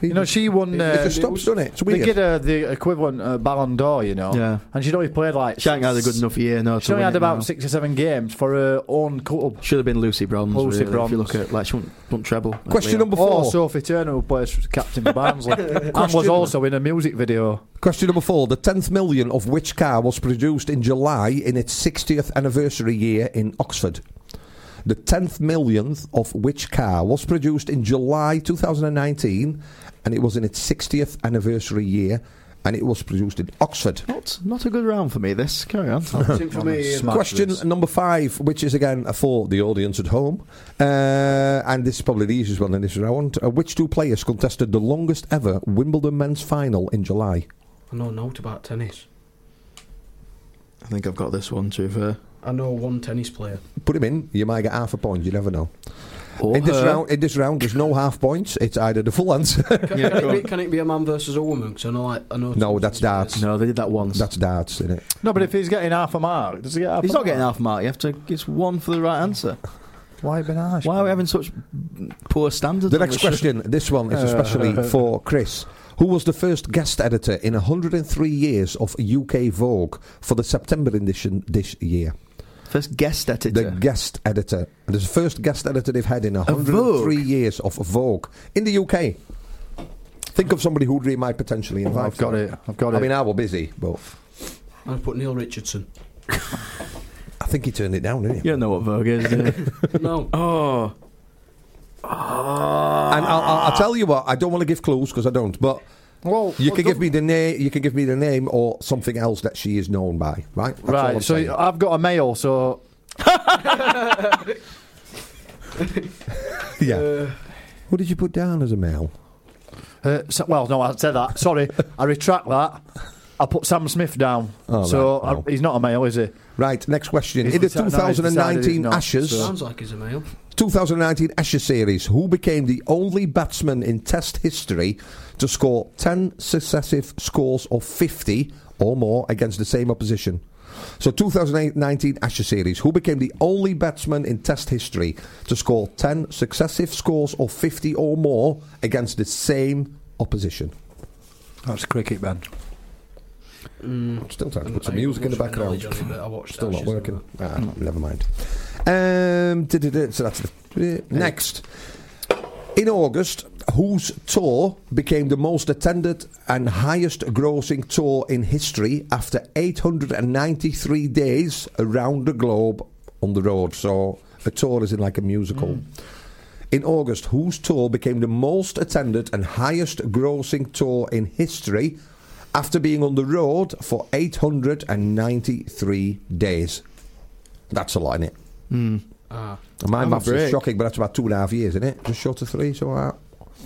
[SPEAKER 3] You know she won.
[SPEAKER 2] It
[SPEAKER 3] Uh,
[SPEAKER 2] just stops, doesn't it? It's
[SPEAKER 3] they
[SPEAKER 2] weird.
[SPEAKER 3] get her the equivalent uh, Ballon d'Or, you know.
[SPEAKER 4] Yeah.
[SPEAKER 3] And she'd only played like.
[SPEAKER 4] Shank had a good enough year. No,
[SPEAKER 3] She
[SPEAKER 4] to
[SPEAKER 3] only
[SPEAKER 4] win
[SPEAKER 3] had
[SPEAKER 4] it
[SPEAKER 3] about
[SPEAKER 4] now.
[SPEAKER 3] six or seven games for her own club.
[SPEAKER 4] Should have been Lucy Bronze.
[SPEAKER 3] Lucy
[SPEAKER 4] really, If
[SPEAKER 3] Bronze.
[SPEAKER 4] you look at like she won't, won't treble. at
[SPEAKER 2] Question
[SPEAKER 4] Leon.
[SPEAKER 2] number
[SPEAKER 3] Before
[SPEAKER 2] four.
[SPEAKER 3] Oh, Sophie Turner, who plays for captain for Barnsley, and was
[SPEAKER 2] Question-
[SPEAKER 3] also in a music video.
[SPEAKER 2] Question number four. The 10th million of which car was produced in July in its 60th anniversary year in Oxford? The 10th millionth of which car was produced in July 2019 and it was in its 60th anniversary year and it was produced in Oxford.
[SPEAKER 4] Not, not a good round for me, this. Carry on.
[SPEAKER 5] for me.
[SPEAKER 3] Oh, Smash
[SPEAKER 2] Question
[SPEAKER 3] this.
[SPEAKER 2] number five, which is again for the audience at home, uh, and this is probably the easiest one in this round. Uh, which two players contested the longest ever Wimbledon men's final in July?
[SPEAKER 5] I know naught about tennis.
[SPEAKER 4] I think I've got this one, to be fair.
[SPEAKER 5] I know one tennis player.
[SPEAKER 2] Put him in, you might get half a point. You never know.
[SPEAKER 4] Or
[SPEAKER 2] in this
[SPEAKER 4] her.
[SPEAKER 2] round, in this round, there's no half points. It's either the full answer.
[SPEAKER 5] Can,
[SPEAKER 4] Yeah,
[SPEAKER 5] can,
[SPEAKER 4] go
[SPEAKER 5] it
[SPEAKER 4] on.
[SPEAKER 5] be, can it be a man versus a woman? 'Cause I know, like, I know.
[SPEAKER 2] no,
[SPEAKER 5] two
[SPEAKER 2] that's
[SPEAKER 5] tennis
[SPEAKER 2] darts.
[SPEAKER 5] players.
[SPEAKER 4] No, they did that once.
[SPEAKER 2] That's darts, isn't it?
[SPEAKER 3] No, but if he's getting half a mark, does he get half
[SPEAKER 4] He's
[SPEAKER 3] a
[SPEAKER 4] not
[SPEAKER 3] mark?
[SPEAKER 4] getting half mark. You have to give one for the right answer.
[SPEAKER 3] Why have you been harsh?
[SPEAKER 4] Why are we having such poor standards?
[SPEAKER 2] The
[SPEAKER 4] on
[SPEAKER 2] next
[SPEAKER 4] this show?
[SPEAKER 2] question. This one is especially for Chris, who was the first guest editor in 103 years of UK Vogue for the September edition this year.
[SPEAKER 4] First guest
[SPEAKER 2] the
[SPEAKER 4] editor.
[SPEAKER 2] guest editor. It is the first guest editor they've had in
[SPEAKER 4] Vogue?
[SPEAKER 2] 103 years of Vogue in the UK. Think of somebody who they might potentially invite.
[SPEAKER 3] I've Oh, got it. I've got it.
[SPEAKER 2] I mean, I were busy, but
[SPEAKER 5] I'd put Neil Richardson.
[SPEAKER 2] I think he turned it down, didn't he?
[SPEAKER 4] you don't know what Vogue is, do you?
[SPEAKER 5] no.
[SPEAKER 4] oh.
[SPEAKER 2] And I'll, I'll, I'll tell you what, I don't want to give clues because I don't, but.
[SPEAKER 3] well,
[SPEAKER 2] You
[SPEAKER 3] well,
[SPEAKER 2] can give
[SPEAKER 3] don't-
[SPEAKER 2] me the name. You can give me the name or something else that she is known by, right? That's all I'm
[SPEAKER 3] Right, so
[SPEAKER 2] saying.
[SPEAKER 3] I've got a male, so
[SPEAKER 2] yeah. Who did you put down as a male?
[SPEAKER 3] Uh, so, well, no, I said that. Sorry, I retract that. I put Sam Smith down.
[SPEAKER 2] Oh,
[SPEAKER 3] so
[SPEAKER 2] right, no.
[SPEAKER 3] I, he's not a male, is he?
[SPEAKER 2] Right. Next question.
[SPEAKER 3] He's
[SPEAKER 2] In the
[SPEAKER 3] deci- no, he's decided he's
[SPEAKER 2] 2019
[SPEAKER 3] not,
[SPEAKER 2] Ashes,
[SPEAKER 3] so-
[SPEAKER 5] Sounds like he's a male.
[SPEAKER 2] 2019 Ashes series, who became the only batsman in Test history to score 10 successive scores of 50 or more against the same opposition? So, 2019 Ashes series, who became the only batsman in Test history to score 10 successive scores of 50 or more against the same opposition?
[SPEAKER 3] That's cricket, Ben.
[SPEAKER 2] Still trying to put some
[SPEAKER 5] I ain't
[SPEAKER 2] music in the
[SPEAKER 5] got
[SPEAKER 2] background.
[SPEAKER 5] much of a knowledge on it, but I watched
[SPEAKER 2] Still not
[SPEAKER 5] Ashes and
[SPEAKER 2] working.
[SPEAKER 5] that. Hmm.
[SPEAKER 2] Ah, never mind. Um, da-da-da, so that's the, eh, next. In August, whose tour became the most attended and highest grossing tour in history after 893 days around the globe on the road? So a tour is in like a musical.
[SPEAKER 5] Hmm.
[SPEAKER 2] In August, whose tour became the most attended and highest grossing tour in history after being on the road for 893 days? That's a lot, innit?
[SPEAKER 5] Ah.
[SPEAKER 2] My
[SPEAKER 4] Hmm. Have a
[SPEAKER 2] maths is
[SPEAKER 4] break.
[SPEAKER 2] shocking, but that's about two and a half years, isn't it? Just short of three, so uh,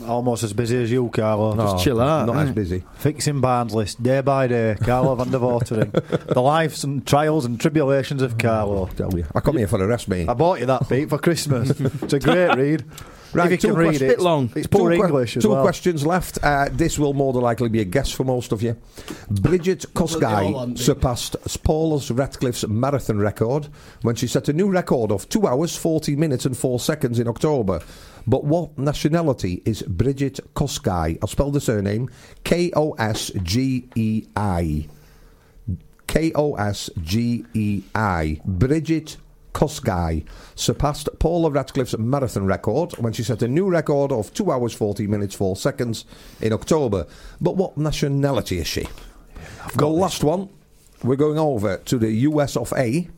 [SPEAKER 2] oh,
[SPEAKER 3] Almost as busy as you, Carlo.
[SPEAKER 4] Just chill out.
[SPEAKER 2] not as
[SPEAKER 4] innit?
[SPEAKER 2] busy.
[SPEAKER 3] Fixing Barnsley day by day, Carlo van der Watering. the lives and trials and tribulations of Carlo.
[SPEAKER 2] Tell you. I come here for the rest, mate.
[SPEAKER 3] I bought you that, Pete, for Christmas. it's a great read.
[SPEAKER 2] Right,
[SPEAKER 3] if you
[SPEAKER 2] two
[SPEAKER 3] can read
[SPEAKER 2] questions.
[SPEAKER 3] it,
[SPEAKER 4] Bit long.
[SPEAKER 3] it's poor
[SPEAKER 2] two que-
[SPEAKER 3] English as
[SPEAKER 2] two
[SPEAKER 3] well.
[SPEAKER 2] questions left. Uh, this will more than likely be a guess for most of you. Bridget
[SPEAKER 5] all on
[SPEAKER 2] Kosgei
[SPEAKER 5] me.
[SPEAKER 2] surpassed Paula's Ratcliffe's marathon record when she set a new record of 2 hours, 40 minutes and 4 seconds in October. But what nationality is Bridget Kosgei? I'll spell the surname E K-O-S-G-E-I. K O S G E I. Bridget Kosgei surpassed Paula Radcliffe's marathon record when she set a new record of 2 hours 40 minutes 4 seconds in October. But what nationality is she? The last one, we're going over to the US of A.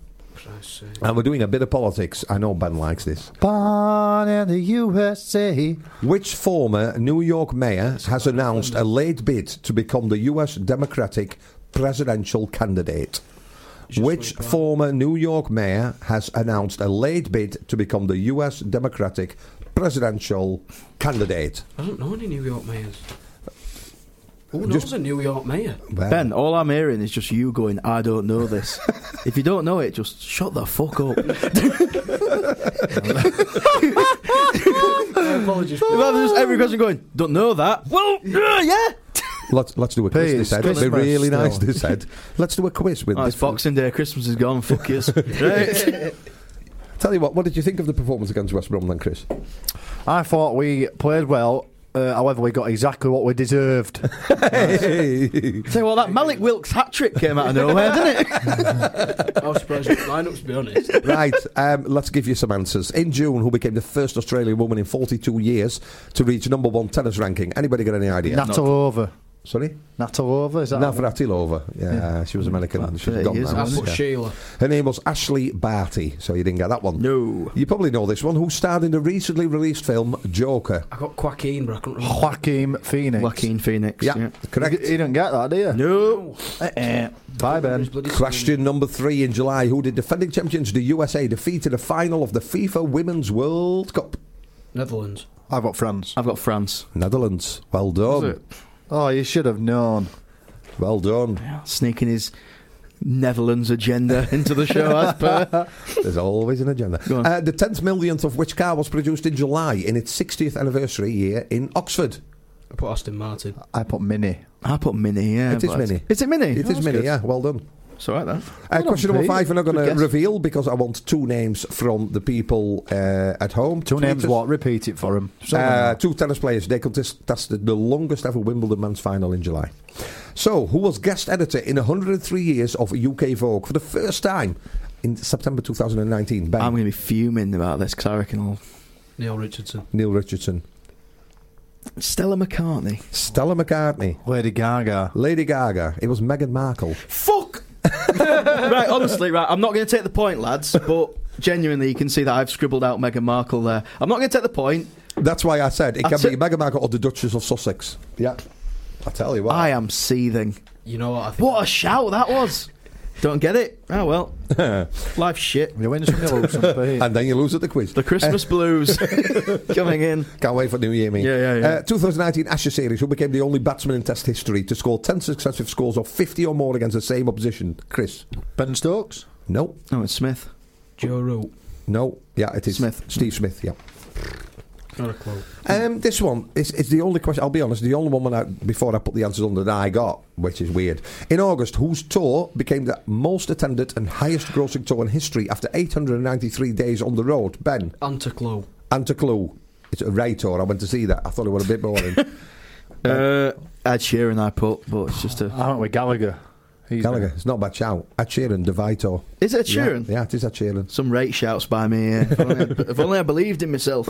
[SPEAKER 2] And we're doing a bit of politics. I know Ben likes this.
[SPEAKER 3] Born in the USA.
[SPEAKER 2] Which former New York mayor has announced a late bid to become the US Democratic presidential candidate? Which former New York mayor has announced a late bid to become the US Democratic presidential candidate?
[SPEAKER 5] I don't know any New York mayors. Who
[SPEAKER 2] Just-
[SPEAKER 5] knows a New York mayor?
[SPEAKER 2] Well,
[SPEAKER 4] Ben, all I'm hearing is just you going, I don't know this. if you don't know it, just shut the fuck up.
[SPEAKER 5] Apologies. for-
[SPEAKER 4] Rather than just every question going, don't know that. Well, uh, yeah.
[SPEAKER 2] let's, let's do a quiz
[SPEAKER 3] Please,
[SPEAKER 2] this head. It'd be
[SPEAKER 3] Christmas
[SPEAKER 2] really nice
[SPEAKER 3] still.
[SPEAKER 2] this head. Let's do a quiz with
[SPEAKER 4] Oh, it's
[SPEAKER 2] this.
[SPEAKER 4] Boxing Day, Christmas is gone, fuck yous. Right.
[SPEAKER 2] Tell you what, what did you think of the performance against West Brom then, Chris?
[SPEAKER 3] I thought we played well. Uh, however, we got exactly what we deserved.
[SPEAKER 4] Say, well, that Malik Wilkes hat trick came out of nowhere, didn't it?
[SPEAKER 5] I was surprised at the lineup, to be honest.
[SPEAKER 2] right, um, let's give you some answers. In June, who became the first Australian woman in 42 years to reach number one tennis ranking? Anybody got any idea?
[SPEAKER 3] Natalova.
[SPEAKER 2] Sorry?
[SPEAKER 3] Natalova, is that?
[SPEAKER 2] Navratilova. Yeah, she was American.
[SPEAKER 4] About
[SPEAKER 2] She's
[SPEAKER 4] 30
[SPEAKER 2] gone
[SPEAKER 4] years
[SPEAKER 2] now.
[SPEAKER 5] I
[SPEAKER 4] ago.
[SPEAKER 5] put
[SPEAKER 2] Yeah.
[SPEAKER 5] Sheila.
[SPEAKER 2] Her name was Ashley Barty, so you didn't get that one.
[SPEAKER 4] No.
[SPEAKER 2] You probably know this one. Who starred in the recently released film Joker?
[SPEAKER 5] I got Quackeen, but I couldn't remember.
[SPEAKER 3] Joaquin Phoenix.
[SPEAKER 4] Joaquin Phoenix.
[SPEAKER 2] Yeah,
[SPEAKER 3] You,
[SPEAKER 2] correct.
[SPEAKER 3] you didn't get that, do you?
[SPEAKER 4] No.
[SPEAKER 3] Uh-uh. Bye, Ben.
[SPEAKER 5] Bloody
[SPEAKER 2] Question number three in July. Who did defending champions the USA defeat in the final of the FIFA Women's World Cup?
[SPEAKER 5] Netherlands.
[SPEAKER 3] I've got France.
[SPEAKER 4] I've got France.
[SPEAKER 2] Netherlands. Well done.
[SPEAKER 3] Oh, you should have known.
[SPEAKER 2] Well done.
[SPEAKER 4] Sneaking his Netherlands agenda into the show as per.
[SPEAKER 2] There's always an agenda.
[SPEAKER 4] Go on.
[SPEAKER 2] Uh, the 10th millionth of which car was produced in July in its 60th anniversary year in Oxford?
[SPEAKER 5] I put Aston Martin.
[SPEAKER 3] I put Mini.
[SPEAKER 4] I put Mini, yeah.
[SPEAKER 2] It is
[SPEAKER 4] but-
[SPEAKER 2] Mini.
[SPEAKER 4] Is it Mini?
[SPEAKER 2] It is
[SPEAKER 4] Oh, that's
[SPEAKER 2] Mini,
[SPEAKER 4] good.
[SPEAKER 2] yeah. Well done.
[SPEAKER 4] It's alright then.
[SPEAKER 2] Uh, question number
[SPEAKER 3] Pete.
[SPEAKER 2] five, we're not
[SPEAKER 4] Good
[SPEAKER 2] going
[SPEAKER 4] guess.
[SPEAKER 2] to reveal because I want two names from the people uh, at home.
[SPEAKER 3] Two names
[SPEAKER 2] Tweeters.
[SPEAKER 3] what? Repeat it for him.
[SPEAKER 2] Uh, two tennis players. They contested the longest ever Wimbledon men's final in July. So, who was guest editor in 103 years of UK Vogue for the first time in September 2019? Ben,
[SPEAKER 4] I'm going to be fuming about this because I reckon I'll.
[SPEAKER 5] Neil Richardson.
[SPEAKER 2] Neil Richardson,
[SPEAKER 4] Stella McCartney.
[SPEAKER 2] Stella McCartney,
[SPEAKER 3] Lady Gaga.
[SPEAKER 2] Lady Gaga. It was Meghan Markle.
[SPEAKER 4] Fuck! right, honestly, right, I'm not going to take the point, lads, but genuinely, you can see that I've scribbled out Meghan Markle there. I'm not going to take the point.
[SPEAKER 2] That's why I said it
[SPEAKER 4] I
[SPEAKER 2] can
[SPEAKER 4] t-
[SPEAKER 2] be Meghan Markle or the Duchess of Sussex. Yeah, I tell you what.
[SPEAKER 4] I am seething.
[SPEAKER 5] You know what? I think
[SPEAKER 4] What a shout that was! Don't get it? Oh, well. Life's shit.
[SPEAKER 3] You win some, you lose some, Pete.
[SPEAKER 2] and then you lose at the quiz. Eh,
[SPEAKER 4] The Christmas blues coming in.
[SPEAKER 2] Can't wait for New Year, mate.
[SPEAKER 4] Yeah, yeah, yeah.
[SPEAKER 2] Uh, 2019 Ashes series, who became the only batsman in Test history to score 10 successive scores of 50 or more against the same opposition. Chris?
[SPEAKER 3] Ben Stokes.
[SPEAKER 2] No.
[SPEAKER 4] No, it's Smith.
[SPEAKER 5] Joe Root.
[SPEAKER 2] No. Yeah, it is.
[SPEAKER 4] Smith.
[SPEAKER 2] Steve Smith, yeah.
[SPEAKER 5] Not a clue.
[SPEAKER 2] Um, this one is, is the only question, I'll be honest, the only one when I, before I put the answers on that I got, which is weird. In August, whose tour became the most attended and highest grossing tour in history after 893 days on the road? Ben,
[SPEAKER 5] Anta Clue.
[SPEAKER 2] Antaclue. It's a Ray tour. I went to see that. I thought it was a bit boring.
[SPEAKER 4] Uh, Ed Sheeran, I put, but it's just a.
[SPEAKER 3] I went with Gallagher. He's
[SPEAKER 2] Gallagher, it's not a bad shout. Ed Sheeran, DeVito.
[SPEAKER 4] Is it Ed Sheeran?
[SPEAKER 2] Yeah, it is Ed Sheeran.
[SPEAKER 4] Some rate shouts by me. yeah. If only I, if only I believed in myself.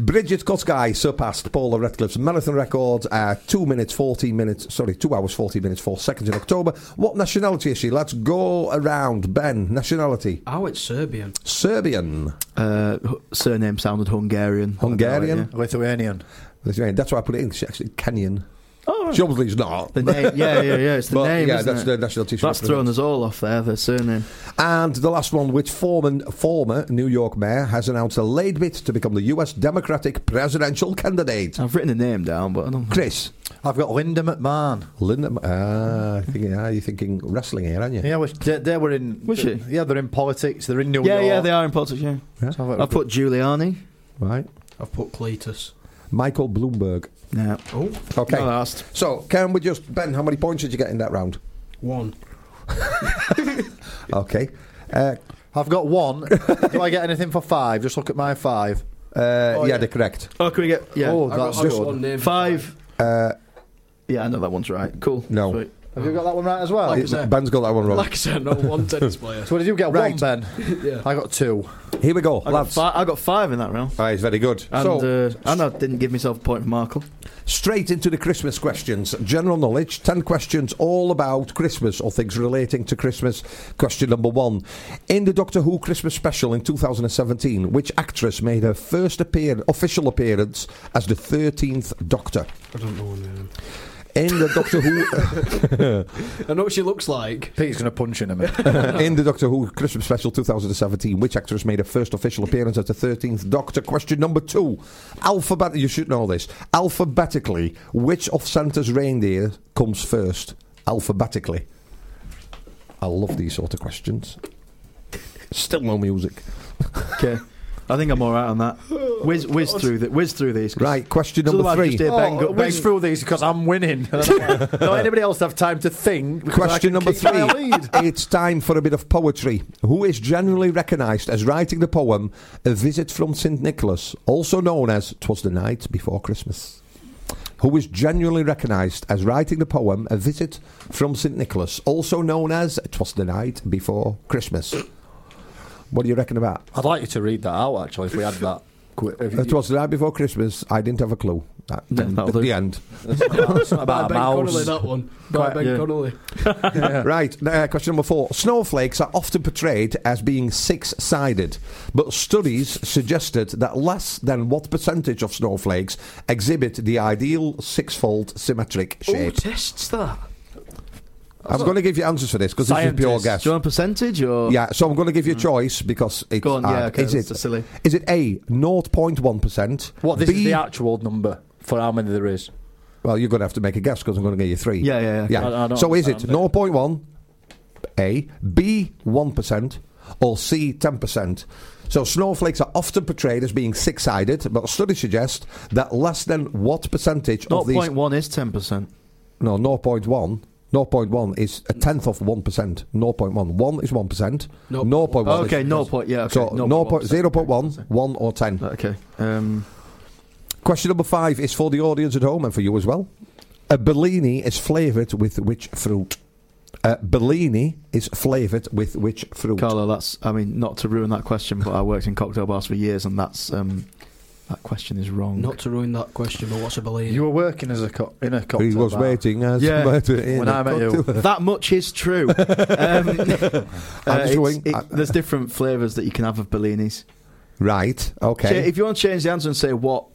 [SPEAKER 2] Bridget Kosgei surpassed Paula Radcliffe's marathon record, uh, 2 minutes, 14 minutes, sorry, 2 hours, 40 minutes, 4 seconds in October. What nationality is she? Let's go around. Ben, nationality?
[SPEAKER 5] I went Serbian.
[SPEAKER 2] Serbian.
[SPEAKER 4] Uh, hu- surname sounded Hungarian.
[SPEAKER 2] Hungarian?
[SPEAKER 3] Lithuanian.
[SPEAKER 2] Lithuanian. That's why I put it in. She's actually Kenyan.
[SPEAKER 4] Oh,
[SPEAKER 2] Chumsley's not.
[SPEAKER 4] the name. Yeah, yeah, yeah. It's the
[SPEAKER 2] But,
[SPEAKER 4] name.
[SPEAKER 2] yeah,
[SPEAKER 4] isn't
[SPEAKER 2] that's
[SPEAKER 4] it?
[SPEAKER 2] the national team she
[SPEAKER 4] That's thrown
[SPEAKER 2] represents.
[SPEAKER 4] us all off there. The surname.
[SPEAKER 2] And the last one, which former, former New York mayor has announced a late bid to become the US Democratic presidential candidate.
[SPEAKER 4] I've written the name down, but I don't.
[SPEAKER 2] Chris.
[SPEAKER 3] I've got Linda McMahon.
[SPEAKER 2] Linda. Ah, I think, ah, you're thinking wrestling here, aren't you?
[SPEAKER 3] Yeah, was, they, they were in.
[SPEAKER 4] Was she?
[SPEAKER 3] Yeah, they're in politics. They're in New
[SPEAKER 4] Yeah,
[SPEAKER 3] York.
[SPEAKER 4] yeah, they are in politics. Yeah,
[SPEAKER 2] Yeah. Oh,
[SPEAKER 3] So I've
[SPEAKER 4] I've put Giuliani.
[SPEAKER 2] Right.
[SPEAKER 5] I've put Cletus.
[SPEAKER 2] Michael Bloomberg.
[SPEAKER 4] No,
[SPEAKER 5] Oh,
[SPEAKER 2] Okay.
[SPEAKER 4] not asked.
[SPEAKER 2] So, can we just Ben? How many points did you get in that round?
[SPEAKER 5] one.
[SPEAKER 2] Okay. Uh,
[SPEAKER 3] I've got one. Do I get anything for five? Just look at my five.
[SPEAKER 2] uh, yeah,
[SPEAKER 5] Oh, yeah.
[SPEAKER 2] they're correct.
[SPEAKER 4] Oh, can we get? Yeah,
[SPEAKER 3] Oh,
[SPEAKER 5] I got-
[SPEAKER 3] that's
[SPEAKER 5] I got
[SPEAKER 3] good.
[SPEAKER 5] one name.
[SPEAKER 4] five.
[SPEAKER 2] Uh,
[SPEAKER 4] Yeah, I know that one's right. Cool.
[SPEAKER 2] No.
[SPEAKER 4] Sweet.
[SPEAKER 3] Have you got that one right as well?
[SPEAKER 5] Like I
[SPEAKER 2] it-
[SPEAKER 5] said-
[SPEAKER 2] Uh, Ben's got that one wrong.
[SPEAKER 5] Like I said, no one tennis player.
[SPEAKER 3] so what did you get?
[SPEAKER 2] Right.
[SPEAKER 3] One, Ben.
[SPEAKER 5] Yeah.
[SPEAKER 3] I got two.
[SPEAKER 2] Here we go,
[SPEAKER 4] I got,
[SPEAKER 2] lads.
[SPEAKER 4] fi- I got five in that round.
[SPEAKER 2] Ah, he's very good.
[SPEAKER 4] And,
[SPEAKER 2] so,
[SPEAKER 4] uh, and I didn't give myself a point for Markle.
[SPEAKER 2] straight into the Christmas questions. General knowledge, 10 questions all about Christmas or things relating to Christmas. Question number one. In the Doctor Who Christmas special in 2017, which actress made her first appear- official appearance as the 13th Doctor?
[SPEAKER 5] I don't know her name.
[SPEAKER 2] In the Doctor Who.
[SPEAKER 5] I know what she looks like.
[SPEAKER 3] Pete's going to punch in a minute.
[SPEAKER 2] in the Doctor Who Christmas Special 2017, which actress made her first official appearance as the 13th Doctor? Question number two. Alphabet. You should know this. Alphabetically, which of Santa's reindeer comes first? Alphabetically. I love these sort of questions. Still no music.
[SPEAKER 4] Okay. I think I'm all right on that. Whiz, whiz through the, whiz through these. 'cause
[SPEAKER 2] Right, question number
[SPEAKER 4] otherwise I
[SPEAKER 2] three.
[SPEAKER 4] just hear Ben
[SPEAKER 3] Oh,
[SPEAKER 4] go-
[SPEAKER 3] whiz
[SPEAKER 4] Ben-
[SPEAKER 3] through these because I'm winning. Do anybody else have time to think? Because I can
[SPEAKER 2] Question number
[SPEAKER 3] keep my
[SPEAKER 2] three.
[SPEAKER 3] lead.
[SPEAKER 2] It's time for a bit of poetry. Who is generally recognised as writing the poem A Visit from St Nicholas, also known as Twas the Night Before Christmas? Who is generally recognised as writing the poem A Visit from St Nicholas, also known as Twas the Night Before Christmas? What do you reckon about?
[SPEAKER 3] I'd like you to read that out, actually, if we had that. Quick, if you-
[SPEAKER 2] It was the night before Christmas. I didn't have a clue. That,
[SPEAKER 4] No, that'll
[SPEAKER 2] at
[SPEAKER 4] do.
[SPEAKER 2] the end.
[SPEAKER 3] It's not
[SPEAKER 5] By
[SPEAKER 3] about a
[SPEAKER 5] Ben Connolly,
[SPEAKER 3] mouse.
[SPEAKER 5] that one. By
[SPEAKER 3] Quite,
[SPEAKER 5] Ben
[SPEAKER 4] yeah.
[SPEAKER 5] Connolly.
[SPEAKER 2] Right, uh, question number four. Snowflakes are often portrayed as being six sided, but studies suggested that less than what percentage of snowflakes exhibit the ideal six fold symmetric
[SPEAKER 5] Who
[SPEAKER 2] shape?
[SPEAKER 5] Oh, tests that?
[SPEAKER 2] I'm going to give you answers for this because this is pure
[SPEAKER 3] Scientists.
[SPEAKER 2] guess.
[SPEAKER 4] Do you want a percentage or?
[SPEAKER 2] Yeah, so I'm going to give you a choice because it's.
[SPEAKER 4] Go on, yeah,
[SPEAKER 2] hard.
[SPEAKER 4] okay,
[SPEAKER 2] is,
[SPEAKER 4] that's
[SPEAKER 2] it,
[SPEAKER 4] silly.
[SPEAKER 2] is it A, 0.1%?
[SPEAKER 3] What, this
[SPEAKER 2] B,
[SPEAKER 3] is the actual number for how many there is?
[SPEAKER 2] Well, you're going to have to make a guess because I'm going to give you three.
[SPEAKER 4] Yeah, yeah, yeah.
[SPEAKER 3] I- I don't
[SPEAKER 2] so is it
[SPEAKER 3] understand it.
[SPEAKER 2] 0.1, A, B, 1%, or C, 10%? So snowflakes are often portrayed as being six sided, but studies suggest that less than what percentage of these.
[SPEAKER 4] 0.1 is 10%.
[SPEAKER 2] No, 0.1. 0.1 is a tenth of 1%. 0.1. 1 is 1%.
[SPEAKER 5] No.
[SPEAKER 2] 0.1 is-
[SPEAKER 4] okay, no point. Yeah, okay.
[SPEAKER 2] So 0.1,
[SPEAKER 4] 0.1%.
[SPEAKER 2] 0.1, 1 or 10.
[SPEAKER 4] Okay. Um,
[SPEAKER 2] Question number five is for the audience at home and for you as well. A Bellini is flavoured with which fruit? A Bellini is flavoured with which fruit?
[SPEAKER 4] Carlo, that's. I mean, not to ruin that question, but I worked in cocktail bars for years, and that's. Um, that question is wrong.
[SPEAKER 5] Not to ruin that question, but what's a believe?
[SPEAKER 3] You were working as a co- in a cocktail
[SPEAKER 2] he was
[SPEAKER 3] bar.
[SPEAKER 2] waiting. As
[SPEAKER 4] Yeah,
[SPEAKER 3] when I met you.
[SPEAKER 4] that much is true. um, uh, it's-
[SPEAKER 2] going-
[SPEAKER 4] it-
[SPEAKER 2] I-
[SPEAKER 4] there's different flavours that you can have of Bellinis.
[SPEAKER 2] Right,
[SPEAKER 4] Cha-
[SPEAKER 2] okay.
[SPEAKER 4] if you want to change the answer and say what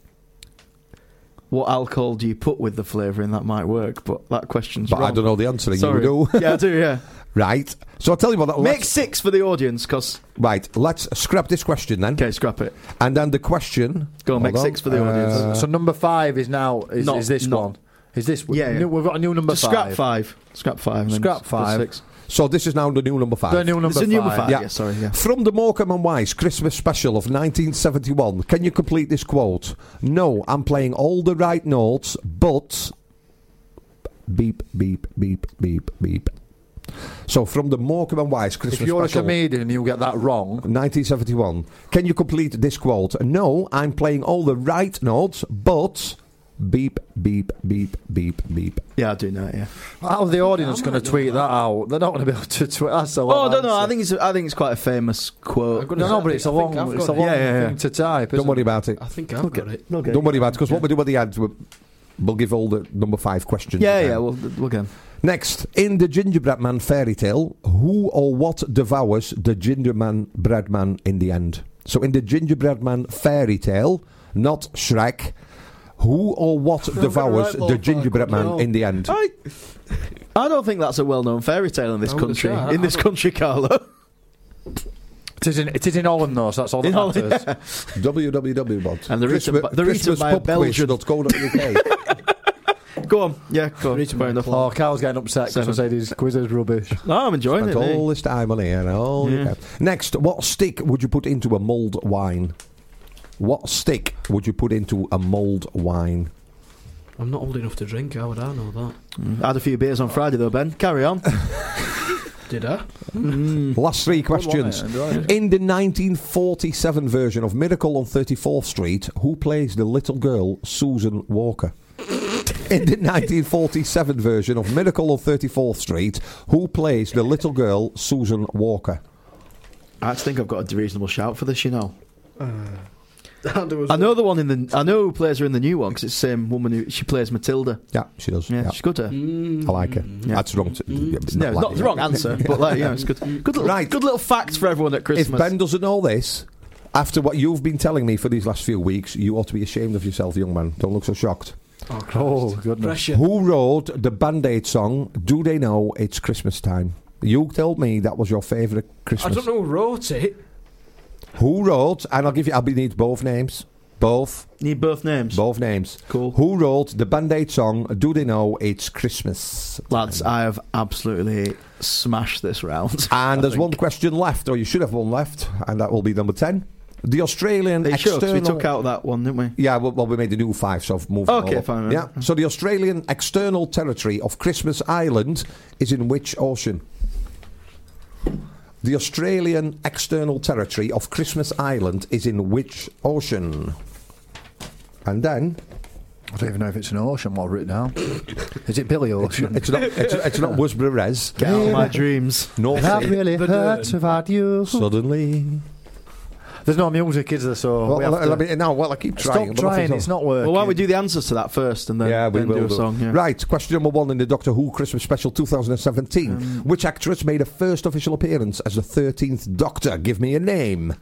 [SPEAKER 4] what alcohol do you put with the flavouring, that might work. But that question's
[SPEAKER 2] But
[SPEAKER 4] wrong.
[SPEAKER 2] I don't know the answer, and
[SPEAKER 4] Sorry.
[SPEAKER 2] you do.
[SPEAKER 4] yeah, I do. Yeah,
[SPEAKER 2] right, so I'll tell you what. Let's,
[SPEAKER 4] make six for the audience, cause
[SPEAKER 2] Right, let's scrap this question then.
[SPEAKER 4] okay, scrap it.
[SPEAKER 2] And then the question.
[SPEAKER 4] Go on,
[SPEAKER 2] Hold
[SPEAKER 4] make six for the audience.
[SPEAKER 2] Uh,
[SPEAKER 3] so number five is now is,
[SPEAKER 4] Not-
[SPEAKER 3] is this
[SPEAKER 4] not-
[SPEAKER 3] one? Is this
[SPEAKER 4] Yeah, yeah.
[SPEAKER 3] new- We've got a new number
[SPEAKER 4] Just
[SPEAKER 3] five.
[SPEAKER 4] scrap five. Scrap five. and then
[SPEAKER 3] Scrap
[SPEAKER 4] put
[SPEAKER 3] five.
[SPEAKER 4] Six.
[SPEAKER 2] So this is now the new number five.
[SPEAKER 3] The new number
[SPEAKER 4] It's a new
[SPEAKER 3] five.
[SPEAKER 4] five.
[SPEAKER 2] Yeah.
[SPEAKER 4] Yeah. sorry. Yeah.
[SPEAKER 2] From the Morecambe and Wise Christmas special of 1971, can you complete this quote? No, I'm playing all the right notes, but. Beep, beep, beep, beep, beep. So from the Morecambe and Wise Christmas
[SPEAKER 3] If you're a
[SPEAKER 2] special.
[SPEAKER 3] comedian and you get that wrong,
[SPEAKER 2] 1971. Can you complete this quote? No, I'm playing all the right notes, but beep, beep, beep, beep, beep.
[SPEAKER 4] Yeah, I do know. it, Yeah.
[SPEAKER 3] how are the audience going to tweet that out? They're not going to be able to tweet. That's a
[SPEAKER 4] Oh,
[SPEAKER 3] long
[SPEAKER 4] I don't know. I
[SPEAKER 3] answer.
[SPEAKER 4] think it's. I think it's quite a famous quote.
[SPEAKER 5] I've got
[SPEAKER 3] no, no,
[SPEAKER 5] I
[SPEAKER 3] but it's a
[SPEAKER 5] think- I think
[SPEAKER 3] long,
[SPEAKER 5] I've
[SPEAKER 3] it's a
[SPEAKER 5] got
[SPEAKER 3] long
[SPEAKER 5] it.
[SPEAKER 4] Yeah, yeah, yeah.
[SPEAKER 3] thing to type.
[SPEAKER 2] Don't
[SPEAKER 3] isn't
[SPEAKER 2] worry
[SPEAKER 3] it?
[SPEAKER 2] about it.
[SPEAKER 5] I think I've got it.
[SPEAKER 2] Don't worry about it, because what we do at the end, we'll, we'll give all the number five questions.
[SPEAKER 4] Yeah,
[SPEAKER 2] again.
[SPEAKER 4] yeah. We'll we'll get. 'em.
[SPEAKER 2] Next, in the Gingerbread Man fairy tale, who or what devours the Gingerbread Man in the end? So, in the Gingerbread Man fairy tale, not Shrek, Who or what devours
[SPEAKER 4] right, Lord
[SPEAKER 2] the gingerbread man
[SPEAKER 4] Farquhar.
[SPEAKER 2] in the end?
[SPEAKER 4] I, I don't think that's a well-known fairy tale in this
[SPEAKER 5] I would've
[SPEAKER 4] country.
[SPEAKER 5] said, I
[SPEAKER 4] in this country, Carlo.
[SPEAKER 3] It is in, it is in Holland, though, so that's all that
[SPEAKER 4] In Holland,
[SPEAKER 3] matters.
[SPEAKER 2] www.
[SPEAKER 4] And they're eaten by- they're eaten by
[SPEAKER 2] Belgian.co.uk.
[SPEAKER 4] Go on. Yeah, go on. Fair enough.
[SPEAKER 3] Oh, Carl's getting upset because I
[SPEAKER 4] Seven.
[SPEAKER 3] said his quiz is rubbish.
[SPEAKER 4] No, I'm enjoying
[SPEAKER 2] Spent
[SPEAKER 4] it. eh?
[SPEAKER 2] all this time on here. and All you
[SPEAKER 4] Yeah.
[SPEAKER 2] can. Next, what stick would you put into a mulled wine? What stick would you put into a mulled wine?
[SPEAKER 5] I'm not old enough to drink. How would I know that?
[SPEAKER 4] I had a few beers on Friday, though, Ben. Carry on.
[SPEAKER 5] Did I?
[SPEAKER 2] Last three questions.
[SPEAKER 4] eh?
[SPEAKER 2] In the 1947 version of Miracle on 34th Street, who plays the little girl Susan Walker? In the 1947 version of Miracle on 34th Street, who plays the little girl Susan Walker?
[SPEAKER 4] I actually think I've got a reasonable shout for this, you know.
[SPEAKER 5] There was
[SPEAKER 4] I know the one in the. I know who plays her in the new one because it's the same woman who she plays Matilda.
[SPEAKER 2] Yeah, she does.
[SPEAKER 4] Yeah,
[SPEAKER 2] Yeah,
[SPEAKER 4] she's good. Her.
[SPEAKER 2] I like her. That's wrong. To, yeah,
[SPEAKER 4] Mm. No,
[SPEAKER 2] like
[SPEAKER 4] not
[SPEAKER 2] it.
[SPEAKER 4] the wrong answer, but like, yeah, it's good. Good little,
[SPEAKER 2] Right.
[SPEAKER 4] good little fact for everyone at
[SPEAKER 2] If
[SPEAKER 4] Christmas.
[SPEAKER 2] Ben doesn't know this, after what you've been telling me for these last few weeks, you ought to be ashamed of yourself, young man. Don't look so shocked.
[SPEAKER 5] Oh, Christ.
[SPEAKER 3] Oh, goodness.
[SPEAKER 5] pressure.
[SPEAKER 2] Who wrote the Band Aid song, Do They Know It's Christmas Time? You told me that was your favourite
[SPEAKER 5] I
[SPEAKER 2] Christmas.
[SPEAKER 5] don't know who wrote it.
[SPEAKER 2] Who wrote, and I'll give you, I'll be need both names. Both,
[SPEAKER 4] Need both names.
[SPEAKER 2] both names.
[SPEAKER 4] Cool.
[SPEAKER 2] Who wrote the Band Aid song, Do They Know It's Christmas?
[SPEAKER 4] Lads, I have absolutely smashed this round.
[SPEAKER 2] And
[SPEAKER 4] I
[SPEAKER 2] there's
[SPEAKER 4] think.
[SPEAKER 2] one question left, or you should have one left, and that will be number 10. The Australian
[SPEAKER 4] They should, 'cause
[SPEAKER 2] external.
[SPEAKER 4] we took out that one, didn't we?
[SPEAKER 2] Yeah, well, well, we made the new five, so I've moved.
[SPEAKER 4] Okay,
[SPEAKER 2] all up.
[SPEAKER 4] fine,
[SPEAKER 2] Yeah. So the Australian external territory of Christmas Island is in which ocean? The Australian external territory of Christmas Island is in which ocean? And then
[SPEAKER 3] I don't even know if it's an ocean, what I've written down. is it Billy Ocean?
[SPEAKER 2] it's not it's, it's not Woodsboro Res.
[SPEAKER 4] Get out of my dreams.
[SPEAKER 2] No,
[SPEAKER 3] that really
[SPEAKER 5] The
[SPEAKER 3] hurts
[SPEAKER 5] Dern.
[SPEAKER 3] about you.
[SPEAKER 2] suddenly.
[SPEAKER 3] There's no music, is there? So
[SPEAKER 2] Well,
[SPEAKER 3] we have
[SPEAKER 2] let,
[SPEAKER 3] to-
[SPEAKER 2] let me, no, well, I keep
[SPEAKER 3] stop
[SPEAKER 2] trying. but nothing's
[SPEAKER 3] trying.
[SPEAKER 2] on.
[SPEAKER 3] It's not working.
[SPEAKER 4] Well, why don't we do the answers to that first and then,
[SPEAKER 2] yeah, we
[SPEAKER 4] then
[SPEAKER 2] will
[SPEAKER 4] do a
[SPEAKER 2] do.
[SPEAKER 4] song? Yeah.
[SPEAKER 2] Right, question number one in the Doctor Who Christmas Special 2017.
[SPEAKER 4] Um,
[SPEAKER 2] Which actress made her first official appearance as the 13th Doctor? Give me a name.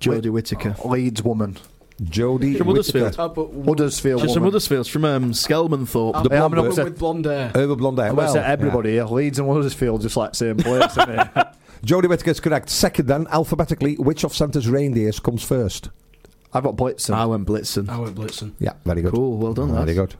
[SPEAKER 4] Jodie Whittaker.
[SPEAKER 3] Leeds woman,
[SPEAKER 2] Jodie
[SPEAKER 4] From
[SPEAKER 2] Whittaker.
[SPEAKER 3] Uh,
[SPEAKER 4] Huddersfield.
[SPEAKER 5] I put
[SPEAKER 3] Huddersfield
[SPEAKER 4] She's
[SPEAKER 3] woman.
[SPEAKER 4] from Huddersfield, from um, Skelmanthorpe.
[SPEAKER 5] The
[SPEAKER 3] Uh, Yeah, I'm
[SPEAKER 5] blonde
[SPEAKER 3] not
[SPEAKER 5] with,
[SPEAKER 3] upset.
[SPEAKER 5] with blonde
[SPEAKER 4] Uh,
[SPEAKER 5] hair.
[SPEAKER 2] Over blonde hair.
[SPEAKER 3] I'm gonna
[SPEAKER 2] Well,
[SPEAKER 3] say everybody here. Leeds and Huddersfield just like same place. isn't it?
[SPEAKER 2] yeah. Jodie Whittaker is correct. Second, then, alphabetically, which of Santa's reindeers comes first?
[SPEAKER 3] I've got Blitzen.
[SPEAKER 4] I went Blitzen.
[SPEAKER 5] I went Blitzen.
[SPEAKER 2] Yeah, very good.
[SPEAKER 4] Cool, well done,
[SPEAKER 2] Very
[SPEAKER 4] lads.
[SPEAKER 2] good.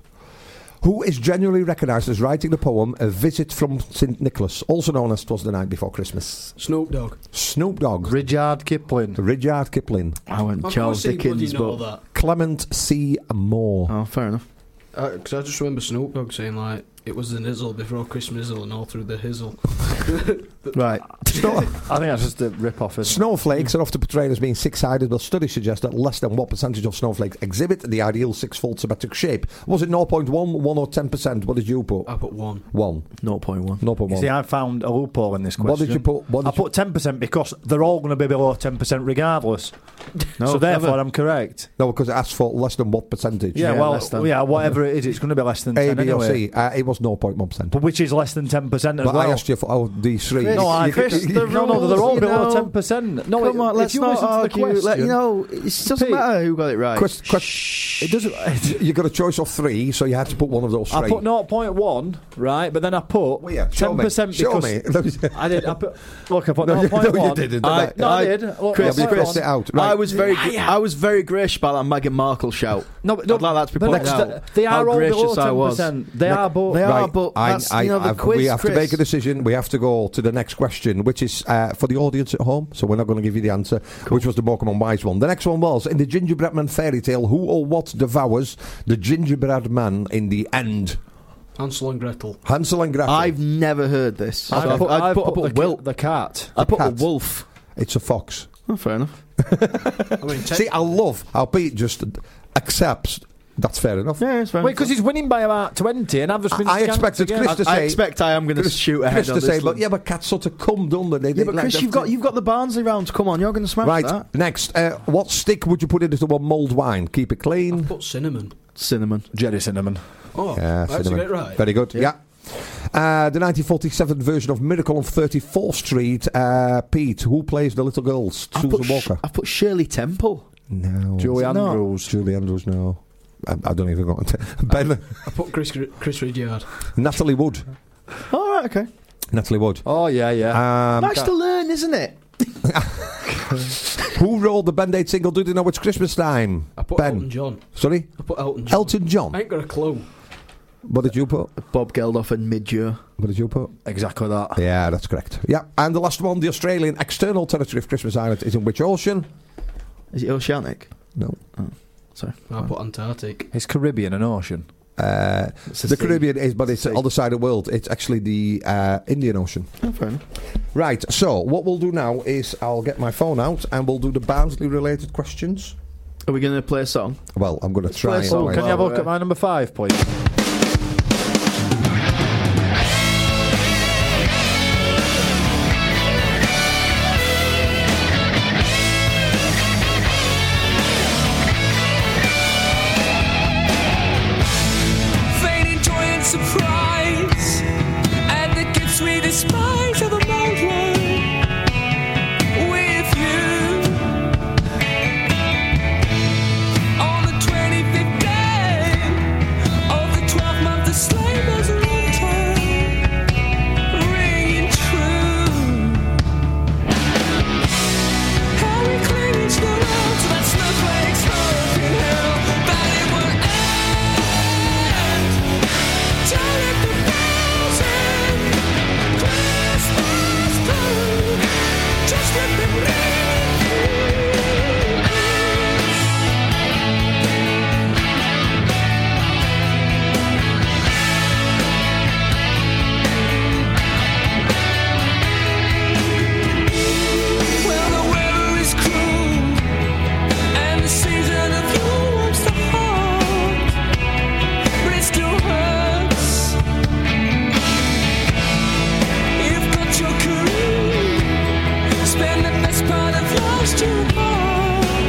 [SPEAKER 2] Who is generally recognised as writing the poem A Visit from St Nicholas, also known as Twas the Night Before Christmas?
[SPEAKER 5] Snoop Dogg.
[SPEAKER 2] Snoop Dogg.
[SPEAKER 3] Rudyard Kipling.
[SPEAKER 2] Rudyard Kipling.
[SPEAKER 4] I went
[SPEAKER 5] Of
[SPEAKER 4] Charles
[SPEAKER 5] course he bloody
[SPEAKER 4] Dickens,
[SPEAKER 5] know
[SPEAKER 4] but.
[SPEAKER 5] that.
[SPEAKER 2] Clement C. Moore.
[SPEAKER 4] Oh, fair enough.
[SPEAKER 5] Because I just remember Snoop Dogg saying like it was the nizzle before Christmasle and all through the hizzle.
[SPEAKER 4] Right.
[SPEAKER 2] Snow-
[SPEAKER 3] I think that's just a rip off. Isn't it?
[SPEAKER 2] Snowflakes are often portrayed as being six sided, but studies suggest that less than what percentage of snowflakes exhibit the ideal six fold symmetric shape? Was it 0.1, 1 or 10%? What did you put?
[SPEAKER 5] I put one.
[SPEAKER 2] 1.
[SPEAKER 4] 0.1.
[SPEAKER 3] You see,
[SPEAKER 2] 0.1.
[SPEAKER 3] I found a loophole in this question.
[SPEAKER 2] What did you put? What
[SPEAKER 3] I
[SPEAKER 2] did you-
[SPEAKER 3] put ten percent because they're all going to be below ten percent regardless.
[SPEAKER 4] No,
[SPEAKER 3] so therefore,
[SPEAKER 4] clever.
[SPEAKER 3] I'm correct.
[SPEAKER 2] No, because it asked for less than what percentage?
[SPEAKER 3] Yeah,
[SPEAKER 4] Yeah,
[SPEAKER 3] well,
[SPEAKER 4] less than-
[SPEAKER 3] yeah, whatever it is, it's going to be less than
[SPEAKER 2] A,
[SPEAKER 3] 10
[SPEAKER 2] B, or
[SPEAKER 3] anyway.
[SPEAKER 2] C. Uh, it was 0.1%.
[SPEAKER 3] But
[SPEAKER 2] But,
[SPEAKER 3] which is less than ten percent as well.
[SPEAKER 2] I asked you for oh, these three.
[SPEAKER 3] no, I,
[SPEAKER 4] Chris, the
[SPEAKER 3] no, no, they're
[SPEAKER 4] rules,
[SPEAKER 3] all
[SPEAKER 4] you
[SPEAKER 3] below
[SPEAKER 4] know.
[SPEAKER 3] ten percent. No,
[SPEAKER 4] Come
[SPEAKER 3] it-
[SPEAKER 4] on,
[SPEAKER 3] if
[SPEAKER 4] let's
[SPEAKER 3] you
[SPEAKER 4] not
[SPEAKER 3] listen to the
[SPEAKER 4] argue.
[SPEAKER 3] question,
[SPEAKER 4] Let, you know, it doesn't
[SPEAKER 3] Pete.
[SPEAKER 4] matter who got it right.
[SPEAKER 2] Quest- quest-
[SPEAKER 4] it doesn't.
[SPEAKER 2] you got a choice of three, so you had to put one of those three.
[SPEAKER 3] I put 0.1, right? But then I put
[SPEAKER 2] Well, yeah, show
[SPEAKER 3] ten
[SPEAKER 2] me.
[SPEAKER 3] percent
[SPEAKER 2] Show
[SPEAKER 3] because
[SPEAKER 2] me. Let me see.
[SPEAKER 3] I did. I put, look, I put
[SPEAKER 2] No, you-
[SPEAKER 3] 0.1.
[SPEAKER 2] no, you didn't.
[SPEAKER 3] I, no, I,
[SPEAKER 4] I-
[SPEAKER 3] did. Look,
[SPEAKER 4] Chris,
[SPEAKER 2] Yeah, but
[SPEAKER 3] 0.1.
[SPEAKER 2] you crossed it out. Right.
[SPEAKER 4] I was very, I was very gracious about that Meghan Markle shout.
[SPEAKER 3] No, but no,
[SPEAKER 4] I'd like that to be
[SPEAKER 3] the
[SPEAKER 4] pointed
[SPEAKER 3] next-
[SPEAKER 4] out.
[SPEAKER 3] they
[SPEAKER 4] how
[SPEAKER 3] are all
[SPEAKER 4] gracious
[SPEAKER 3] below
[SPEAKER 4] I was.
[SPEAKER 3] 10%. They are both-
[SPEAKER 4] They are,
[SPEAKER 2] Right,
[SPEAKER 4] but
[SPEAKER 2] I-
[SPEAKER 4] that's,
[SPEAKER 2] I-
[SPEAKER 4] you know, the
[SPEAKER 2] I've-
[SPEAKER 4] quiz,
[SPEAKER 2] we have
[SPEAKER 4] Chris.
[SPEAKER 2] to make a decision. We have to go to the next question, which is uh, for the audience at home. So we're not going to give you the answer, which was the Pokemon Wise one. The next one was in the Gingerbread Man fairy tale. Who or what devours the Gingerbread Man in the end?
[SPEAKER 5] Hansel and Gretel.
[SPEAKER 2] Hansel and Gretel.
[SPEAKER 4] I've never heard this. So
[SPEAKER 3] I
[SPEAKER 4] I've
[SPEAKER 3] put, I
[SPEAKER 4] I've
[SPEAKER 3] put,
[SPEAKER 4] put, I
[SPEAKER 3] the,
[SPEAKER 4] put
[SPEAKER 3] ca-
[SPEAKER 4] Wilt.
[SPEAKER 3] the cat.
[SPEAKER 4] I put a
[SPEAKER 2] cat.
[SPEAKER 4] wolf.
[SPEAKER 2] It's a fox.
[SPEAKER 4] Oh, fair enough.
[SPEAKER 5] I mean, te-
[SPEAKER 2] See, I love how Pete just accepts. That's fair enough.
[SPEAKER 4] Yeah, it's fair.
[SPEAKER 3] Wait, because he's winning by about 20, and I've just been
[SPEAKER 2] I
[SPEAKER 3] skanked
[SPEAKER 2] expected
[SPEAKER 3] again.
[SPEAKER 2] Chris
[SPEAKER 4] I,
[SPEAKER 2] to
[SPEAKER 4] I
[SPEAKER 2] say-
[SPEAKER 4] expect I am going to
[SPEAKER 2] Chris-
[SPEAKER 4] shoot ahead
[SPEAKER 2] Chris
[SPEAKER 4] on
[SPEAKER 2] to
[SPEAKER 4] this
[SPEAKER 2] say, but
[SPEAKER 4] one.
[SPEAKER 2] yeah, but cats sort of come, don't they? They-
[SPEAKER 4] Yeah,
[SPEAKER 2] they
[SPEAKER 4] but
[SPEAKER 2] like
[SPEAKER 4] Chris,
[SPEAKER 2] that-
[SPEAKER 4] you've got you've got the Barnsley round. Come on, you're going to smash
[SPEAKER 2] Right,
[SPEAKER 4] that.
[SPEAKER 2] next. Uh, what stick would you put into one mulled wine? Keep it clean.
[SPEAKER 5] put cinnamon.
[SPEAKER 4] Cinnamon.
[SPEAKER 3] Jerry Cinnamon.
[SPEAKER 5] Oh,
[SPEAKER 2] Yeah,
[SPEAKER 5] that's
[SPEAKER 2] cinnamon.
[SPEAKER 5] get it right.
[SPEAKER 2] Very good. Yeah. Uh, the 1947 version of Miracle on 34th Street. Uh, Pete, who plays the little girl,
[SPEAKER 4] I
[SPEAKER 2] Susan
[SPEAKER 4] put, Sh-
[SPEAKER 2] Walker?
[SPEAKER 4] I put Shirley Temple.
[SPEAKER 2] no.
[SPEAKER 3] Joey
[SPEAKER 4] it not?
[SPEAKER 3] Andrews.
[SPEAKER 2] Julie Andrews, no. I, I don't even know. ben,
[SPEAKER 5] I put Chris Chris Ridyard.
[SPEAKER 2] Natalie Wood.
[SPEAKER 4] All right, okay.
[SPEAKER 2] Natalie Wood.
[SPEAKER 3] Oh yeah, yeah.
[SPEAKER 2] Um,
[SPEAKER 4] Much to learn, isn't it?
[SPEAKER 2] who rolled the Band Aid single? Do they know it's Christmas time?
[SPEAKER 5] I put Elton
[SPEAKER 2] ben.
[SPEAKER 5] John.
[SPEAKER 2] Sorry?
[SPEAKER 5] I put Elton John.
[SPEAKER 2] Elton
[SPEAKER 5] I
[SPEAKER 2] John.
[SPEAKER 5] ain't got a clue.
[SPEAKER 2] What did you put?
[SPEAKER 4] Bob Geldof and Midgeo.
[SPEAKER 2] What did you put?
[SPEAKER 3] exactly that.
[SPEAKER 2] Yeah, that's correct. Yeah, and the last one, the Australian external territory of Christmas Island is in which ocean?
[SPEAKER 4] Is it Oceanic?
[SPEAKER 2] No.
[SPEAKER 4] Sorry.
[SPEAKER 5] I put Antarctic.
[SPEAKER 3] It's Caribbean and ocean.
[SPEAKER 2] Uh,
[SPEAKER 4] It's a
[SPEAKER 2] the
[SPEAKER 4] sea.
[SPEAKER 2] Caribbean is, but it's
[SPEAKER 4] Sea.
[SPEAKER 2] the other side of the world. It's actually the uh, Indian Ocean.
[SPEAKER 4] Oh, fair enough.
[SPEAKER 2] Right, so what we'll do now is I'll get my phone out and we'll do the Barnsley related questions.
[SPEAKER 4] Are we going to play a song?
[SPEAKER 2] Well, I'm going to try.
[SPEAKER 4] play
[SPEAKER 2] and
[SPEAKER 4] some.
[SPEAKER 3] Oh,
[SPEAKER 2] find
[SPEAKER 3] can you have a
[SPEAKER 4] well,
[SPEAKER 3] look at
[SPEAKER 4] uh,
[SPEAKER 3] my number five, please?
[SPEAKER 6] feigning joy and surprise at the gifts we despise of the moment with you. On the 25th day of the 12th month, the slave was a long time ringing true. How we cling each the world to that snowflake's hope in hell, that it will end. Turn up the thousand Christmas blue. Just let them breathe. Well, the weather is cruel, and the season of you warms the heart, but it still hurts. You've got your career, spend the best part of yours to apart,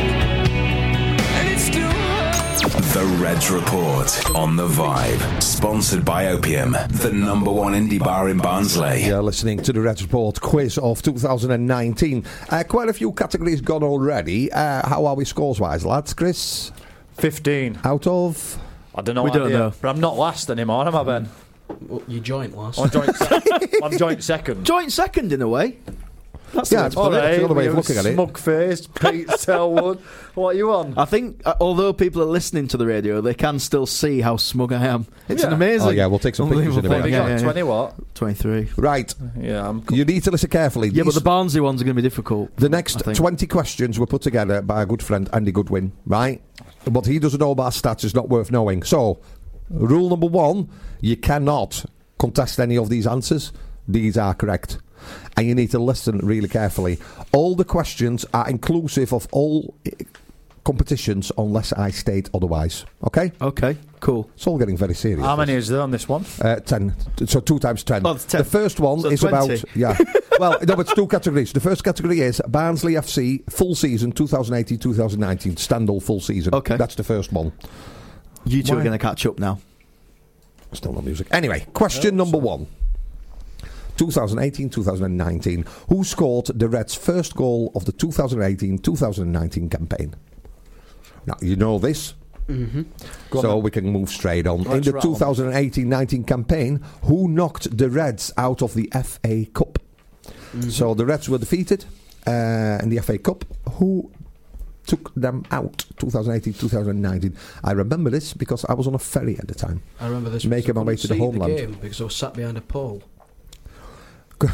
[SPEAKER 6] and it still hurts.
[SPEAKER 1] The Reds Report on the Vibe. Sponsored by Opium, the number one indie bar in Barnsley.
[SPEAKER 2] You're listening to the Red Report quiz of 2019. Uh, quite a few categories gone already. Uh, how are we scores wise, lads? Chris,
[SPEAKER 3] Fifteen.
[SPEAKER 2] out of.
[SPEAKER 3] I don't know.
[SPEAKER 4] We don't
[SPEAKER 3] idea.
[SPEAKER 4] know.
[SPEAKER 3] But I'm not last anymore, am I, Ben?
[SPEAKER 5] Well, your joint last.
[SPEAKER 3] I'm joint. Se- I'm joint second.
[SPEAKER 4] Joint second in a way. That's
[SPEAKER 2] Yeah,
[SPEAKER 4] the way to put
[SPEAKER 2] it's probably-
[SPEAKER 4] it.
[SPEAKER 2] that's the other way of looking at it.
[SPEAKER 3] Smug faced Pete Selwood. What are you on?
[SPEAKER 4] I think, uh, although people are listening to the radio, they can still see how smug I am. It's
[SPEAKER 3] Yeah.
[SPEAKER 4] an amazing.
[SPEAKER 2] Oh, yeah, we'll take some pictures in a
[SPEAKER 4] unbelievable
[SPEAKER 2] bit.
[SPEAKER 4] thing.
[SPEAKER 2] Yeah,
[SPEAKER 4] Yeah, yeah, yeah.
[SPEAKER 3] Twenty what?
[SPEAKER 4] 23.
[SPEAKER 2] Right,
[SPEAKER 3] Yeah, I'm.
[SPEAKER 2] you need to listen carefully.
[SPEAKER 4] Yeah, but
[SPEAKER 2] These-
[SPEAKER 4] the Barnsley ones are going to be difficult.
[SPEAKER 2] The
[SPEAKER 4] I
[SPEAKER 2] next
[SPEAKER 4] think.
[SPEAKER 2] 20 questions were put together by a good friend, Andy Goodwin, right? What he doesn't know about stats is not worth knowing. So, rule number one you cannot contest any of these answers. These are correct. And you need to listen really carefully. All the questions are inclusive of all eh, competitions unless I state otherwise. Okay?
[SPEAKER 4] Okay, cool.
[SPEAKER 2] It's all getting very serious.
[SPEAKER 3] How many is there on this one?
[SPEAKER 2] Uh, ten. T- So two times ten.
[SPEAKER 4] Oh, it's 10.
[SPEAKER 2] The first one
[SPEAKER 4] So
[SPEAKER 2] is
[SPEAKER 4] 20.
[SPEAKER 2] about yeah. well, no, it's two categories. The first category is Barnsley FC full season 2018-2019 standall full season.
[SPEAKER 4] Okay.
[SPEAKER 2] that's the first one.
[SPEAKER 4] You two
[SPEAKER 2] Why?
[SPEAKER 4] are going to catch up now.
[SPEAKER 2] Still no music. Anyway, question number one. 2018-2019. Who scored the Reds' first goal of the 2018-2019 campaign? Now you know this.
[SPEAKER 3] Mm-hmm. Go on
[SPEAKER 2] so
[SPEAKER 3] then.
[SPEAKER 2] we can move straight on. In
[SPEAKER 3] Let's
[SPEAKER 2] the
[SPEAKER 3] rattle.
[SPEAKER 2] 2018-19 campaign, who knocked the Reds out of the FA Cup?
[SPEAKER 3] Mm-hmm.
[SPEAKER 2] So the Reds were defeated uh, in the FA Cup. Who took them out 2018-2019? I remember this because I was on a ferry at the time.
[SPEAKER 5] I remember this.
[SPEAKER 2] Making
[SPEAKER 5] because I
[SPEAKER 2] my way
[SPEAKER 5] couldn't
[SPEAKER 2] to the
[SPEAKER 5] see
[SPEAKER 2] homeland.
[SPEAKER 5] game because I was sat behind a pole.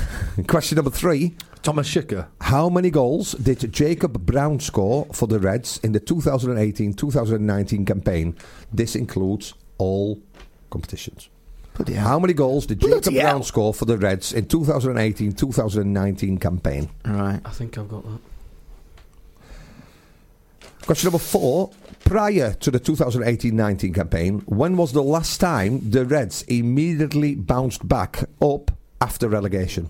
[SPEAKER 2] Question number three.
[SPEAKER 3] Thomas Schicker.
[SPEAKER 2] How many goals did Jacob Brown score for the Reds in the 2018-2019 campaign? This includes all competitions.
[SPEAKER 4] Bloody hell.
[SPEAKER 2] How many goals did
[SPEAKER 4] Bloody
[SPEAKER 2] Jacob
[SPEAKER 4] hell.
[SPEAKER 2] Brown score for the Reds in 2018-2019 campaign?
[SPEAKER 4] Right.
[SPEAKER 5] I think I've got that.
[SPEAKER 2] Question number four. Prior to the 2018-19 campaign, when was the last time the Reds immediately bounced back up after relegation?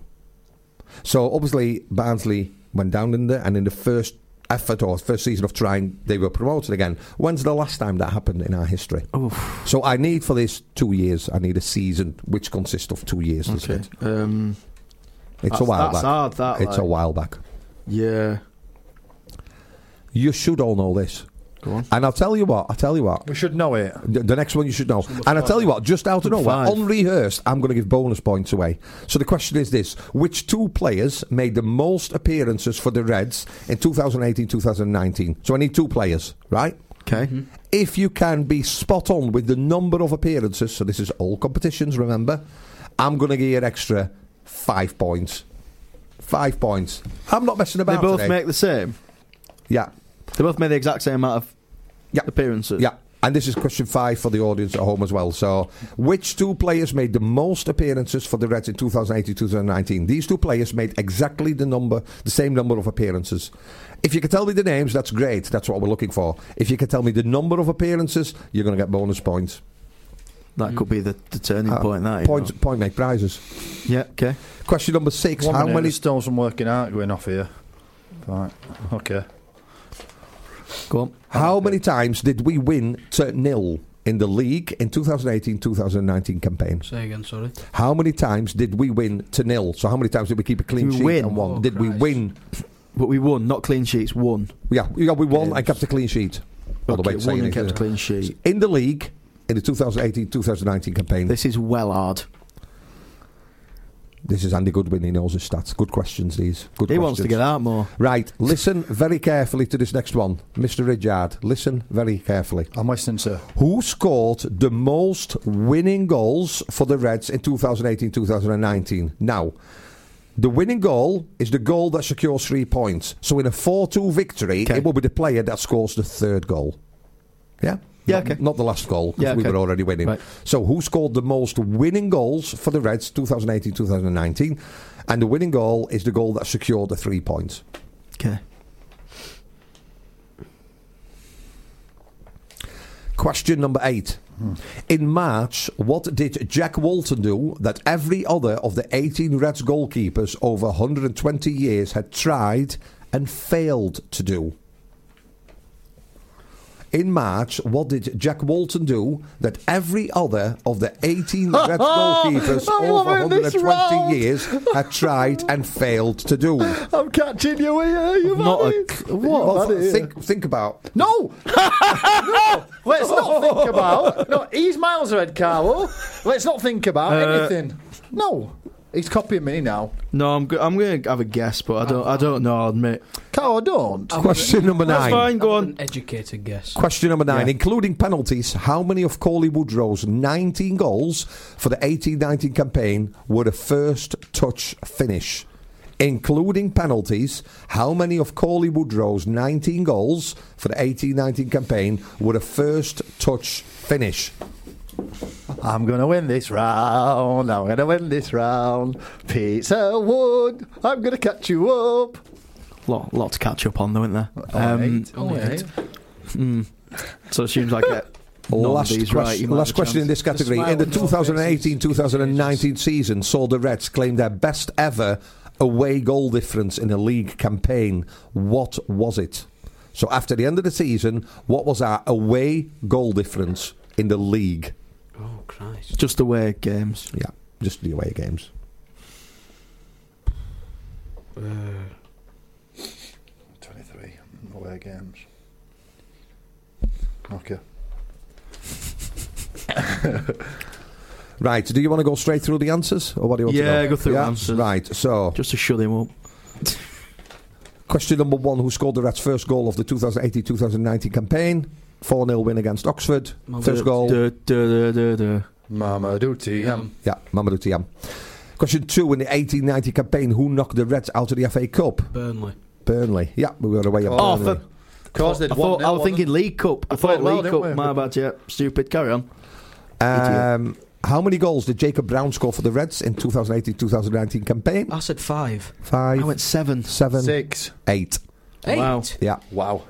[SPEAKER 2] So obviously Barnsley went down in there, and in the first effort or first season of trying, they were promoted again. When's the last time that happened in our history? So I need for this two years. I need a season which consists of two years. doesn't
[SPEAKER 4] Okay.
[SPEAKER 2] it?
[SPEAKER 4] Um,
[SPEAKER 2] It's
[SPEAKER 4] that's,
[SPEAKER 2] a while
[SPEAKER 4] that's
[SPEAKER 2] back.
[SPEAKER 4] hard, that.
[SPEAKER 2] It's a
[SPEAKER 4] like.
[SPEAKER 2] while back.
[SPEAKER 4] Yeah.
[SPEAKER 2] You should all know this.
[SPEAKER 4] Go on.
[SPEAKER 2] And I'll tell you what, I'll tell you what.
[SPEAKER 3] We should know it.
[SPEAKER 2] The, the next one you should know. And I'll tell you what, just out of
[SPEAKER 3] Number
[SPEAKER 2] nowhere,
[SPEAKER 3] five.
[SPEAKER 2] unrehearsed, I'm going to give bonus points away. So the question is this Which two players made the most appearances for the Reds in 2018 2019? So I need two players, right?
[SPEAKER 4] Okay.
[SPEAKER 5] Mm-hmm.
[SPEAKER 2] If you can be spot on with the number of appearances, so this is all competitions, remember, I'm going to give you an extra five points. Five points. I'm not messing
[SPEAKER 4] They
[SPEAKER 2] about.
[SPEAKER 4] both
[SPEAKER 2] today.
[SPEAKER 4] make the same.
[SPEAKER 2] Yeah.
[SPEAKER 4] They both made the exact same amount of
[SPEAKER 2] Yeah.
[SPEAKER 4] appearances.
[SPEAKER 2] Yeah. And this is question five for the audience at home as well. So, which two players made the most appearances for the Reds in 2018 2019? These two players made exactly the number, the same number of appearances. If you can tell me the names, that's great. That's what we're looking for. If you can tell me the number of appearances, you're going to get bonus points.
[SPEAKER 4] That
[SPEAKER 5] Mm.
[SPEAKER 4] could be the, the turning
[SPEAKER 2] Uh,
[SPEAKER 4] point. That you
[SPEAKER 2] Point, point make prizes.
[SPEAKER 4] know. Yeah. Okay.
[SPEAKER 2] Question number six.
[SPEAKER 3] One
[SPEAKER 2] how
[SPEAKER 3] minute,
[SPEAKER 2] many?
[SPEAKER 3] there's still some working out going off here. Right. Okay.
[SPEAKER 4] Go on.
[SPEAKER 2] How many times did we win to nil in the league in 2018 2019 campaign?
[SPEAKER 5] Say again, sorry.
[SPEAKER 2] How many times did we win to nil? So how many times did we keep a clean
[SPEAKER 4] We
[SPEAKER 2] sheet
[SPEAKER 4] win.
[SPEAKER 2] and won?
[SPEAKER 5] Oh,
[SPEAKER 2] did we
[SPEAKER 5] Christ.
[SPEAKER 2] win?
[SPEAKER 4] But we won, not clean sheets. Won.
[SPEAKER 2] Yeah, yeah, we won
[SPEAKER 4] Yes.
[SPEAKER 2] and kept a clean sheet. All the way
[SPEAKER 4] Okay,
[SPEAKER 2] to
[SPEAKER 4] won
[SPEAKER 2] saying
[SPEAKER 4] and kept a
[SPEAKER 2] it.
[SPEAKER 4] clean sheet.
[SPEAKER 2] In the league in the 2018-2019 campaign. This,
[SPEAKER 4] This is well hard.
[SPEAKER 2] is Andy Goodwin. He knows his stats. Good questions. These. Good.
[SPEAKER 4] He
[SPEAKER 2] questions.
[SPEAKER 4] wants to get out more.
[SPEAKER 2] Right. Listen very carefully to this next one, Mr. Ridgard. Listen very carefully.
[SPEAKER 3] I'm listening, sir.
[SPEAKER 2] Who scored the most winning goals for the Reds in 2018 2019? Now, the winning goal is the goal that secures three points. So, in a 4 2 victory,
[SPEAKER 4] Okay.
[SPEAKER 2] it will be the player that scores the third goal. Yeah?
[SPEAKER 4] Yeah,
[SPEAKER 2] Not,
[SPEAKER 4] okay.
[SPEAKER 2] not the last goal because
[SPEAKER 4] Yeah,
[SPEAKER 2] we
[SPEAKER 4] okay.
[SPEAKER 2] were already winning.
[SPEAKER 4] Right.
[SPEAKER 2] So, who scored the most winning goals for the Reds 2018 2019? And the winning goal is the goal that secured the three points.
[SPEAKER 4] Okay.
[SPEAKER 2] Question number eight. In March, what did Jack Walton do that every other of the 18 Reds goalkeepers over 120 years had tried and failed to do? In March, what did Jack Walton do that every other of the 18 Reds goalkeepers
[SPEAKER 3] I'm
[SPEAKER 2] over
[SPEAKER 3] loving this
[SPEAKER 2] 120
[SPEAKER 3] round.
[SPEAKER 2] years had tried and failed to do?
[SPEAKER 3] I'm catching you here. You've
[SPEAKER 4] Not
[SPEAKER 3] had
[SPEAKER 4] a
[SPEAKER 3] it.
[SPEAKER 4] cl-
[SPEAKER 3] You've
[SPEAKER 2] Well,
[SPEAKER 3] had it here.
[SPEAKER 2] think, think about
[SPEAKER 3] No! no! Let's not think about. No, he's miles ahead, Carlo. Let's not think about anything. No. He's copying me now.
[SPEAKER 4] No, I'm. Go- I'm going to have a guess, but I don't. I don't know. I'll admit.
[SPEAKER 3] Carlo, don't.
[SPEAKER 2] question number
[SPEAKER 4] That's
[SPEAKER 2] nine.
[SPEAKER 4] fine. Go
[SPEAKER 5] An
[SPEAKER 4] on.
[SPEAKER 5] educated guess.
[SPEAKER 2] Question number nine,
[SPEAKER 4] Yeah.
[SPEAKER 2] including penalties, how many of Corley Woodrow's 19 goals for the 18-19 campaign were a first touch finish? Including penalties, how many of Corley Woodrow's 19 goals for the 18-19 campaign were a first touch finish?
[SPEAKER 3] I'm going to win this round. I'm going to win this round. Pizza Wood, I'm going to catch you up.
[SPEAKER 4] Lot, lot to catch up on, though, isn't there?
[SPEAKER 2] Oh,
[SPEAKER 4] Um,
[SPEAKER 3] Alright, alright.
[SPEAKER 4] so it seems like it. none of
[SPEAKER 2] last
[SPEAKER 4] these
[SPEAKER 2] quest-
[SPEAKER 4] right, you might
[SPEAKER 2] last
[SPEAKER 4] have a
[SPEAKER 2] question in
[SPEAKER 4] chance.
[SPEAKER 2] this category.
[SPEAKER 5] smile
[SPEAKER 2] In the
[SPEAKER 5] on your
[SPEAKER 2] 2018
[SPEAKER 5] faces.
[SPEAKER 2] 2019 season, saw the Reds claim their best ever away goal difference in a league campaign. What was it? So, after the end of the season, what was our away goal difference in the league?
[SPEAKER 5] Oh, Christ.
[SPEAKER 4] Just away games.
[SPEAKER 2] Yeah, just the away games.
[SPEAKER 5] Uh,
[SPEAKER 3] 23 away games. Okay.
[SPEAKER 2] Right, do you want to go straight through the answers? Or what do you want to
[SPEAKER 4] Yeah,
[SPEAKER 2] know?
[SPEAKER 4] go through the answers.
[SPEAKER 2] Right, so
[SPEAKER 4] Just to shut him up.
[SPEAKER 2] Question number one Who scored the Reds' first goal of the 2018 2019 campaign? 4 0 win against Oxford.
[SPEAKER 5] Mamadou
[SPEAKER 2] First goal.
[SPEAKER 4] Duh, duh, duh, duh, duh.
[SPEAKER 3] Mama Duty. Um,
[SPEAKER 2] Yeah, Mamadou Tiam. Question two in the 1890 campaign Who knocked the Reds out of the FA Cup?
[SPEAKER 5] Burnley.
[SPEAKER 2] Burnley. Yeah, we were away at
[SPEAKER 4] Oh,
[SPEAKER 2] Burnley.
[SPEAKER 4] for-
[SPEAKER 3] Cause they
[SPEAKER 4] I thought I was thinking League Cup. I
[SPEAKER 3] played
[SPEAKER 4] thought
[SPEAKER 3] well,
[SPEAKER 4] League
[SPEAKER 3] didn't we?
[SPEAKER 4] Cup. My bad. Yeah, stupid. Carry on.
[SPEAKER 2] um, how many goals did Jacob Brown score for the Reds in 2018 2019 campaign?
[SPEAKER 5] I said five.
[SPEAKER 2] Five,
[SPEAKER 4] I went seven.
[SPEAKER 2] seven,
[SPEAKER 3] Six.
[SPEAKER 2] eight.
[SPEAKER 5] Eight.
[SPEAKER 4] Wow.
[SPEAKER 2] Yeah.
[SPEAKER 3] Wow.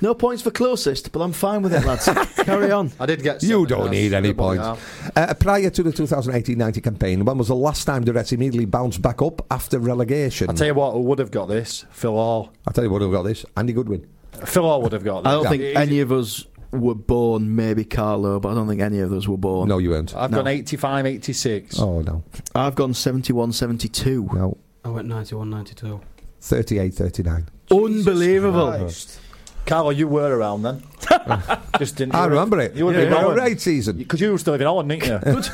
[SPEAKER 4] No points for closest, but I'm fine with it, lads. Carry on.
[SPEAKER 3] I did get
[SPEAKER 2] You
[SPEAKER 3] seven,
[SPEAKER 2] don't
[SPEAKER 3] that's
[SPEAKER 2] need any
[SPEAKER 3] the bottom
[SPEAKER 2] points.
[SPEAKER 3] half.
[SPEAKER 2] Uh, prior to the 2018-19 campaign, when was the last time the Reds immediately bounced back up after relegation?
[SPEAKER 3] I tell you what, who would have got this? Phil Hall.
[SPEAKER 2] I'll tell you what, who got this? Andy Goodwin.
[SPEAKER 3] Phil Hall would have got this.
[SPEAKER 4] I don't think
[SPEAKER 3] Easy.
[SPEAKER 4] any of us were born. Maybe Carlo, but I don't think any of us were born.
[SPEAKER 2] Oh. No, you weren't.
[SPEAKER 3] I've gone 85, 86.
[SPEAKER 2] Oh, no.
[SPEAKER 4] I've gone 71, 72.
[SPEAKER 2] No.
[SPEAKER 5] Oh, I went 91, 92.
[SPEAKER 2] 38-39.
[SPEAKER 4] Unbelievable.
[SPEAKER 3] Carlo, you were around then. Just didn't.
[SPEAKER 2] I remember it.
[SPEAKER 3] You would
[SPEAKER 2] Yeah,
[SPEAKER 3] be
[SPEAKER 2] yeah. Right season.
[SPEAKER 3] because you were still living Holland, didn't you?
[SPEAKER 4] Good,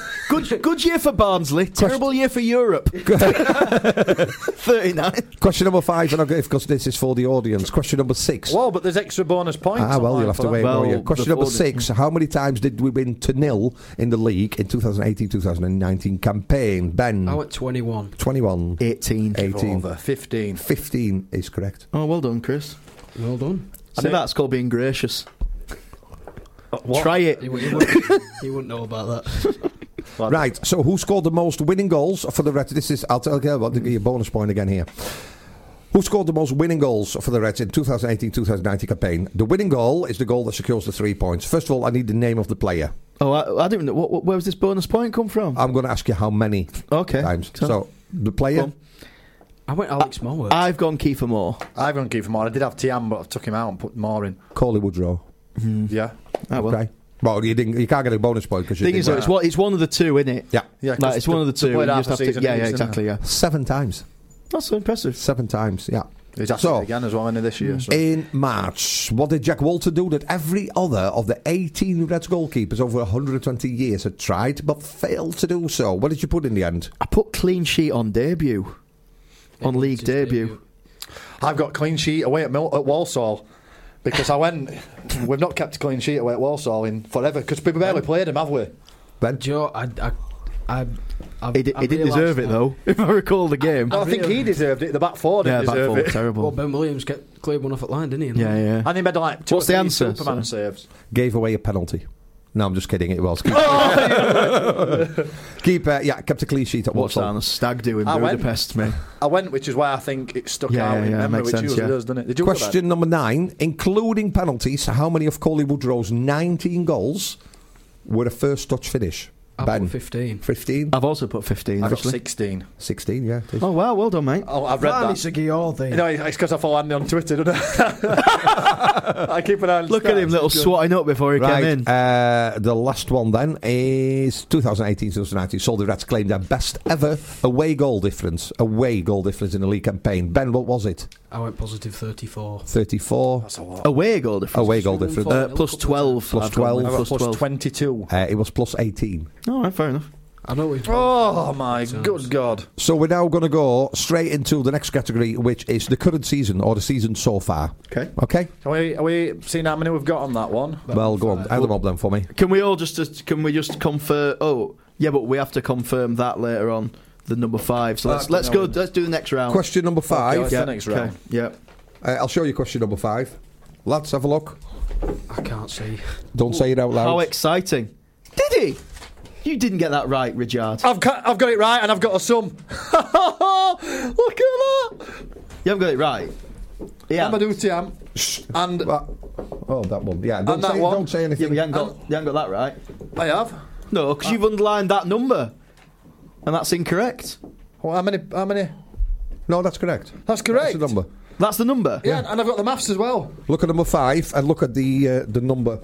[SPEAKER 4] good, good year for Barnsley. Terrible year for Europe. Thirty-nine.
[SPEAKER 2] Question number five, and I'll get because this is for the audience. Question number six.
[SPEAKER 3] well, but there's extra bonus points.
[SPEAKER 2] Ah, well,
[SPEAKER 3] online
[SPEAKER 2] you'll have
[SPEAKER 3] for
[SPEAKER 2] to
[SPEAKER 3] that.
[SPEAKER 2] wait,
[SPEAKER 4] Well,
[SPEAKER 2] will you? Question number
[SPEAKER 4] before the-
[SPEAKER 2] six. How many times did we win to nil in the league in 2018 2019 campaign? Ben,
[SPEAKER 5] I went 21.
[SPEAKER 2] 21,
[SPEAKER 4] Eighteen.
[SPEAKER 2] 18,
[SPEAKER 3] Over 15.
[SPEAKER 2] 15 is correct.
[SPEAKER 4] Oh, well done, Chris.
[SPEAKER 5] Well done.
[SPEAKER 4] I think that's called being gracious.
[SPEAKER 2] Uh,
[SPEAKER 4] Try
[SPEAKER 5] He,
[SPEAKER 4] it.
[SPEAKER 5] wou- he wouldn't, he wouldn't know about that.
[SPEAKER 2] Right, so who scored the most winning goals for the Reds? This is, I'll tell you, I'll give you a bonus point again here. Who scored the most winning goals for the Reds in 2018 2019 campaign? The winning goal is the goal that secures the three points. First of all, I need the name of the player.
[SPEAKER 4] Oh, I, I didn't know. What, what, where was this bonus point come from?
[SPEAKER 2] I'm going to ask you how many
[SPEAKER 4] okay.
[SPEAKER 2] Ah, times. So, the player,
[SPEAKER 4] Eh, Go on.
[SPEAKER 5] I went Alex Morworth.
[SPEAKER 4] I've gone Kiefer Moore.
[SPEAKER 3] I've gone keep him on. I did have Tiam, but I took him out and put more in.
[SPEAKER 2] Coley Woodrow.
[SPEAKER 3] Yeah.
[SPEAKER 4] Oh, well.
[SPEAKER 2] Okay. Well, you, didn't, you can't get a bonus point because you
[SPEAKER 4] Thing
[SPEAKER 2] didn't
[SPEAKER 4] is, though,
[SPEAKER 2] win.
[SPEAKER 4] it's one, it's one of the two, isn't it?
[SPEAKER 2] Yeah.
[SPEAKER 3] Yeah,
[SPEAKER 4] like,
[SPEAKER 3] 'cause
[SPEAKER 4] it's one of the
[SPEAKER 3] they
[SPEAKER 4] two.
[SPEAKER 3] played
[SPEAKER 4] You
[SPEAKER 3] half
[SPEAKER 4] just
[SPEAKER 3] a
[SPEAKER 4] have to,
[SPEAKER 3] season
[SPEAKER 4] yeah,
[SPEAKER 3] each,
[SPEAKER 4] yeah,
[SPEAKER 3] didn't
[SPEAKER 4] exactly.
[SPEAKER 3] they?
[SPEAKER 4] Yeah,
[SPEAKER 2] Seven times.
[SPEAKER 4] that's so impressive.
[SPEAKER 2] Seven times, yeah.
[SPEAKER 3] He's asked
[SPEAKER 2] So-
[SPEAKER 3] it again as well in this year. So.
[SPEAKER 4] eh,
[SPEAKER 2] In March, what did Jack Walter do that every other of the 18 Reds goalkeepers over 120 years had tried but failed to do so? What did you put in the end?
[SPEAKER 4] I put clean sheet on debut, on league
[SPEAKER 5] It's his
[SPEAKER 4] debut.
[SPEAKER 3] I've got clean sheet away at, Mil- at Walsall because I went. We've not kept a clean sheet away at Walsall in forever because we barely played him, have we?
[SPEAKER 2] Ben?
[SPEAKER 5] Do you know, I, I, I, I,
[SPEAKER 4] He, di-
[SPEAKER 5] I
[SPEAKER 4] he didn't
[SPEAKER 5] realised
[SPEAKER 4] deserve it
[SPEAKER 5] that-
[SPEAKER 4] though. If I recall the game,
[SPEAKER 3] No, I think he deserved it. The back four
[SPEAKER 4] yeah,
[SPEAKER 3] didn't
[SPEAKER 4] back
[SPEAKER 3] deserve
[SPEAKER 4] four
[SPEAKER 3] it.
[SPEAKER 5] Well,
[SPEAKER 4] terrible.
[SPEAKER 5] Ben Williams get cleared one off at line, didn't he?
[SPEAKER 4] Yeah, yeah.
[SPEAKER 3] And he made like two
[SPEAKER 4] What's
[SPEAKER 3] or three
[SPEAKER 4] the answer?
[SPEAKER 3] Superman saves.
[SPEAKER 2] Gave away a penalty. No, I'm just kidding. It was. Keep, uh, yeah, kept a clean sheet at
[SPEAKER 4] What's that on
[SPEAKER 2] Walsall.
[SPEAKER 4] a stag do in
[SPEAKER 3] I went.
[SPEAKER 4] Budapest, mate?
[SPEAKER 3] I went, which is why I think it stuck
[SPEAKER 4] Yeah,
[SPEAKER 3] out
[SPEAKER 4] yeah,
[SPEAKER 3] in
[SPEAKER 4] yeah,
[SPEAKER 3] memory,
[SPEAKER 4] makes
[SPEAKER 3] which
[SPEAKER 4] sense,
[SPEAKER 3] usually
[SPEAKER 4] yeah.
[SPEAKER 3] does, doesn't it? Did you look at that?
[SPEAKER 2] Question number nine. Including penalties, how many of Coley Woodrow's 19 goals were a first touch finish?
[SPEAKER 5] I
[SPEAKER 2] ben?
[SPEAKER 5] put 15.
[SPEAKER 2] 15?
[SPEAKER 4] I've also put 15.
[SPEAKER 3] I've got
[SPEAKER 4] actually.
[SPEAKER 3] 16.
[SPEAKER 2] 16, yeah.
[SPEAKER 4] Oh wow, well done, mate.
[SPEAKER 3] Oh, I've read that. You know, it's because I follow Andy on Twitter, don't I? I keep an eye on
[SPEAKER 4] Look at him, little swatting up before he
[SPEAKER 2] Right,
[SPEAKER 4] came in.
[SPEAKER 2] Uh, the last one then is 2018-2019. Soldier Rats claimed their best ever away goal difference, away goal difference in the league campaign. Ben, what was it?
[SPEAKER 5] I went positive 34.
[SPEAKER 2] 34
[SPEAKER 3] That's a lot.
[SPEAKER 4] away goal difference.
[SPEAKER 2] away goal
[SPEAKER 5] Seven
[SPEAKER 2] difference.
[SPEAKER 5] four.
[SPEAKER 4] Uh, plus 12.
[SPEAKER 2] Plus
[SPEAKER 4] I've got
[SPEAKER 2] 12.
[SPEAKER 4] one,
[SPEAKER 3] I've got
[SPEAKER 4] Plus 12.
[SPEAKER 3] 22.
[SPEAKER 2] Uh, it was plus 18.
[SPEAKER 4] All right, fair enough.
[SPEAKER 5] I know he's.
[SPEAKER 3] Oh, my good God.
[SPEAKER 2] So we're now going to go straight into the next category, which is the current season or the season so far.
[SPEAKER 4] Okay.
[SPEAKER 2] Okay.
[SPEAKER 3] Are we, are we seeing how many we've got on that one?
[SPEAKER 2] well, go on. Add them up then for me.
[SPEAKER 4] Can we all just, just can we just confirm? Oh, yeah, but we have to confirm that later on. The number five. So let's
[SPEAKER 3] That's
[SPEAKER 4] let's
[SPEAKER 3] the
[SPEAKER 4] go.
[SPEAKER 3] number.
[SPEAKER 4] Let's do the next round.
[SPEAKER 2] Question number five.
[SPEAKER 3] Okay, That's the next round.
[SPEAKER 4] Yeah.
[SPEAKER 2] Uh, I'll show you question number five. Lads, have a look.
[SPEAKER 5] I can't see.
[SPEAKER 2] Don't say it out loud.
[SPEAKER 4] How exciting! Did he? You didn't get that right, Richard.
[SPEAKER 3] I've got, I've got it right and I've got a sum. Look at that.
[SPEAKER 4] You haven't got it right. Yeah.
[SPEAKER 3] Amadou Tiam. And
[SPEAKER 2] That- oh, that one. Yeah. Don't,
[SPEAKER 3] And that
[SPEAKER 2] say,
[SPEAKER 3] one.
[SPEAKER 2] don't say
[SPEAKER 4] Yeah,
[SPEAKER 2] anything.
[SPEAKER 4] but you haven't got you haven't got that right.
[SPEAKER 3] I have.
[SPEAKER 4] No, because you've underlined that number, and that's incorrect.
[SPEAKER 3] Well, how many? How many?
[SPEAKER 2] No, that's correct.
[SPEAKER 3] That's correct.
[SPEAKER 2] That's the number.
[SPEAKER 4] That's the number.
[SPEAKER 3] Yeah, and I've got the maths as well.
[SPEAKER 2] Look at number five and look at the uh, the number.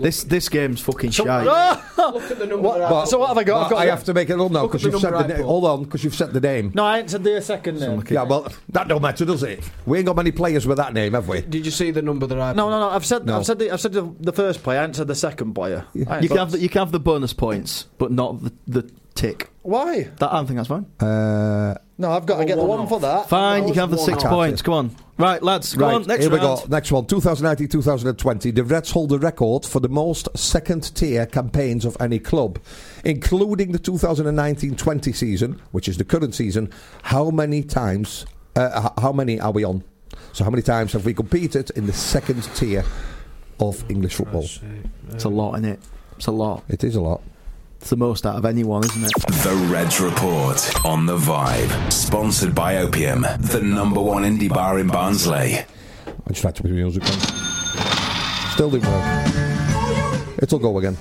[SPEAKER 4] This this game's fucking shite.
[SPEAKER 5] Look at the number.
[SPEAKER 3] What- so what have I got? I've
[SPEAKER 2] But
[SPEAKER 3] got
[SPEAKER 2] I
[SPEAKER 3] the-
[SPEAKER 2] have to make it up now
[SPEAKER 5] Look at
[SPEAKER 2] because
[SPEAKER 5] the
[SPEAKER 2] you've said
[SPEAKER 5] number
[SPEAKER 2] the name.
[SPEAKER 5] I put.
[SPEAKER 2] Hold on, because you've said the name.
[SPEAKER 3] No, I answered the second name.
[SPEAKER 2] Yeah, well, that don't matter, does it? We ain't got many players with that name, have we?
[SPEAKER 5] Did you see the number that I
[SPEAKER 3] No, no, no. I've said,
[SPEAKER 2] No.
[SPEAKER 3] I've said, the, I've said the, the first player. I answered the second player. I
[SPEAKER 4] You
[SPEAKER 3] ain't
[SPEAKER 4] can
[SPEAKER 3] got-
[SPEAKER 4] have the, you can have the bonus points, but not the, the tick.
[SPEAKER 3] Why?
[SPEAKER 4] That I don't think that's fine.
[SPEAKER 2] Uh,
[SPEAKER 3] No, I've got to get the one for that.
[SPEAKER 4] Fine, you can have the
[SPEAKER 3] One
[SPEAKER 4] six
[SPEAKER 3] off.
[SPEAKER 4] points. Come on, right, lads. Go
[SPEAKER 2] right,
[SPEAKER 4] on, next
[SPEAKER 2] here
[SPEAKER 4] round.
[SPEAKER 2] we go. Next one 2019 2020. The Reds hold the record for the most second tier campaigns of any club, including the 2019 20 season, which is the current season. How many times, uh, h- how many are we on? So, how many times have we competed in the second tier of English football?
[SPEAKER 4] It's a lot in it. It's a lot.
[SPEAKER 2] It is a lot.
[SPEAKER 4] It's the most out of anyone, isn't it?
[SPEAKER 1] The Reds Report on The Vibe. Sponsored by Opium, the number one indie bar in Barnsley.
[SPEAKER 2] I just had to put the music on. Still didn't work. It'll go again.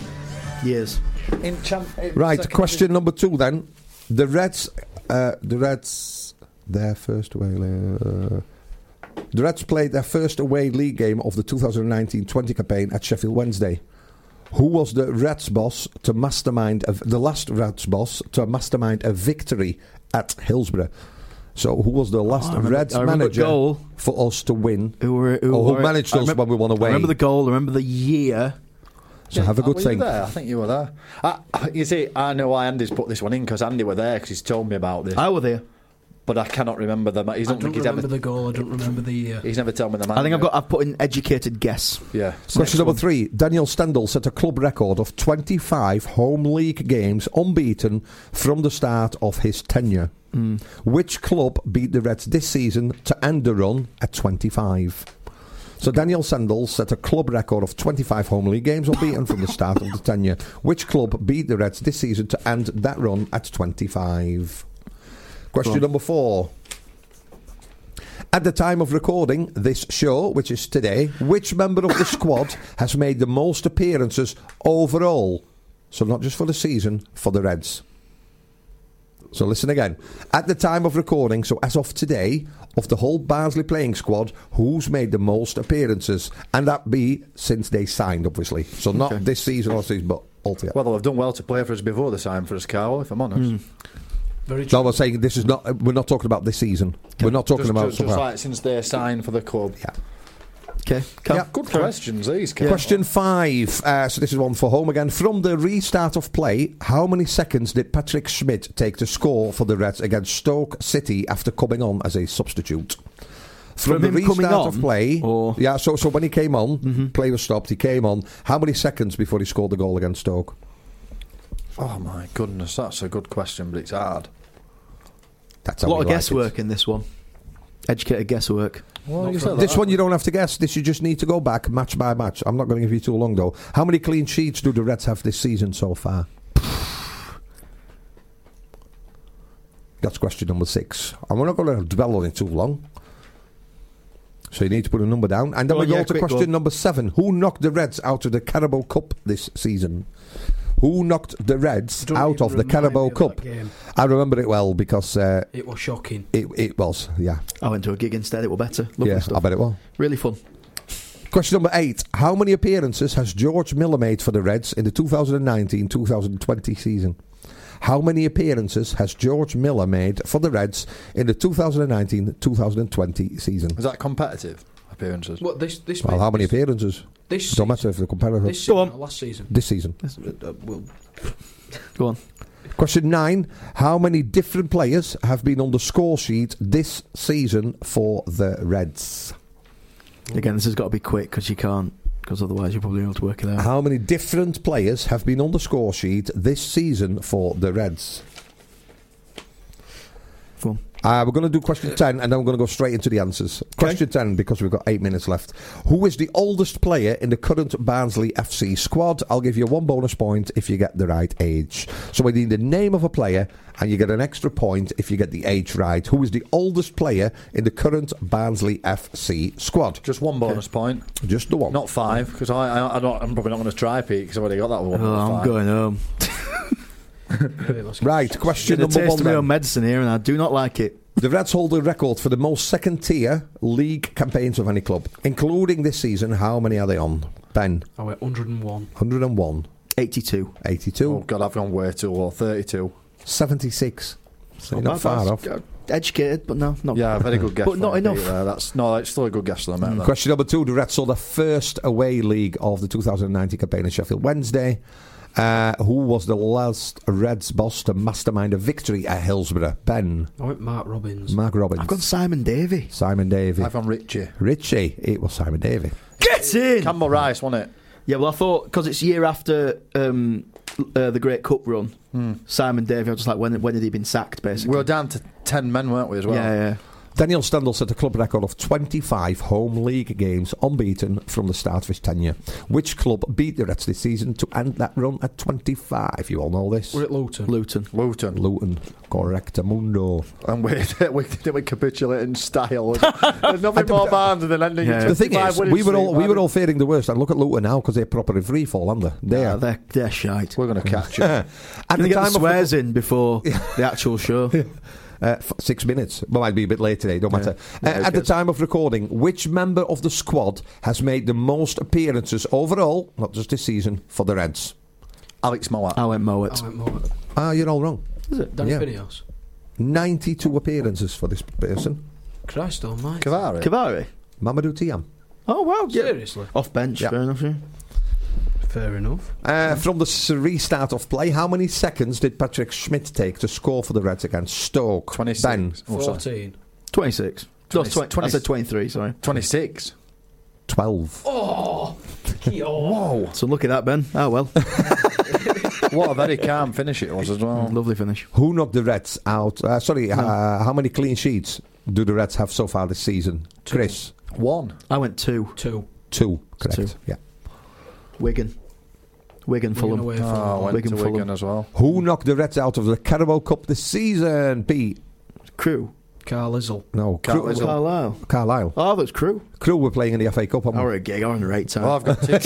[SPEAKER 4] Years.
[SPEAKER 3] In champ- in
[SPEAKER 2] Right,
[SPEAKER 3] second
[SPEAKER 2] question number two then. The Reds, uh, the Reds, their first away. Uh, the Reds played their first away league game of the 2019-20 campaign at Sheffield Wednesday. Who was the Reds boss to mastermind of the last Reds boss to mastermind a victory at Hillsborough? So who was the last
[SPEAKER 4] Oh, I remember-
[SPEAKER 2] Reds
[SPEAKER 4] I remember
[SPEAKER 2] manager
[SPEAKER 4] goal.
[SPEAKER 2] for us to win?
[SPEAKER 4] Who were who,
[SPEAKER 2] Or Oh, who
[SPEAKER 4] were-
[SPEAKER 2] managed
[SPEAKER 4] I
[SPEAKER 2] us when we won
[SPEAKER 4] I
[SPEAKER 2] away.
[SPEAKER 4] remember the Oh, goal. I remember the year.
[SPEAKER 2] So have a good
[SPEAKER 3] were
[SPEAKER 2] thing.
[SPEAKER 3] You there? I think you were there. I, you see, I know why Andy's put this one in because Andy were there because he's told me about this,
[SPEAKER 4] I were there.
[SPEAKER 3] but I cannot remember the. ma- He's
[SPEAKER 5] I
[SPEAKER 3] not
[SPEAKER 5] don't
[SPEAKER 3] think he's
[SPEAKER 5] remember
[SPEAKER 3] ever.
[SPEAKER 5] the goal. I don't remember the year.
[SPEAKER 3] He's never told me the man.
[SPEAKER 4] I think I've got. I've put an educated guess.
[SPEAKER 3] Yeah.
[SPEAKER 2] Question number three. Daniel Stendel set a club record of 25 home league games unbeaten from the start of his tenure. Which club beat the Reds this season to end the run at 25? So Daniel Sandel set a club record of 25 home league games unbeaten from the start of the tenure. Which club beat the Reds this season to end that run at 25? Question number four. At the time of recording this show, which is today, which member of the squad has made the most appearances overall? So, not just for the season, for the Reds. So, listen again. At the time of recording, so as of today, of the whole Barnsley playing squad, who's made the most appearances? And that be since they signed, obviously. So, not this season or season, but altogether.
[SPEAKER 3] Well, they've done well to play for us before the sign for us, Carl. If I'm honest,
[SPEAKER 5] Very true.
[SPEAKER 2] no, I'm saying this is not, we're not talking about this season. We're not talking
[SPEAKER 3] just,
[SPEAKER 2] about
[SPEAKER 3] just, just
[SPEAKER 2] somehow.
[SPEAKER 3] like since they signed for the club.
[SPEAKER 2] Yeah.
[SPEAKER 4] Okay.
[SPEAKER 2] Yeah.
[SPEAKER 3] Good questions, these. Carl.
[SPEAKER 2] Question five. Uh, so this is one for home again. From the restart of play, how many seconds did Patrick Schmidt take to score for the Reds against Stoke City after coming on as a substitute? From,
[SPEAKER 4] From
[SPEAKER 2] the
[SPEAKER 4] him coming
[SPEAKER 2] restart
[SPEAKER 4] on,
[SPEAKER 2] of play,
[SPEAKER 4] or- Mm-hmm.
[SPEAKER 2] yeah. So so when he came on, play was stopped. He came on. How many seconds before he scored the goal against Stoke?
[SPEAKER 3] Oh my goodness, that's a good question, but it's hard.
[SPEAKER 2] That's
[SPEAKER 4] A
[SPEAKER 2] how
[SPEAKER 4] lot
[SPEAKER 2] we
[SPEAKER 4] of
[SPEAKER 2] like it.
[SPEAKER 4] guesswork in this one. Educated guesswork.
[SPEAKER 3] Well, you said
[SPEAKER 2] This
[SPEAKER 3] that.
[SPEAKER 2] one you don't have to guess. This you just need to go back match by match. I'm not going to give you too long though. How many clean sheets do the Reds have this season so far? That's question number six. And we're not going to dwell on it too long. So you need to put a number down. And then
[SPEAKER 4] Go
[SPEAKER 2] we
[SPEAKER 4] on,
[SPEAKER 2] go
[SPEAKER 4] yeah,
[SPEAKER 2] to
[SPEAKER 4] quick
[SPEAKER 2] question
[SPEAKER 4] one.
[SPEAKER 2] number seven. Who knocked the Reds out of the Carabao Cup this season? Who knocked the Reds
[SPEAKER 5] Don't
[SPEAKER 2] out
[SPEAKER 5] even
[SPEAKER 2] of the
[SPEAKER 5] remind
[SPEAKER 2] Carabao
[SPEAKER 5] me of
[SPEAKER 2] Cup?
[SPEAKER 5] that game.
[SPEAKER 2] I remember it well because uh,
[SPEAKER 5] It was shocking.
[SPEAKER 2] it, it was, yeah.
[SPEAKER 4] I went to a gig instead. It were better. Lovely
[SPEAKER 2] yeah, I
[SPEAKER 4] stuff.
[SPEAKER 2] bet it was.
[SPEAKER 4] Really fun.
[SPEAKER 2] Question number eight. How many appearances has George Miller made for the Reds in the 2019 2020 season? How many appearances has George Miller made for the Reds in the 2019 2020 season?
[SPEAKER 3] Is that competitive appearances?
[SPEAKER 5] What this this?
[SPEAKER 2] Well,
[SPEAKER 5] made-
[SPEAKER 2] how many
[SPEAKER 5] this,
[SPEAKER 2] appearances?
[SPEAKER 5] this
[SPEAKER 2] Don't matter if they're comparable.
[SPEAKER 5] This
[SPEAKER 2] This,
[SPEAKER 5] season,
[SPEAKER 4] on.
[SPEAKER 5] or last season.
[SPEAKER 2] season.
[SPEAKER 5] Uh, well,
[SPEAKER 4] Go on.
[SPEAKER 2] Question nine. How many different players have been on the score sheet this season for the Reds?
[SPEAKER 4] Again, this has got to be quick because you can't. Because otherwise, you're probably able to work it out.
[SPEAKER 2] How many different players have been on the score sheet this season for the Reds?
[SPEAKER 4] Fun.
[SPEAKER 2] Uh, we're going to do question 10 and then we're going to go straight into the answers. Question 10, because we've got eight minutes left. Who is the oldest player in the current Barnsley FC squad? I'll give you one bonus point if you get the right age. So we need the name of a player and you get an extra point if you get the age right. Who is the oldest player in the current Barnsley FC squad?
[SPEAKER 3] Just one bonus point,
[SPEAKER 2] Just the one.
[SPEAKER 3] not five, because I, I, I'm, not, I'm probably not going to try Pete because I've already got that one.
[SPEAKER 4] Oh, I'm
[SPEAKER 3] Five.
[SPEAKER 4] going home.
[SPEAKER 5] anyway, let's-
[SPEAKER 2] right, question
[SPEAKER 4] Get a
[SPEAKER 2] number
[SPEAKER 4] taste
[SPEAKER 2] one.
[SPEAKER 4] of my
[SPEAKER 2] Then.
[SPEAKER 4] own medicine here, and I do not like it.
[SPEAKER 2] The Reds hold the record for the most second tier league campaigns of any club, including this season. How many are they on? Ben,
[SPEAKER 5] I went 101.
[SPEAKER 2] 101,
[SPEAKER 4] 82.
[SPEAKER 2] 82,
[SPEAKER 3] Oh God, I've gone way too low. Thirty-two.
[SPEAKER 2] 76. So you're not
[SPEAKER 4] bad,
[SPEAKER 2] far off.
[SPEAKER 4] that's- Educated, but no, not.
[SPEAKER 3] Yeah, very good guess.
[SPEAKER 4] But not
[SPEAKER 3] there, Pete,
[SPEAKER 4] enough.
[SPEAKER 3] there. That's no, it's still a good guess though, mate. that.
[SPEAKER 2] Question number two. The Reds saw the first away league of the 2019 campaign in Sheffield Wednesday. Uh, who was the last Reds boss to mastermind a victory at Hillsborough? Ben,
[SPEAKER 5] I went Mark Robbins.
[SPEAKER 2] Mark Robbins,
[SPEAKER 4] I've got Simon Davy.
[SPEAKER 2] Simon Davy,
[SPEAKER 3] I've gone Richie.
[SPEAKER 2] Richie. It was Simon Davy.
[SPEAKER 4] Get in.
[SPEAKER 3] Campbell Rice, wasn't it?
[SPEAKER 4] Yeah, well, I thought because it's year after um, uh, the Great Cup run, Simon Davy. I was just like, when when had he been sacked?
[SPEAKER 3] We
[SPEAKER 4] Basically,
[SPEAKER 3] were down to ten men, weren't we? As well.
[SPEAKER 4] yeah, yeah.
[SPEAKER 2] Daniel Stendel set a club record of 25 home league games unbeaten from the start of his tenure. Which club beat the Reds this season to end that run at 25? You all know this.
[SPEAKER 5] We're at Luton.
[SPEAKER 4] Luton.
[SPEAKER 3] Luton.
[SPEAKER 2] Luton, correctamundo.
[SPEAKER 3] And we, we did we capitulate in style. There's nothing more Barnes than ending.
[SPEAKER 4] Yeah.
[SPEAKER 3] in
[SPEAKER 2] The thing
[SPEAKER 3] 25
[SPEAKER 2] is,
[SPEAKER 3] winning
[SPEAKER 2] we were
[SPEAKER 3] streak,
[SPEAKER 2] all we were
[SPEAKER 3] man.
[SPEAKER 2] all fearing the worst. And look at Luton now because they're proper in free fall, aren't they? They
[SPEAKER 4] Yeah,
[SPEAKER 2] are. Uh,
[SPEAKER 4] they're they're shite.
[SPEAKER 3] We're going to catch you.
[SPEAKER 2] At
[SPEAKER 4] Can they
[SPEAKER 2] the
[SPEAKER 4] get the
[SPEAKER 2] time of
[SPEAKER 4] swears in before the actual show?
[SPEAKER 2] Uh, f- six minutes. Well, might be a bit late today, don't matter. Uh,
[SPEAKER 4] who
[SPEAKER 2] at the
[SPEAKER 4] cares?
[SPEAKER 2] time of recording, which member of the squad has made the most appearances overall, not just this season, for the Reds?
[SPEAKER 3] Alex Mowat.
[SPEAKER 4] I went Mowat.
[SPEAKER 5] I went Mark.
[SPEAKER 2] Ah, you're all wrong.
[SPEAKER 5] Is it? Danny
[SPEAKER 2] Yeah.
[SPEAKER 5] Pinios.
[SPEAKER 2] 92 appearances for this person.
[SPEAKER 5] Christ almighty.
[SPEAKER 3] Cavari.
[SPEAKER 4] Kavari.
[SPEAKER 2] Mamadou Tiam.
[SPEAKER 4] Oh wow. Yeah.
[SPEAKER 5] Seriously.
[SPEAKER 4] Off bench.
[SPEAKER 2] Yeah.
[SPEAKER 4] Fair enough. Yeah.
[SPEAKER 5] Fair enough.
[SPEAKER 2] Uh, from the s- restart of play, how many seconds did Patrick Schmidt take to score for the Reds against Stoke?
[SPEAKER 3] 26.
[SPEAKER 2] Ben,
[SPEAKER 3] Oh, sorry.
[SPEAKER 5] 14.
[SPEAKER 4] Twenty six. No,
[SPEAKER 3] 20
[SPEAKER 4] twen- I said twenty three. Sorry.
[SPEAKER 3] 26.
[SPEAKER 2] 12.
[SPEAKER 3] Whoa.
[SPEAKER 4] So look at that, Ben. Oh well.
[SPEAKER 3] what a very calm finish it was as well.
[SPEAKER 4] Lovely finish.
[SPEAKER 2] Who knocked the Reds out? Uh, sorry, uh, how many clean sheets do the Reds have so far this season? Chris,
[SPEAKER 3] One.
[SPEAKER 4] I went two.
[SPEAKER 5] Two.
[SPEAKER 2] two. Correct.
[SPEAKER 4] Two.
[SPEAKER 2] Yeah.
[SPEAKER 4] Wigan. Wigan
[SPEAKER 5] Wigan
[SPEAKER 4] Fulham.
[SPEAKER 5] away
[SPEAKER 3] Oh, I
[SPEAKER 5] Fulham.
[SPEAKER 3] went
[SPEAKER 4] Wigan,
[SPEAKER 3] to
[SPEAKER 4] Fulham.
[SPEAKER 3] Wigan as well.
[SPEAKER 2] Who knocked the Reds out of the Carabao Cup this season? B.
[SPEAKER 4] Crew.
[SPEAKER 5] Carl Izzle.
[SPEAKER 2] No,
[SPEAKER 3] Carlisle.
[SPEAKER 2] Crew-
[SPEAKER 4] Carlisle.
[SPEAKER 2] Carlisle.
[SPEAKER 4] Oh, that's crew.
[SPEAKER 2] Crew were playing in the FA Cup. haven't
[SPEAKER 4] Or a gig. Or in the right time.
[SPEAKER 3] Oh, I've got tickets.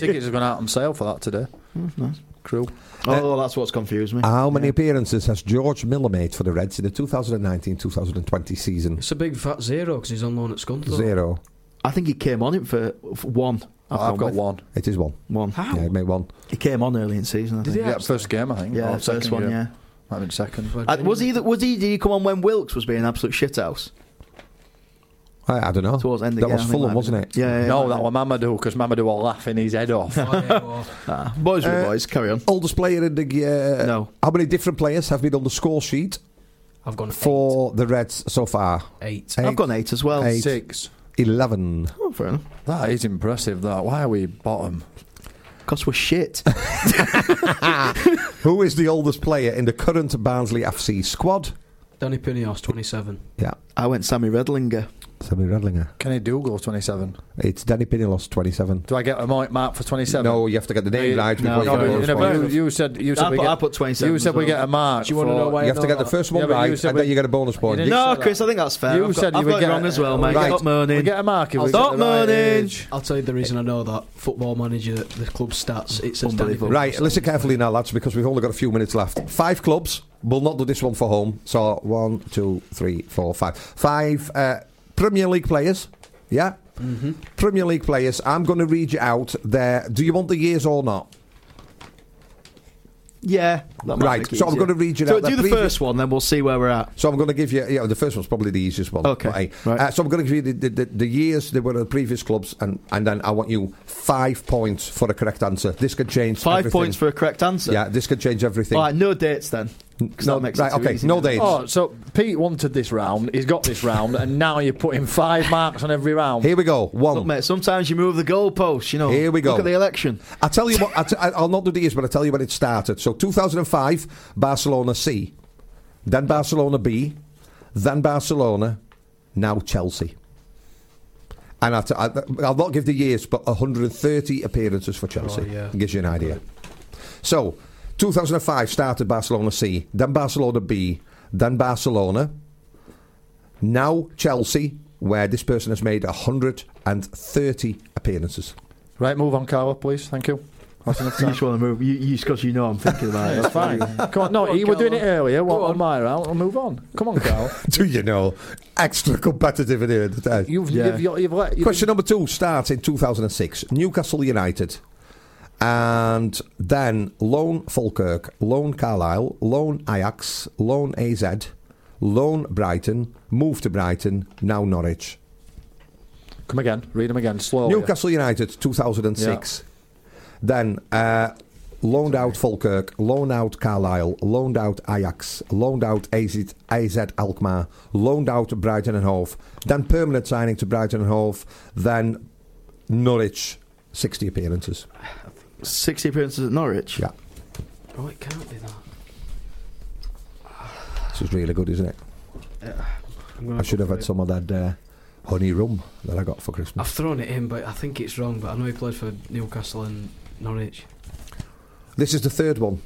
[SPEAKER 3] tickets have gone out on sale for that today.
[SPEAKER 4] Mm,
[SPEAKER 3] Crew.
[SPEAKER 4] Oh, that's what's confused me.
[SPEAKER 2] How many appearances has George Miller made for the Reds in the 2019-2020 season?
[SPEAKER 5] It's a big fat zero because he's on loan at Scunthorpe.
[SPEAKER 2] Zero.
[SPEAKER 4] I think he came on him for, for one.
[SPEAKER 3] I've got
[SPEAKER 4] with.
[SPEAKER 3] one.
[SPEAKER 2] It is one.
[SPEAKER 4] One.
[SPEAKER 2] Yeah, he made one.
[SPEAKER 4] He came on early in season. I think.
[SPEAKER 3] Yeah, first game, I think.
[SPEAKER 4] Yeah,
[SPEAKER 3] Or
[SPEAKER 4] first
[SPEAKER 3] Oh, second
[SPEAKER 4] one.
[SPEAKER 3] game.
[SPEAKER 4] Yeah.
[SPEAKER 3] Might have been second.
[SPEAKER 4] Uh, was he? The, was he? Did he come on when Wilkes was being an absolute shithouse?
[SPEAKER 2] I, I don't know.
[SPEAKER 4] Towards the end of
[SPEAKER 2] that
[SPEAKER 4] the
[SPEAKER 2] was
[SPEAKER 4] game, I think
[SPEAKER 2] Fulham,
[SPEAKER 4] might
[SPEAKER 2] wasn't
[SPEAKER 4] have
[SPEAKER 2] it?
[SPEAKER 4] been. Yeah, yeah,
[SPEAKER 3] no,
[SPEAKER 4] yeah.
[SPEAKER 3] that one Mamadou, because Mamadou will laughing his head off.
[SPEAKER 4] Ah, boys
[SPEAKER 2] Uh,
[SPEAKER 4] with boys. Carry on.
[SPEAKER 2] Oldest player in the uh,
[SPEAKER 4] No.
[SPEAKER 2] How many different players have been on the score sheet
[SPEAKER 5] I've gone four.
[SPEAKER 2] for the Reds so far?
[SPEAKER 5] Eight.
[SPEAKER 2] Eight.
[SPEAKER 4] I've gone eight as well.
[SPEAKER 2] Eight.
[SPEAKER 3] Six.
[SPEAKER 2] Eleven.
[SPEAKER 4] Oh, fair enough.
[SPEAKER 3] That is impressive, that. Why are we bottom?
[SPEAKER 4] Because we're shit.
[SPEAKER 2] Who is the oldest player in the current Barnsley FC squad?
[SPEAKER 5] Danny Pinios, 27.
[SPEAKER 2] Yeah,
[SPEAKER 4] I went Sammy Redlinger.
[SPEAKER 2] Sammy Radlinger.
[SPEAKER 3] Kenny Dougal, 27.
[SPEAKER 2] It's Danny Pinilos, twenty-seven.
[SPEAKER 3] Do I get a mark mark for 27?
[SPEAKER 2] No, you have to get the
[SPEAKER 3] you,
[SPEAKER 2] name right.
[SPEAKER 4] no,
[SPEAKER 2] before
[SPEAKER 3] no,
[SPEAKER 2] you
[SPEAKER 3] but
[SPEAKER 2] get
[SPEAKER 3] you,
[SPEAKER 2] the
[SPEAKER 3] know,
[SPEAKER 2] first
[SPEAKER 3] you,
[SPEAKER 2] one.
[SPEAKER 3] you said, you said
[SPEAKER 4] I
[SPEAKER 3] we
[SPEAKER 4] put-
[SPEAKER 3] get,
[SPEAKER 4] I put 27
[SPEAKER 3] You said
[SPEAKER 4] as
[SPEAKER 3] we
[SPEAKER 4] well.
[SPEAKER 3] get a mark.
[SPEAKER 5] Do you wanna
[SPEAKER 3] for-
[SPEAKER 5] know why I
[SPEAKER 2] You have to
[SPEAKER 5] know
[SPEAKER 2] get the
[SPEAKER 5] that?
[SPEAKER 2] first one
[SPEAKER 3] Yeah, but you
[SPEAKER 2] right,
[SPEAKER 3] said
[SPEAKER 2] and then
[SPEAKER 3] we-
[SPEAKER 2] you get a bonus point.
[SPEAKER 3] You didn't
[SPEAKER 4] No,
[SPEAKER 3] said
[SPEAKER 4] Oh, Chris, I think that's fair.
[SPEAKER 3] You
[SPEAKER 4] I've got,
[SPEAKER 3] said you
[SPEAKER 4] I've
[SPEAKER 3] would
[SPEAKER 4] got
[SPEAKER 3] get
[SPEAKER 4] it wrong
[SPEAKER 3] a-
[SPEAKER 4] as well,
[SPEAKER 3] we
[SPEAKER 4] mate.
[SPEAKER 2] get-
[SPEAKER 4] Stop
[SPEAKER 3] We
[SPEAKER 4] moaning.
[SPEAKER 3] get a mark if we
[SPEAKER 4] Stop
[SPEAKER 3] get the right
[SPEAKER 4] moaning.
[SPEAKER 3] age.
[SPEAKER 5] I'll tell you the reason I know that. Football manager, the club stats, it says Danny
[SPEAKER 4] Unbelievable.
[SPEAKER 5] Pinios.
[SPEAKER 2] Right, listen carefully now, lads, because we've only got a few minutes left. Five clubs. We'll not do this one for home. So one, two, three, four, five. Five uh, Premier League players. Yeah. Mm-hmm. Premier League players. I'm going to read you out there. Do you want the years or not?
[SPEAKER 4] Yeah. that might
[SPEAKER 2] Right,
[SPEAKER 4] make it
[SPEAKER 2] so I'm
[SPEAKER 4] easier.
[SPEAKER 2] gonna read you
[SPEAKER 4] So
[SPEAKER 2] out the
[SPEAKER 4] do the
[SPEAKER 2] previous-
[SPEAKER 4] first one, then we'll see where we're at.
[SPEAKER 2] So I'm going to give you. Yeah, the first one's probably the easiest one.
[SPEAKER 4] Okay,
[SPEAKER 2] Right.
[SPEAKER 4] right.
[SPEAKER 2] Uh, so I'm going to give you the, the, the, the years they were at the previous clubs, and, and then I want you five points for a correct answer. This could change.
[SPEAKER 4] Five
[SPEAKER 2] everything.
[SPEAKER 4] points for a correct answer.
[SPEAKER 2] Yeah, this could change everything.
[SPEAKER 4] All right, no dates then. 'cause
[SPEAKER 2] No,
[SPEAKER 4] that makes it
[SPEAKER 2] right,
[SPEAKER 4] too
[SPEAKER 2] okay,
[SPEAKER 4] easy
[SPEAKER 2] no
[SPEAKER 4] now.
[SPEAKER 2] dates.
[SPEAKER 3] Oh, so Pete wanted this round. He's got this round, and now you're putting five marks on every round.
[SPEAKER 2] Here we go. One.
[SPEAKER 4] Look, mate, sometimes you move the goalposts, you know.
[SPEAKER 2] Here we go.
[SPEAKER 4] Look at the election.
[SPEAKER 2] I tell you what, I t- I- I'll not do the years, but I'll tell you when it started. So 2005, Barcelona C, then Barcelona B, then Barcelona, now Chelsea. And I t- I, I'll not give the years, but 130 appearances for Chelsea.
[SPEAKER 5] yeah.
[SPEAKER 2] Gives you an idea. So 2005 started Barcelona C, then Barcelona B, then Barcelona, now Chelsea, where this person has made 130 appearances.
[SPEAKER 3] Right, move on, Carla, please. Thank you. That's enough
[SPEAKER 4] You
[SPEAKER 3] time.
[SPEAKER 4] just want to move. You, you, because you know I'm thinking about it.
[SPEAKER 3] That's fine. Come on, no,
[SPEAKER 5] Go on,
[SPEAKER 3] you were doing it
[SPEAKER 5] Carla.
[SPEAKER 3] earlier. What
[SPEAKER 5] Go
[SPEAKER 3] on.
[SPEAKER 5] on.
[SPEAKER 3] my round? I'll move on. Come on, Carl.
[SPEAKER 2] Do you know? Extra competitive in here today.
[SPEAKER 3] You've
[SPEAKER 4] Yeah.
[SPEAKER 3] you've, you've, you've let. You've
[SPEAKER 2] Question number two starts in 2006. Newcastle United. And then loan Falkirk, loan Carlisle, loan Ajax, loan AZ, loan Brighton, move to Brighton, now Norwich.
[SPEAKER 3] Come again. Read them again slowly.
[SPEAKER 2] Newcastle United, 2006. Then uh, loaned out Falkirk, loaned out Carlisle, loaned out Ajax, loaned out AZ, AZ Alkmaar, loaned out to Brighton and Hove. Then permanent signing to Brighton and Hove. Then Norwich, 60 appearances.
[SPEAKER 4] 60 appearances at Norwich.
[SPEAKER 2] Yeah,
[SPEAKER 5] Oh, it can't be that.
[SPEAKER 2] this is really good, isn't it?
[SPEAKER 5] I'm gonna
[SPEAKER 2] I should
[SPEAKER 5] go
[SPEAKER 2] have
[SPEAKER 5] for
[SPEAKER 2] had
[SPEAKER 5] it.
[SPEAKER 2] some of that uh, honey rum that I got for
[SPEAKER 5] I've
[SPEAKER 2] Christmas.
[SPEAKER 5] thrown it in, but I think it's wrong. But I know he played for Newcastle and Norwich.
[SPEAKER 2] This is the third one.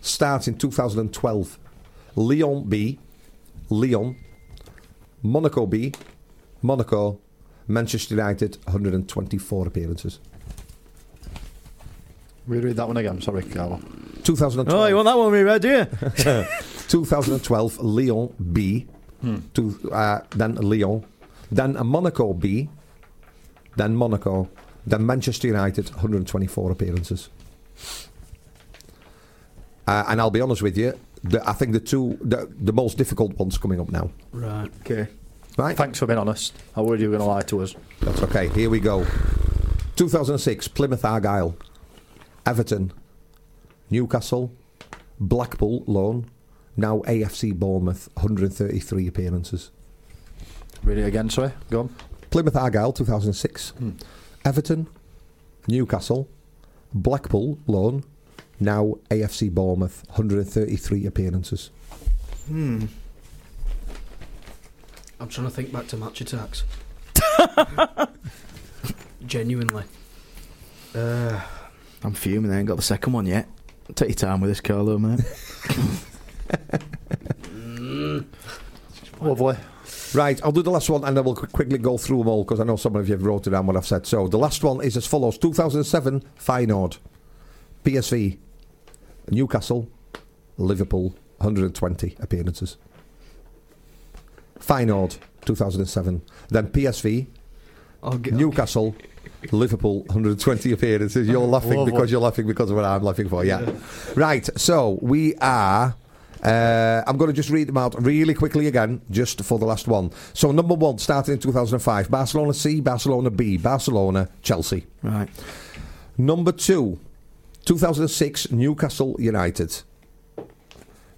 [SPEAKER 2] Starts in 2012. Lyon B, Lyon, Monaco B, Monaco, Manchester United, 124 appearances.
[SPEAKER 3] We read that one again. Sorry, Carl.
[SPEAKER 2] 2012,
[SPEAKER 4] Oh, you want that one, me red, do you?
[SPEAKER 2] 2012 Lyon B, two, uh, then Lyon, then Monaco B, then Monaco, then Manchester United, 124 appearances. Uh, and I'll be honest with you, the, I think the two the, the most difficult ones coming up now.
[SPEAKER 5] Right.
[SPEAKER 3] Okay.
[SPEAKER 2] Right.
[SPEAKER 3] Thanks for being honest. I worried you were going to lie to us.
[SPEAKER 2] That's okay. Here we go. 2006 Plymouth Argyle, Everton, Newcastle, Blackpool loan, now AFC Bournemouth 133 appearances.
[SPEAKER 3] Read it again, sorry. Go on.
[SPEAKER 2] Plymouth Argyle 2006, Everton, Newcastle, Blackpool loan, now AFC Bournemouth 133 appearances.
[SPEAKER 5] I'm trying to think back to match attacks. Genuinely.
[SPEAKER 4] Uh, I'm fuming. I ain't got the second one yet. Take your time with this, Carlo, mate.
[SPEAKER 3] Lovely.
[SPEAKER 2] Right, I'll do the last one and then we'll qu- quickly go through them all because I know some of you have wrote down what I've said. So the last one is as follows 2007 Feyenoord, PSV, Newcastle, Liverpool, 120 appearances. Feyenoord, 2007. Then PSV,
[SPEAKER 5] I'll get,
[SPEAKER 2] Newcastle, Liverpool, 120 appearances. You're laughing because you're laughing because of what I'm laughing for. Yeah. Right. So we are. Uh, I'm going to just read them out really quickly again, just for the last one. So number one, starting in 2005, Barcelona C, Barcelona B, Barcelona, Chelsea.
[SPEAKER 4] Right.
[SPEAKER 2] Number two, 2006, Newcastle United.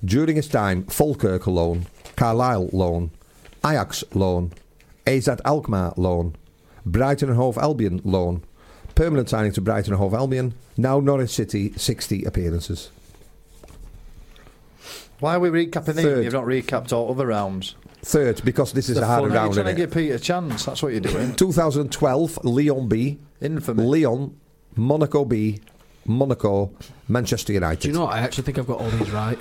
[SPEAKER 2] During his time, Falkirk loan, Carlisle loan, Ajax loan, AZ Alkmaar loan, Brighton and Hove Albion loan, permanent signing to Brighton and Hove Albion, now Norwich City, 60 appearances.
[SPEAKER 3] Why are we recapping these?
[SPEAKER 2] Third.
[SPEAKER 3] You've not recapped all other rounds.
[SPEAKER 2] Third, because this is a harder
[SPEAKER 3] You're
[SPEAKER 2] round,
[SPEAKER 3] trying to
[SPEAKER 2] is
[SPEAKER 3] give Pete a chance. That's what you're doing.
[SPEAKER 2] 2012, Lyon B,
[SPEAKER 3] Infamy.
[SPEAKER 2] Lyon, Monaco B, Monaco, Manchester United.
[SPEAKER 5] do you know what? I actually think I've got all these right.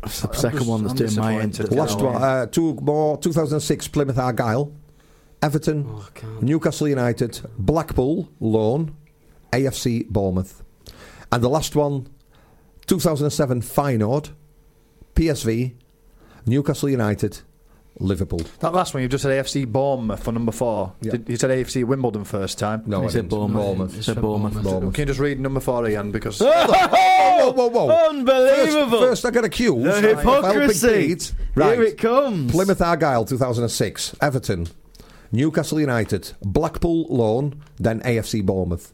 [SPEAKER 4] That's the second one that's
[SPEAKER 3] I'm
[SPEAKER 4] doing my end.
[SPEAKER 3] disappointed.
[SPEAKER 2] Last
[SPEAKER 3] Yeah.
[SPEAKER 2] one, uh, two more. 2006, Plymouth Argyle, Everton,
[SPEAKER 5] Oh, I can't.
[SPEAKER 2] Newcastle United, Blackpool, loan, AFC Bournemouth, and the last one, 2007 Feyenoord, PSV, Newcastle United, Liverpool.
[SPEAKER 3] That last one, you just said AFC Bournemouth for number four.
[SPEAKER 2] Yeah.
[SPEAKER 3] Did, you said AFC Wimbledon first time.
[SPEAKER 2] No,
[SPEAKER 4] He
[SPEAKER 2] I
[SPEAKER 4] said
[SPEAKER 2] didn't.
[SPEAKER 4] Bournemouth.
[SPEAKER 5] It's
[SPEAKER 4] He said
[SPEAKER 5] from
[SPEAKER 4] Bournemouth.
[SPEAKER 5] Bournemouth.
[SPEAKER 3] Can you just read number four again? Because
[SPEAKER 2] Whoa, whoa, whoa!
[SPEAKER 4] Unbelievable!
[SPEAKER 2] First, first I got accused.
[SPEAKER 4] the
[SPEAKER 2] of helping
[SPEAKER 4] hypocrisy!
[SPEAKER 2] Pete. Right.
[SPEAKER 4] Here it comes!
[SPEAKER 2] Plymouth Argyle 2006, Everton, Newcastle United, Blackpool loan, then AFC Bournemouth.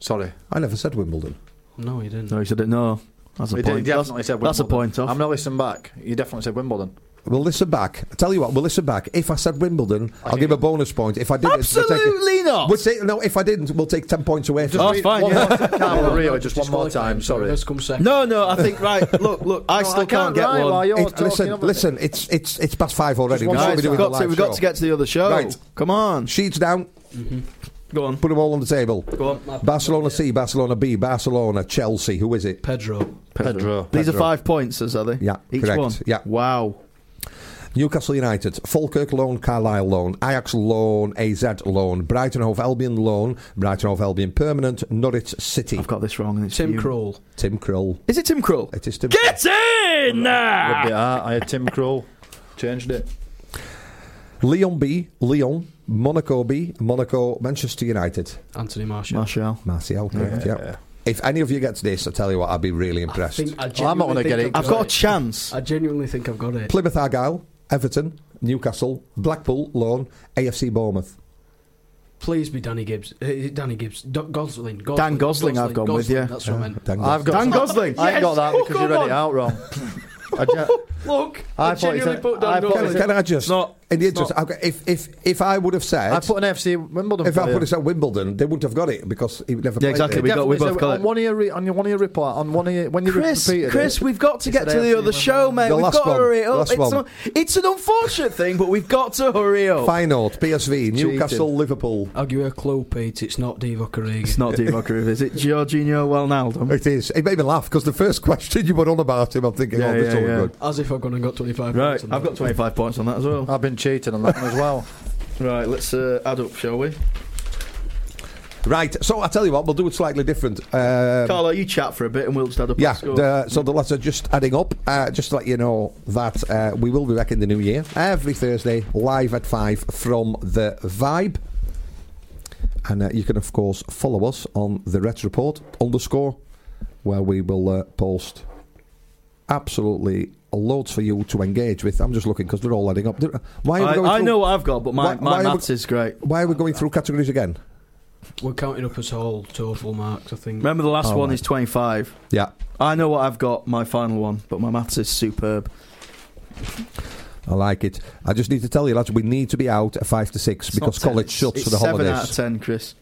[SPEAKER 3] sorry,
[SPEAKER 2] I never said Wimbledon.
[SPEAKER 5] No, you didn't.
[SPEAKER 4] No, he said it. No. That's a
[SPEAKER 3] you
[SPEAKER 4] point.
[SPEAKER 3] did- definitely
[SPEAKER 4] that's,
[SPEAKER 3] said Wimbledon.
[SPEAKER 4] that's a point off.
[SPEAKER 3] I'm not listening back. You definitely said Wimbledon.
[SPEAKER 2] We'll listen back. I tell you what, we'll listen back. If I said Wimbledon, I will give a bonus point. If I didn't, we'll take
[SPEAKER 4] Absolutely
[SPEAKER 2] it.
[SPEAKER 4] not.
[SPEAKER 2] We'll take, no, if I didn't, we'll take ten points away. From
[SPEAKER 4] Oh,
[SPEAKER 2] it.
[SPEAKER 4] it's fine,
[SPEAKER 3] One
[SPEAKER 4] yeah.
[SPEAKER 3] more time, no, really, just one more
[SPEAKER 5] Disqualifying,
[SPEAKER 3] time. Sorry.
[SPEAKER 5] Let's come second.
[SPEAKER 4] No, no, I think, right, look, look, I
[SPEAKER 3] No,
[SPEAKER 4] still can't, get
[SPEAKER 3] rhyme
[SPEAKER 4] one.
[SPEAKER 3] while you're
[SPEAKER 2] It-
[SPEAKER 3] talking
[SPEAKER 2] listen,
[SPEAKER 3] over me.
[SPEAKER 2] listen. It's it's it's past five already.
[SPEAKER 3] Just one
[SPEAKER 2] we
[SPEAKER 3] more
[SPEAKER 2] should be
[SPEAKER 3] time.
[SPEAKER 4] Guys,
[SPEAKER 2] doing
[SPEAKER 4] we've
[SPEAKER 2] a
[SPEAKER 4] got, to,
[SPEAKER 2] live
[SPEAKER 4] we've got
[SPEAKER 2] show.
[SPEAKER 4] to get to the other show.
[SPEAKER 2] Right.
[SPEAKER 4] Come on.
[SPEAKER 2] Sheets down.
[SPEAKER 4] Go on.
[SPEAKER 2] Put them all on the table.
[SPEAKER 4] Go on.
[SPEAKER 2] Barcelona C, Barcelona B, Barcelona, Chelsea. Who is it?
[SPEAKER 5] Pedro.
[SPEAKER 3] Pedro.
[SPEAKER 4] These are
[SPEAKER 2] Pedro.
[SPEAKER 4] five points, are they?
[SPEAKER 2] Yeah,
[SPEAKER 4] Each
[SPEAKER 2] correct.
[SPEAKER 4] one?
[SPEAKER 2] Yeah.
[SPEAKER 4] Wow.
[SPEAKER 2] Newcastle United, Falkirk loan, Carlisle loan, Ajax loan, AZ loan, Brighton Hove Albion loan, Brighton Hove Albion permanent, Norwich City.
[SPEAKER 4] I've got this wrong. And it's
[SPEAKER 5] Tim
[SPEAKER 4] you.
[SPEAKER 5] Krul.
[SPEAKER 2] Tim Krull.
[SPEAKER 4] Is it Tim Krull?
[SPEAKER 2] It is Tim.
[SPEAKER 4] Get in!
[SPEAKER 3] Would be that. Ah, I had Tim Krul. Changed it.
[SPEAKER 2] Lyon B, Lyon, Monaco B, Monaco, Manchester United,
[SPEAKER 5] Anthony Marshall.
[SPEAKER 4] Martial.
[SPEAKER 2] Martial. correct, Yeah. If any of you get to this, I tell you what, I'd be really
[SPEAKER 5] I
[SPEAKER 2] impressed.
[SPEAKER 5] think, I
[SPEAKER 3] Well, I'm not gonna
[SPEAKER 5] genuinely think
[SPEAKER 3] get it.
[SPEAKER 4] I've got a chance.
[SPEAKER 5] I genuinely think I've got it.
[SPEAKER 2] Plymouth Argyle, Everton, Newcastle, Blackpool, Lawn, AFC Bournemouth.
[SPEAKER 5] Please be Danny Gibbs. Eh, Danny Gibbs. Do- Gosling, Gosling.
[SPEAKER 4] Dan Gosling, I've gone with,
[SPEAKER 5] Gosling,
[SPEAKER 4] yeah.
[SPEAKER 5] That's what I meant.
[SPEAKER 2] Dang
[SPEAKER 3] I've got
[SPEAKER 4] Dan Gosling.
[SPEAKER 3] I ain't got
[SPEAKER 4] Yes.
[SPEAKER 3] that
[SPEAKER 4] Oh,
[SPEAKER 3] because you
[SPEAKER 4] come
[SPEAKER 3] read it
[SPEAKER 4] on.
[SPEAKER 3] out wrong. I ju-
[SPEAKER 5] Look,
[SPEAKER 3] I
[SPEAKER 5] I,
[SPEAKER 3] thought you
[SPEAKER 5] genuinely
[SPEAKER 3] said-
[SPEAKER 5] put
[SPEAKER 3] I thought you
[SPEAKER 5] Dan
[SPEAKER 2] Can,
[SPEAKER 5] Gosling.
[SPEAKER 3] said-
[SPEAKER 2] can I just?
[SPEAKER 4] not-
[SPEAKER 2] in the
[SPEAKER 4] it's
[SPEAKER 2] interest, okay, if if if I would have said,
[SPEAKER 3] I put an FC Wimbledon.
[SPEAKER 2] if I
[SPEAKER 3] player.
[SPEAKER 2] put it at Wimbledon, they wouldn't have got it because he never.
[SPEAKER 4] Yeah,
[SPEAKER 2] played
[SPEAKER 4] exactly.
[SPEAKER 2] there.
[SPEAKER 4] We got, we
[SPEAKER 3] Definitely
[SPEAKER 4] both
[SPEAKER 3] said
[SPEAKER 4] got
[SPEAKER 3] on
[SPEAKER 4] it.
[SPEAKER 3] one of your re- on your one of your report on one of your, when you re-
[SPEAKER 4] Chris,
[SPEAKER 3] repeated
[SPEAKER 4] Chris,
[SPEAKER 3] it,
[SPEAKER 4] we've got to
[SPEAKER 3] it's
[SPEAKER 4] get
[SPEAKER 3] an
[SPEAKER 4] to
[SPEAKER 3] AFC
[SPEAKER 4] the other
[SPEAKER 3] Wimbledon.
[SPEAKER 4] show, mate.
[SPEAKER 2] The
[SPEAKER 4] we've
[SPEAKER 2] last
[SPEAKER 4] got
[SPEAKER 2] one.
[SPEAKER 4] to hurry
[SPEAKER 2] The
[SPEAKER 4] up.
[SPEAKER 2] last
[SPEAKER 4] It's,
[SPEAKER 2] one.
[SPEAKER 4] a- it's an unfortunate thing, but we've got to hurry up.
[SPEAKER 2] Feyenoord, PSV,
[SPEAKER 4] Cheating.
[SPEAKER 2] Newcastle, Liverpool.
[SPEAKER 5] I'll give you a clue, Pete. It's not Divock
[SPEAKER 4] It's
[SPEAKER 5] Origi.
[SPEAKER 4] not Divock Origi, is it? Jorginho Wijnaldum.
[SPEAKER 2] It is. It made me laugh because the first question you were on about him, I'm thinking,
[SPEAKER 4] Yeah,
[SPEAKER 2] oh, this
[SPEAKER 4] yeah,
[SPEAKER 2] all
[SPEAKER 4] yeah.
[SPEAKER 2] good.
[SPEAKER 5] As if I've gone and got 25
[SPEAKER 4] Right,
[SPEAKER 5] points on
[SPEAKER 4] I've
[SPEAKER 5] that.
[SPEAKER 4] got 25 points on that as well.
[SPEAKER 3] I've been cheating on that one as well.
[SPEAKER 4] Right, let's uh, add up, shall we?
[SPEAKER 2] Right. So I tell you what, we'll do it slightly different. Um,
[SPEAKER 4] Carlo, you chat for a bit and we'll just add up.
[SPEAKER 2] Yeah,
[SPEAKER 4] the scores.
[SPEAKER 2] the, so the lads are just adding up. Uh, just to let you know that uh, we will be back in the new year every Thursday, live at 5 from The Vibe. And uh, you can, of course, follow us on The Ret Report underscore, where we will uh, post absolutely loads for you to engage with. I'm just looking because they're all adding up. They're- Why are we
[SPEAKER 4] I,
[SPEAKER 2] going
[SPEAKER 4] I
[SPEAKER 2] through-
[SPEAKER 4] know what I've got, but my,
[SPEAKER 2] Why-
[SPEAKER 4] my
[SPEAKER 2] why are we-
[SPEAKER 4] maths is great.
[SPEAKER 2] Why are we going through categories again?
[SPEAKER 5] We're counting up as whole total marks, I think.
[SPEAKER 4] Remember, the last
[SPEAKER 2] Oh,
[SPEAKER 4] one
[SPEAKER 2] right.
[SPEAKER 4] is 25.
[SPEAKER 2] Yeah.
[SPEAKER 4] I know what I've got, my final one, but my maths is superb.
[SPEAKER 2] I like it. I just need to tell you, lads, we need to be out at five to six
[SPEAKER 4] It's not
[SPEAKER 2] because
[SPEAKER 4] 10,
[SPEAKER 2] college
[SPEAKER 4] it's-
[SPEAKER 2] shuts
[SPEAKER 4] it's
[SPEAKER 2] for the
[SPEAKER 4] 7
[SPEAKER 2] holidays.
[SPEAKER 4] out of 10, Chris.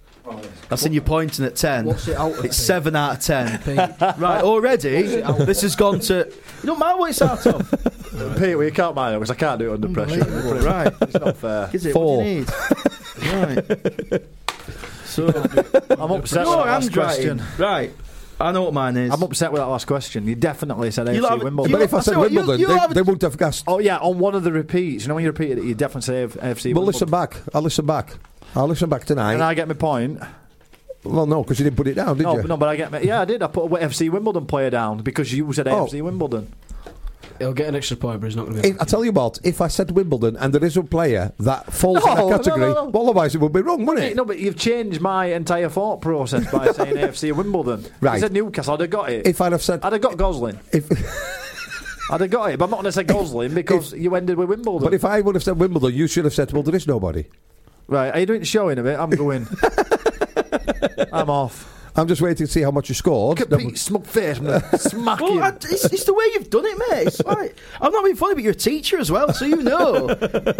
[SPEAKER 4] I've seen you pointing at 10.
[SPEAKER 5] What's it out of?
[SPEAKER 4] It's
[SPEAKER 5] Pete?
[SPEAKER 4] 7 out of 10.
[SPEAKER 5] Pete,
[SPEAKER 4] Right, already, this has gone to. You don't mind what it's out of.
[SPEAKER 3] Pete, well, you can't mind it because I can't do it under pressure.
[SPEAKER 4] right.
[SPEAKER 3] It's not fair.
[SPEAKER 4] Is it?
[SPEAKER 2] Four.
[SPEAKER 4] What do you need? right. So,
[SPEAKER 3] I'm upset with
[SPEAKER 4] your
[SPEAKER 3] that last
[SPEAKER 4] handwriting.
[SPEAKER 3] question.
[SPEAKER 4] Right. I know what mine is.
[SPEAKER 3] I'm upset with that last question. You definitely said
[SPEAKER 4] You'll
[SPEAKER 3] AFC
[SPEAKER 4] have-
[SPEAKER 3] Wimbledon.
[SPEAKER 2] But
[SPEAKER 4] You-
[SPEAKER 2] if I
[SPEAKER 4] I tell
[SPEAKER 2] said
[SPEAKER 4] you what, you-
[SPEAKER 2] Wimbledon,
[SPEAKER 4] you
[SPEAKER 2] they,
[SPEAKER 4] have-
[SPEAKER 2] they wouldn't have guessed.
[SPEAKER 3] Oh yeah, on one of the repeats. You know when you repeated it, you definitely say AFC.
[SPEAKER 2] Well,
[SPEAKER 3] Wimbledon.
[SPEAKER 2] listen back. I'll listen back. I'll listen back tonight.
[SPEAKER 3] And I get my point.
[SPEAKER 2] well, no, because you didn't put it down, did
[SPEAKER 3] No,
[SPEAKER 2] you?
[SPEAKER 3] no, but I get my. Yeah, I did. I put a FC Wimbledon player down because you said
[SPEAKER 2] Oh.
[SPEAKER 3] AFC Wimbledon.
[SPEAKER 5] He'll get an extra point, but he's not going to
[SPEAKER 2] If,
[SPEAKER 5] get
[SPEAKER 2] I tell you what, if I said Wimbledon and there is a player that falls in
[SPEAKER 3] No,
[SPEAKER 2] that
[SPEAKER 3] no,
[SPEAKER 2] category,
[SPEAKER 3] no, no.
[SPEAKER 2] well, otherwise it would be wrong, wouldn't it?
[SPEAKER 3] No, but you've changed my entire thought process by saying AFC Wimbledon.
[SPEAKER 2] Right.
[SPEAKER 3] You said Newcastle. I'd have got it.
[SPEAKER 2] If I'd have said,
[SPEAKER 3] I'd have got Gosling.
[SPEAKER 2] if,
[SPEAKER 3] I'd have got it, but I'm not going to say Gosling because you ended with Wimbledon.
[SPEAKER 2] but if I would have said Wimbledon, you should have said, well, there is nobody.
[SPEAKER 3] right, are you doing the show in a bit? I'm going. I'm off.
[SPEAKER 2] I'm just waiting to see how much you scored.
[SPEAKER 3] Look at
[SPEAKER 2] Then
[SPEAKER 3] Pete, smug face, man. Smack
[SPEAKER 4] Well, I,
[SPEAKER 3] him.
[SPEAKER 4] it's, it's the way you've done it, mate. It's like, I'm not being funny, but you're a teacher as well, so you know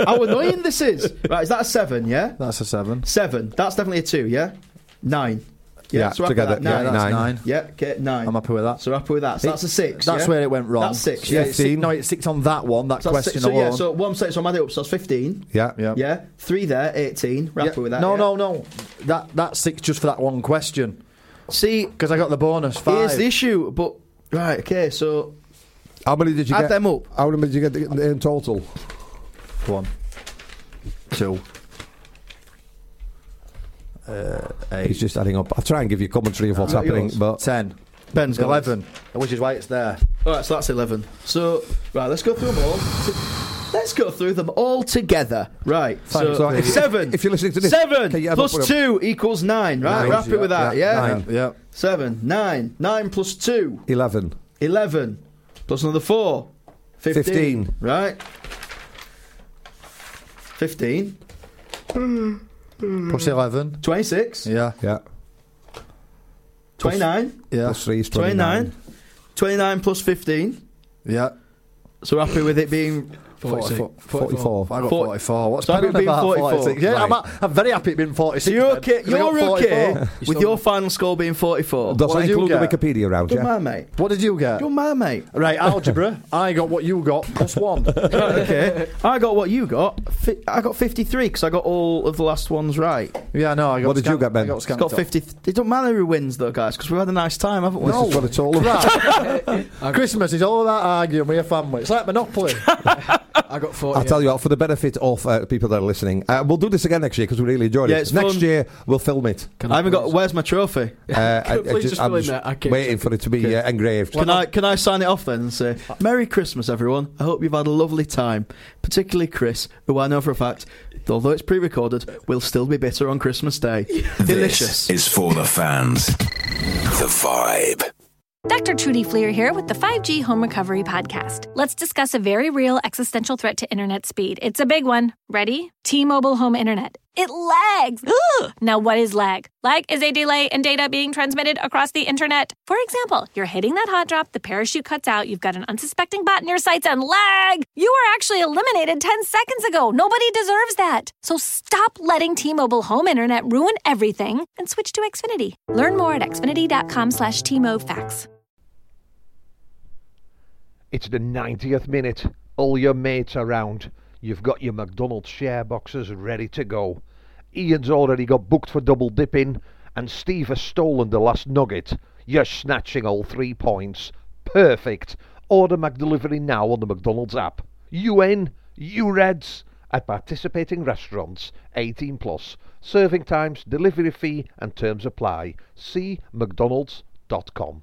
[SPEAKER 4] how annoying this is. Right, is that a seven? Yeah,
[SPEAKER 3] That's a seven.
[SPEAKER 4] seven. That's definitely a two. Yeah, nine.
[SPEAKER 2] Yeah,
[SPEAKER 4] so happy
[SPEAKER 2] together,
[SPEAKER 4] with that.
[SPEAKER 2] yeah,
[SPEAKER 4] Nine.
[SPEAKER 3] That's
[SPEAKER 2] nine.
[SPEAKER 3] nine.
[SPEAKER 4] Yeah, okay, nine.
[SPEAKER 3] I'm happy with that.
[SPEAKER 4] So happy with that. So that's a six.
[SPEAKER 3] That's
[SPEAKER 4] yeah?
[SPEAKER 3] where it went wrong.
[SPEAKER 4] That's six.
[SPEAKER 3] Yeah,
[SPEAKER 4] Yeah,
[SPEAKER 3] it's
[SPEAKER 4] six.
[SPEAKER 3] six, no, it's six on that one. That
[SPEAKER 4] So, that's
[SPEAKER 3] question
[SPEAKER 4] six. so yeah,
[SPEAKER 3] alone.
[SPEAKER 4] so one six. So I'm adding up. So that's fifteen.
[SPEAKER 2] Yeah.
[SPEAKER 3] yeah.
[SPEAKER 4] Yeah, three there, eighteen. We're
[SPEAKER 3] Yeah.
[SPEAKER 4] happy with that.
[SPEAKER 3] No,
[SPEAKER 4] yeah.
[SPEAKER 3] no, no. That that's six just for that one question
[SPEAKER 4] See,
[SPEAKER 3] because I got the bonus five.
[SPEAKER 4] here's the issue. But right, okay. So
[SPEAKER 2] How many did you
[SPEAKER 4] Add
[SPEAKER 2] get?
[SPEAKER 4] them up.
[SPEAKER 2] How many did you get in total?
[SPEAKER 3] one, two, uh,
[SPEAKER 2] He's
[SPEAKER 3] eight,
[SPEAKER 2] just adding up. I'll try and give you commentary of what's
[SPEAKER 4] Not
[SPEAKER 2] happening,
[SPEAKER 4] Uh, yours.
[SPEAKER 2] but
[SPEAKER 3] ten,
[SPEAKER 4] Ben's got
[SPEAKER 3] eleven. Which is why it's there.
[SPEAKER 4] All right, so that's 11. So, right, let's go through them all. Let's go through them all together. Right, so,
[SPEAKER 2] So if-
[SPEAKER 4] seven.
[SPEAKER 2] if you're listening to this,
[SPEAKER 4] seven
[SPEAKER 2] can you have
[SPEAKER 4] plus
[SPEAKER 2] up with a-
[SPEAKER 4] two equals nine, right?
[SPEAKER 2] Nine,
[SPEAKER 4] We're happy
[SPEAKER 2] yeah,
[SPEAKER 4] with that,
[SPEAKER 2] yeah,
[SPEAKER 4] yeah?
[SPEAKER 2] nine.
[SPEAKER 3] Yeah.
[SPEAKER 4] Seven, nine, nine plus two,
[SPEAKER 2] 11.
[SPEAKER 4] 11, plus another four, 15,
[SPEAKER 2] Fifteen.
[SPEAKER 4] right? 15,
[SPEAKER 3] Plus eleven.
[SPEAKER 4] 26,
[SPEAKER 3] Yeah.
[SPEAKER 2] Yeah.
[SPEAKER 4] 29,
[SPEAKER 3] Yeah.
[SPEAKER 2] Plus 3 is 29.
[SPEAKER 4] 29, 29 plus 15.
[SPEAKER 3] Yeah.
[SPEAKER 4] So we're happy with it being
[SPEAKER 5] 46.
[SPEAKER 2] 44.
[SPEAKER 3] I got
[SPEAKER 4] Forty-
[SPEAKER 3] forty-four. What's
[SPEAKER 4] So I
[SPEAKER 3] been
[SPEAKER 4] got being 44.
[SPEAKER 3] Yeah,
[SPEAKER 2] Right.
[SPEAKER 3] I'm, a- I'm very happy it being
[SPEAKER 4] So
[SPEAKER 3] forty-six.
[SPEAKER 4] you're
[SPEAKER 2] uh,
[SPEAKER 3] then,
[SPEAKER 4] okay.
[SPEAKER 3] 'cause I got
[SPEAKER 4] You're okay
[SPEAKER 3] 44.
[SPEAKER 4] with your final score being 44.
[SPEAKER 2] Does
[SPEAKER 3] What
[SPEAKER 2] that
[SPEAKER 3] did you
[SPEAKER 2] include the
[SPEAKER 3] get?
[SPEAKER 2] Wikipedia round,
[SPEAKER 4] Good
[SPEAKER 2] yeah?
[SPEAKER 4] man, mate.
[SPEAKER 3] What did you get?
[SPEAKER 4] Good man, mate.
[SPEAKER 3] Right, algebra. I got what you got plus one.
[SPEAKER 4] okay. I got what you got. Fi- I got 53 because I got all of the last ones right.
[SPEAKER 3] yeah, no, I got.
[SPEAKER 2] What did you
[SPEAKER 3] scan-
[SPEAKER 2] get, Ben?
[SPEAKER 3] I got,
[SPEAKER 4] It's
[SPEAKER 2] It's
[SPEAKER 3] scan
[SPEAKER 4] got
[SPEAKER 3] top.
[SPEAKER 4] 50. it don't matter who wins, though, guys, because we've had a nice time, haven't we?
[SPEAKER 2] This is what I told him.
[SPEAKER 3] Christmas is all that arguing with your family. It's like Monopoly.
[SPEAKER 5] I got
[SPEAKER 2] I'll
[SPEAKER 5] 40.
[SPEAKER 2] tell you what, for the benefit of uh, people that are listening, uh, we'll do this again next year because we really enjoyed
[SPEAKER 4] Yeah,
[SPEAKER 2] it.
[SPEAKER 4] it's
[SPEAKER 2] Next
[SPEAKER 4] fun.
[SPEAKER 2] year, we'll film it.
[SPEAKER 5] Can
[SPEAKER 4] I haven't got.
[SPEAKER 5] please-
[SPEAKER 4] Where's my trophy?
[SPEAKER 2] Uh, I,
[SPEAKER 5] Please just
[SPEAKER 2] am
[SPEAKER 5] fill in that. I can't-
[SPEAKER 2] waiting for it to be uh, engraved.
[SPEAKER 4] Can I can I sign it off then and say Merry Christmas, everyone? I hope you've had a lovely time, particularly Chris, who I know for a fact, although it's pre-recorded, will still be bitter on Christmas Day. Delicious.
[SPEAKER 1] This is for the fans. The vibe.
[SPEAKER 7] Dr. Trudy Fleer here with the 5G Home Recovery Podcast. Let's discuss a very real existential threat to internet speed. It's a big one. Ready? T Mobile Home Internet. It lags. Ugh. Now, what is lag? Lag is a delay in data being transmitted across the internet. For example, you're hitting that hot drop, the parachute cuts out, you've got an unsuspecting bot in your sights, and lag! You were actually eliminated 10 seconds ago. Nobody deserves that. So stop letting T-Mobile home internet ruin everything and switch to Xfinity. Learn more at xfinity.com slash T-MoFax.
[SPEAKER 8] It's the 90th minute. All your mates around. You've got your McDonald's share boxes ready to go. Ian's already got booked for double dipping, and Steve has stolen the last nugget. You're snatching all three points. Perfect. Order McDelivery now on the McDonald's app. UN, UREDS, at participating restaurants, 18 plus. Serving times, delivery fee, and terms apply. See McDonald's.com.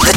[SPEAKER 9] The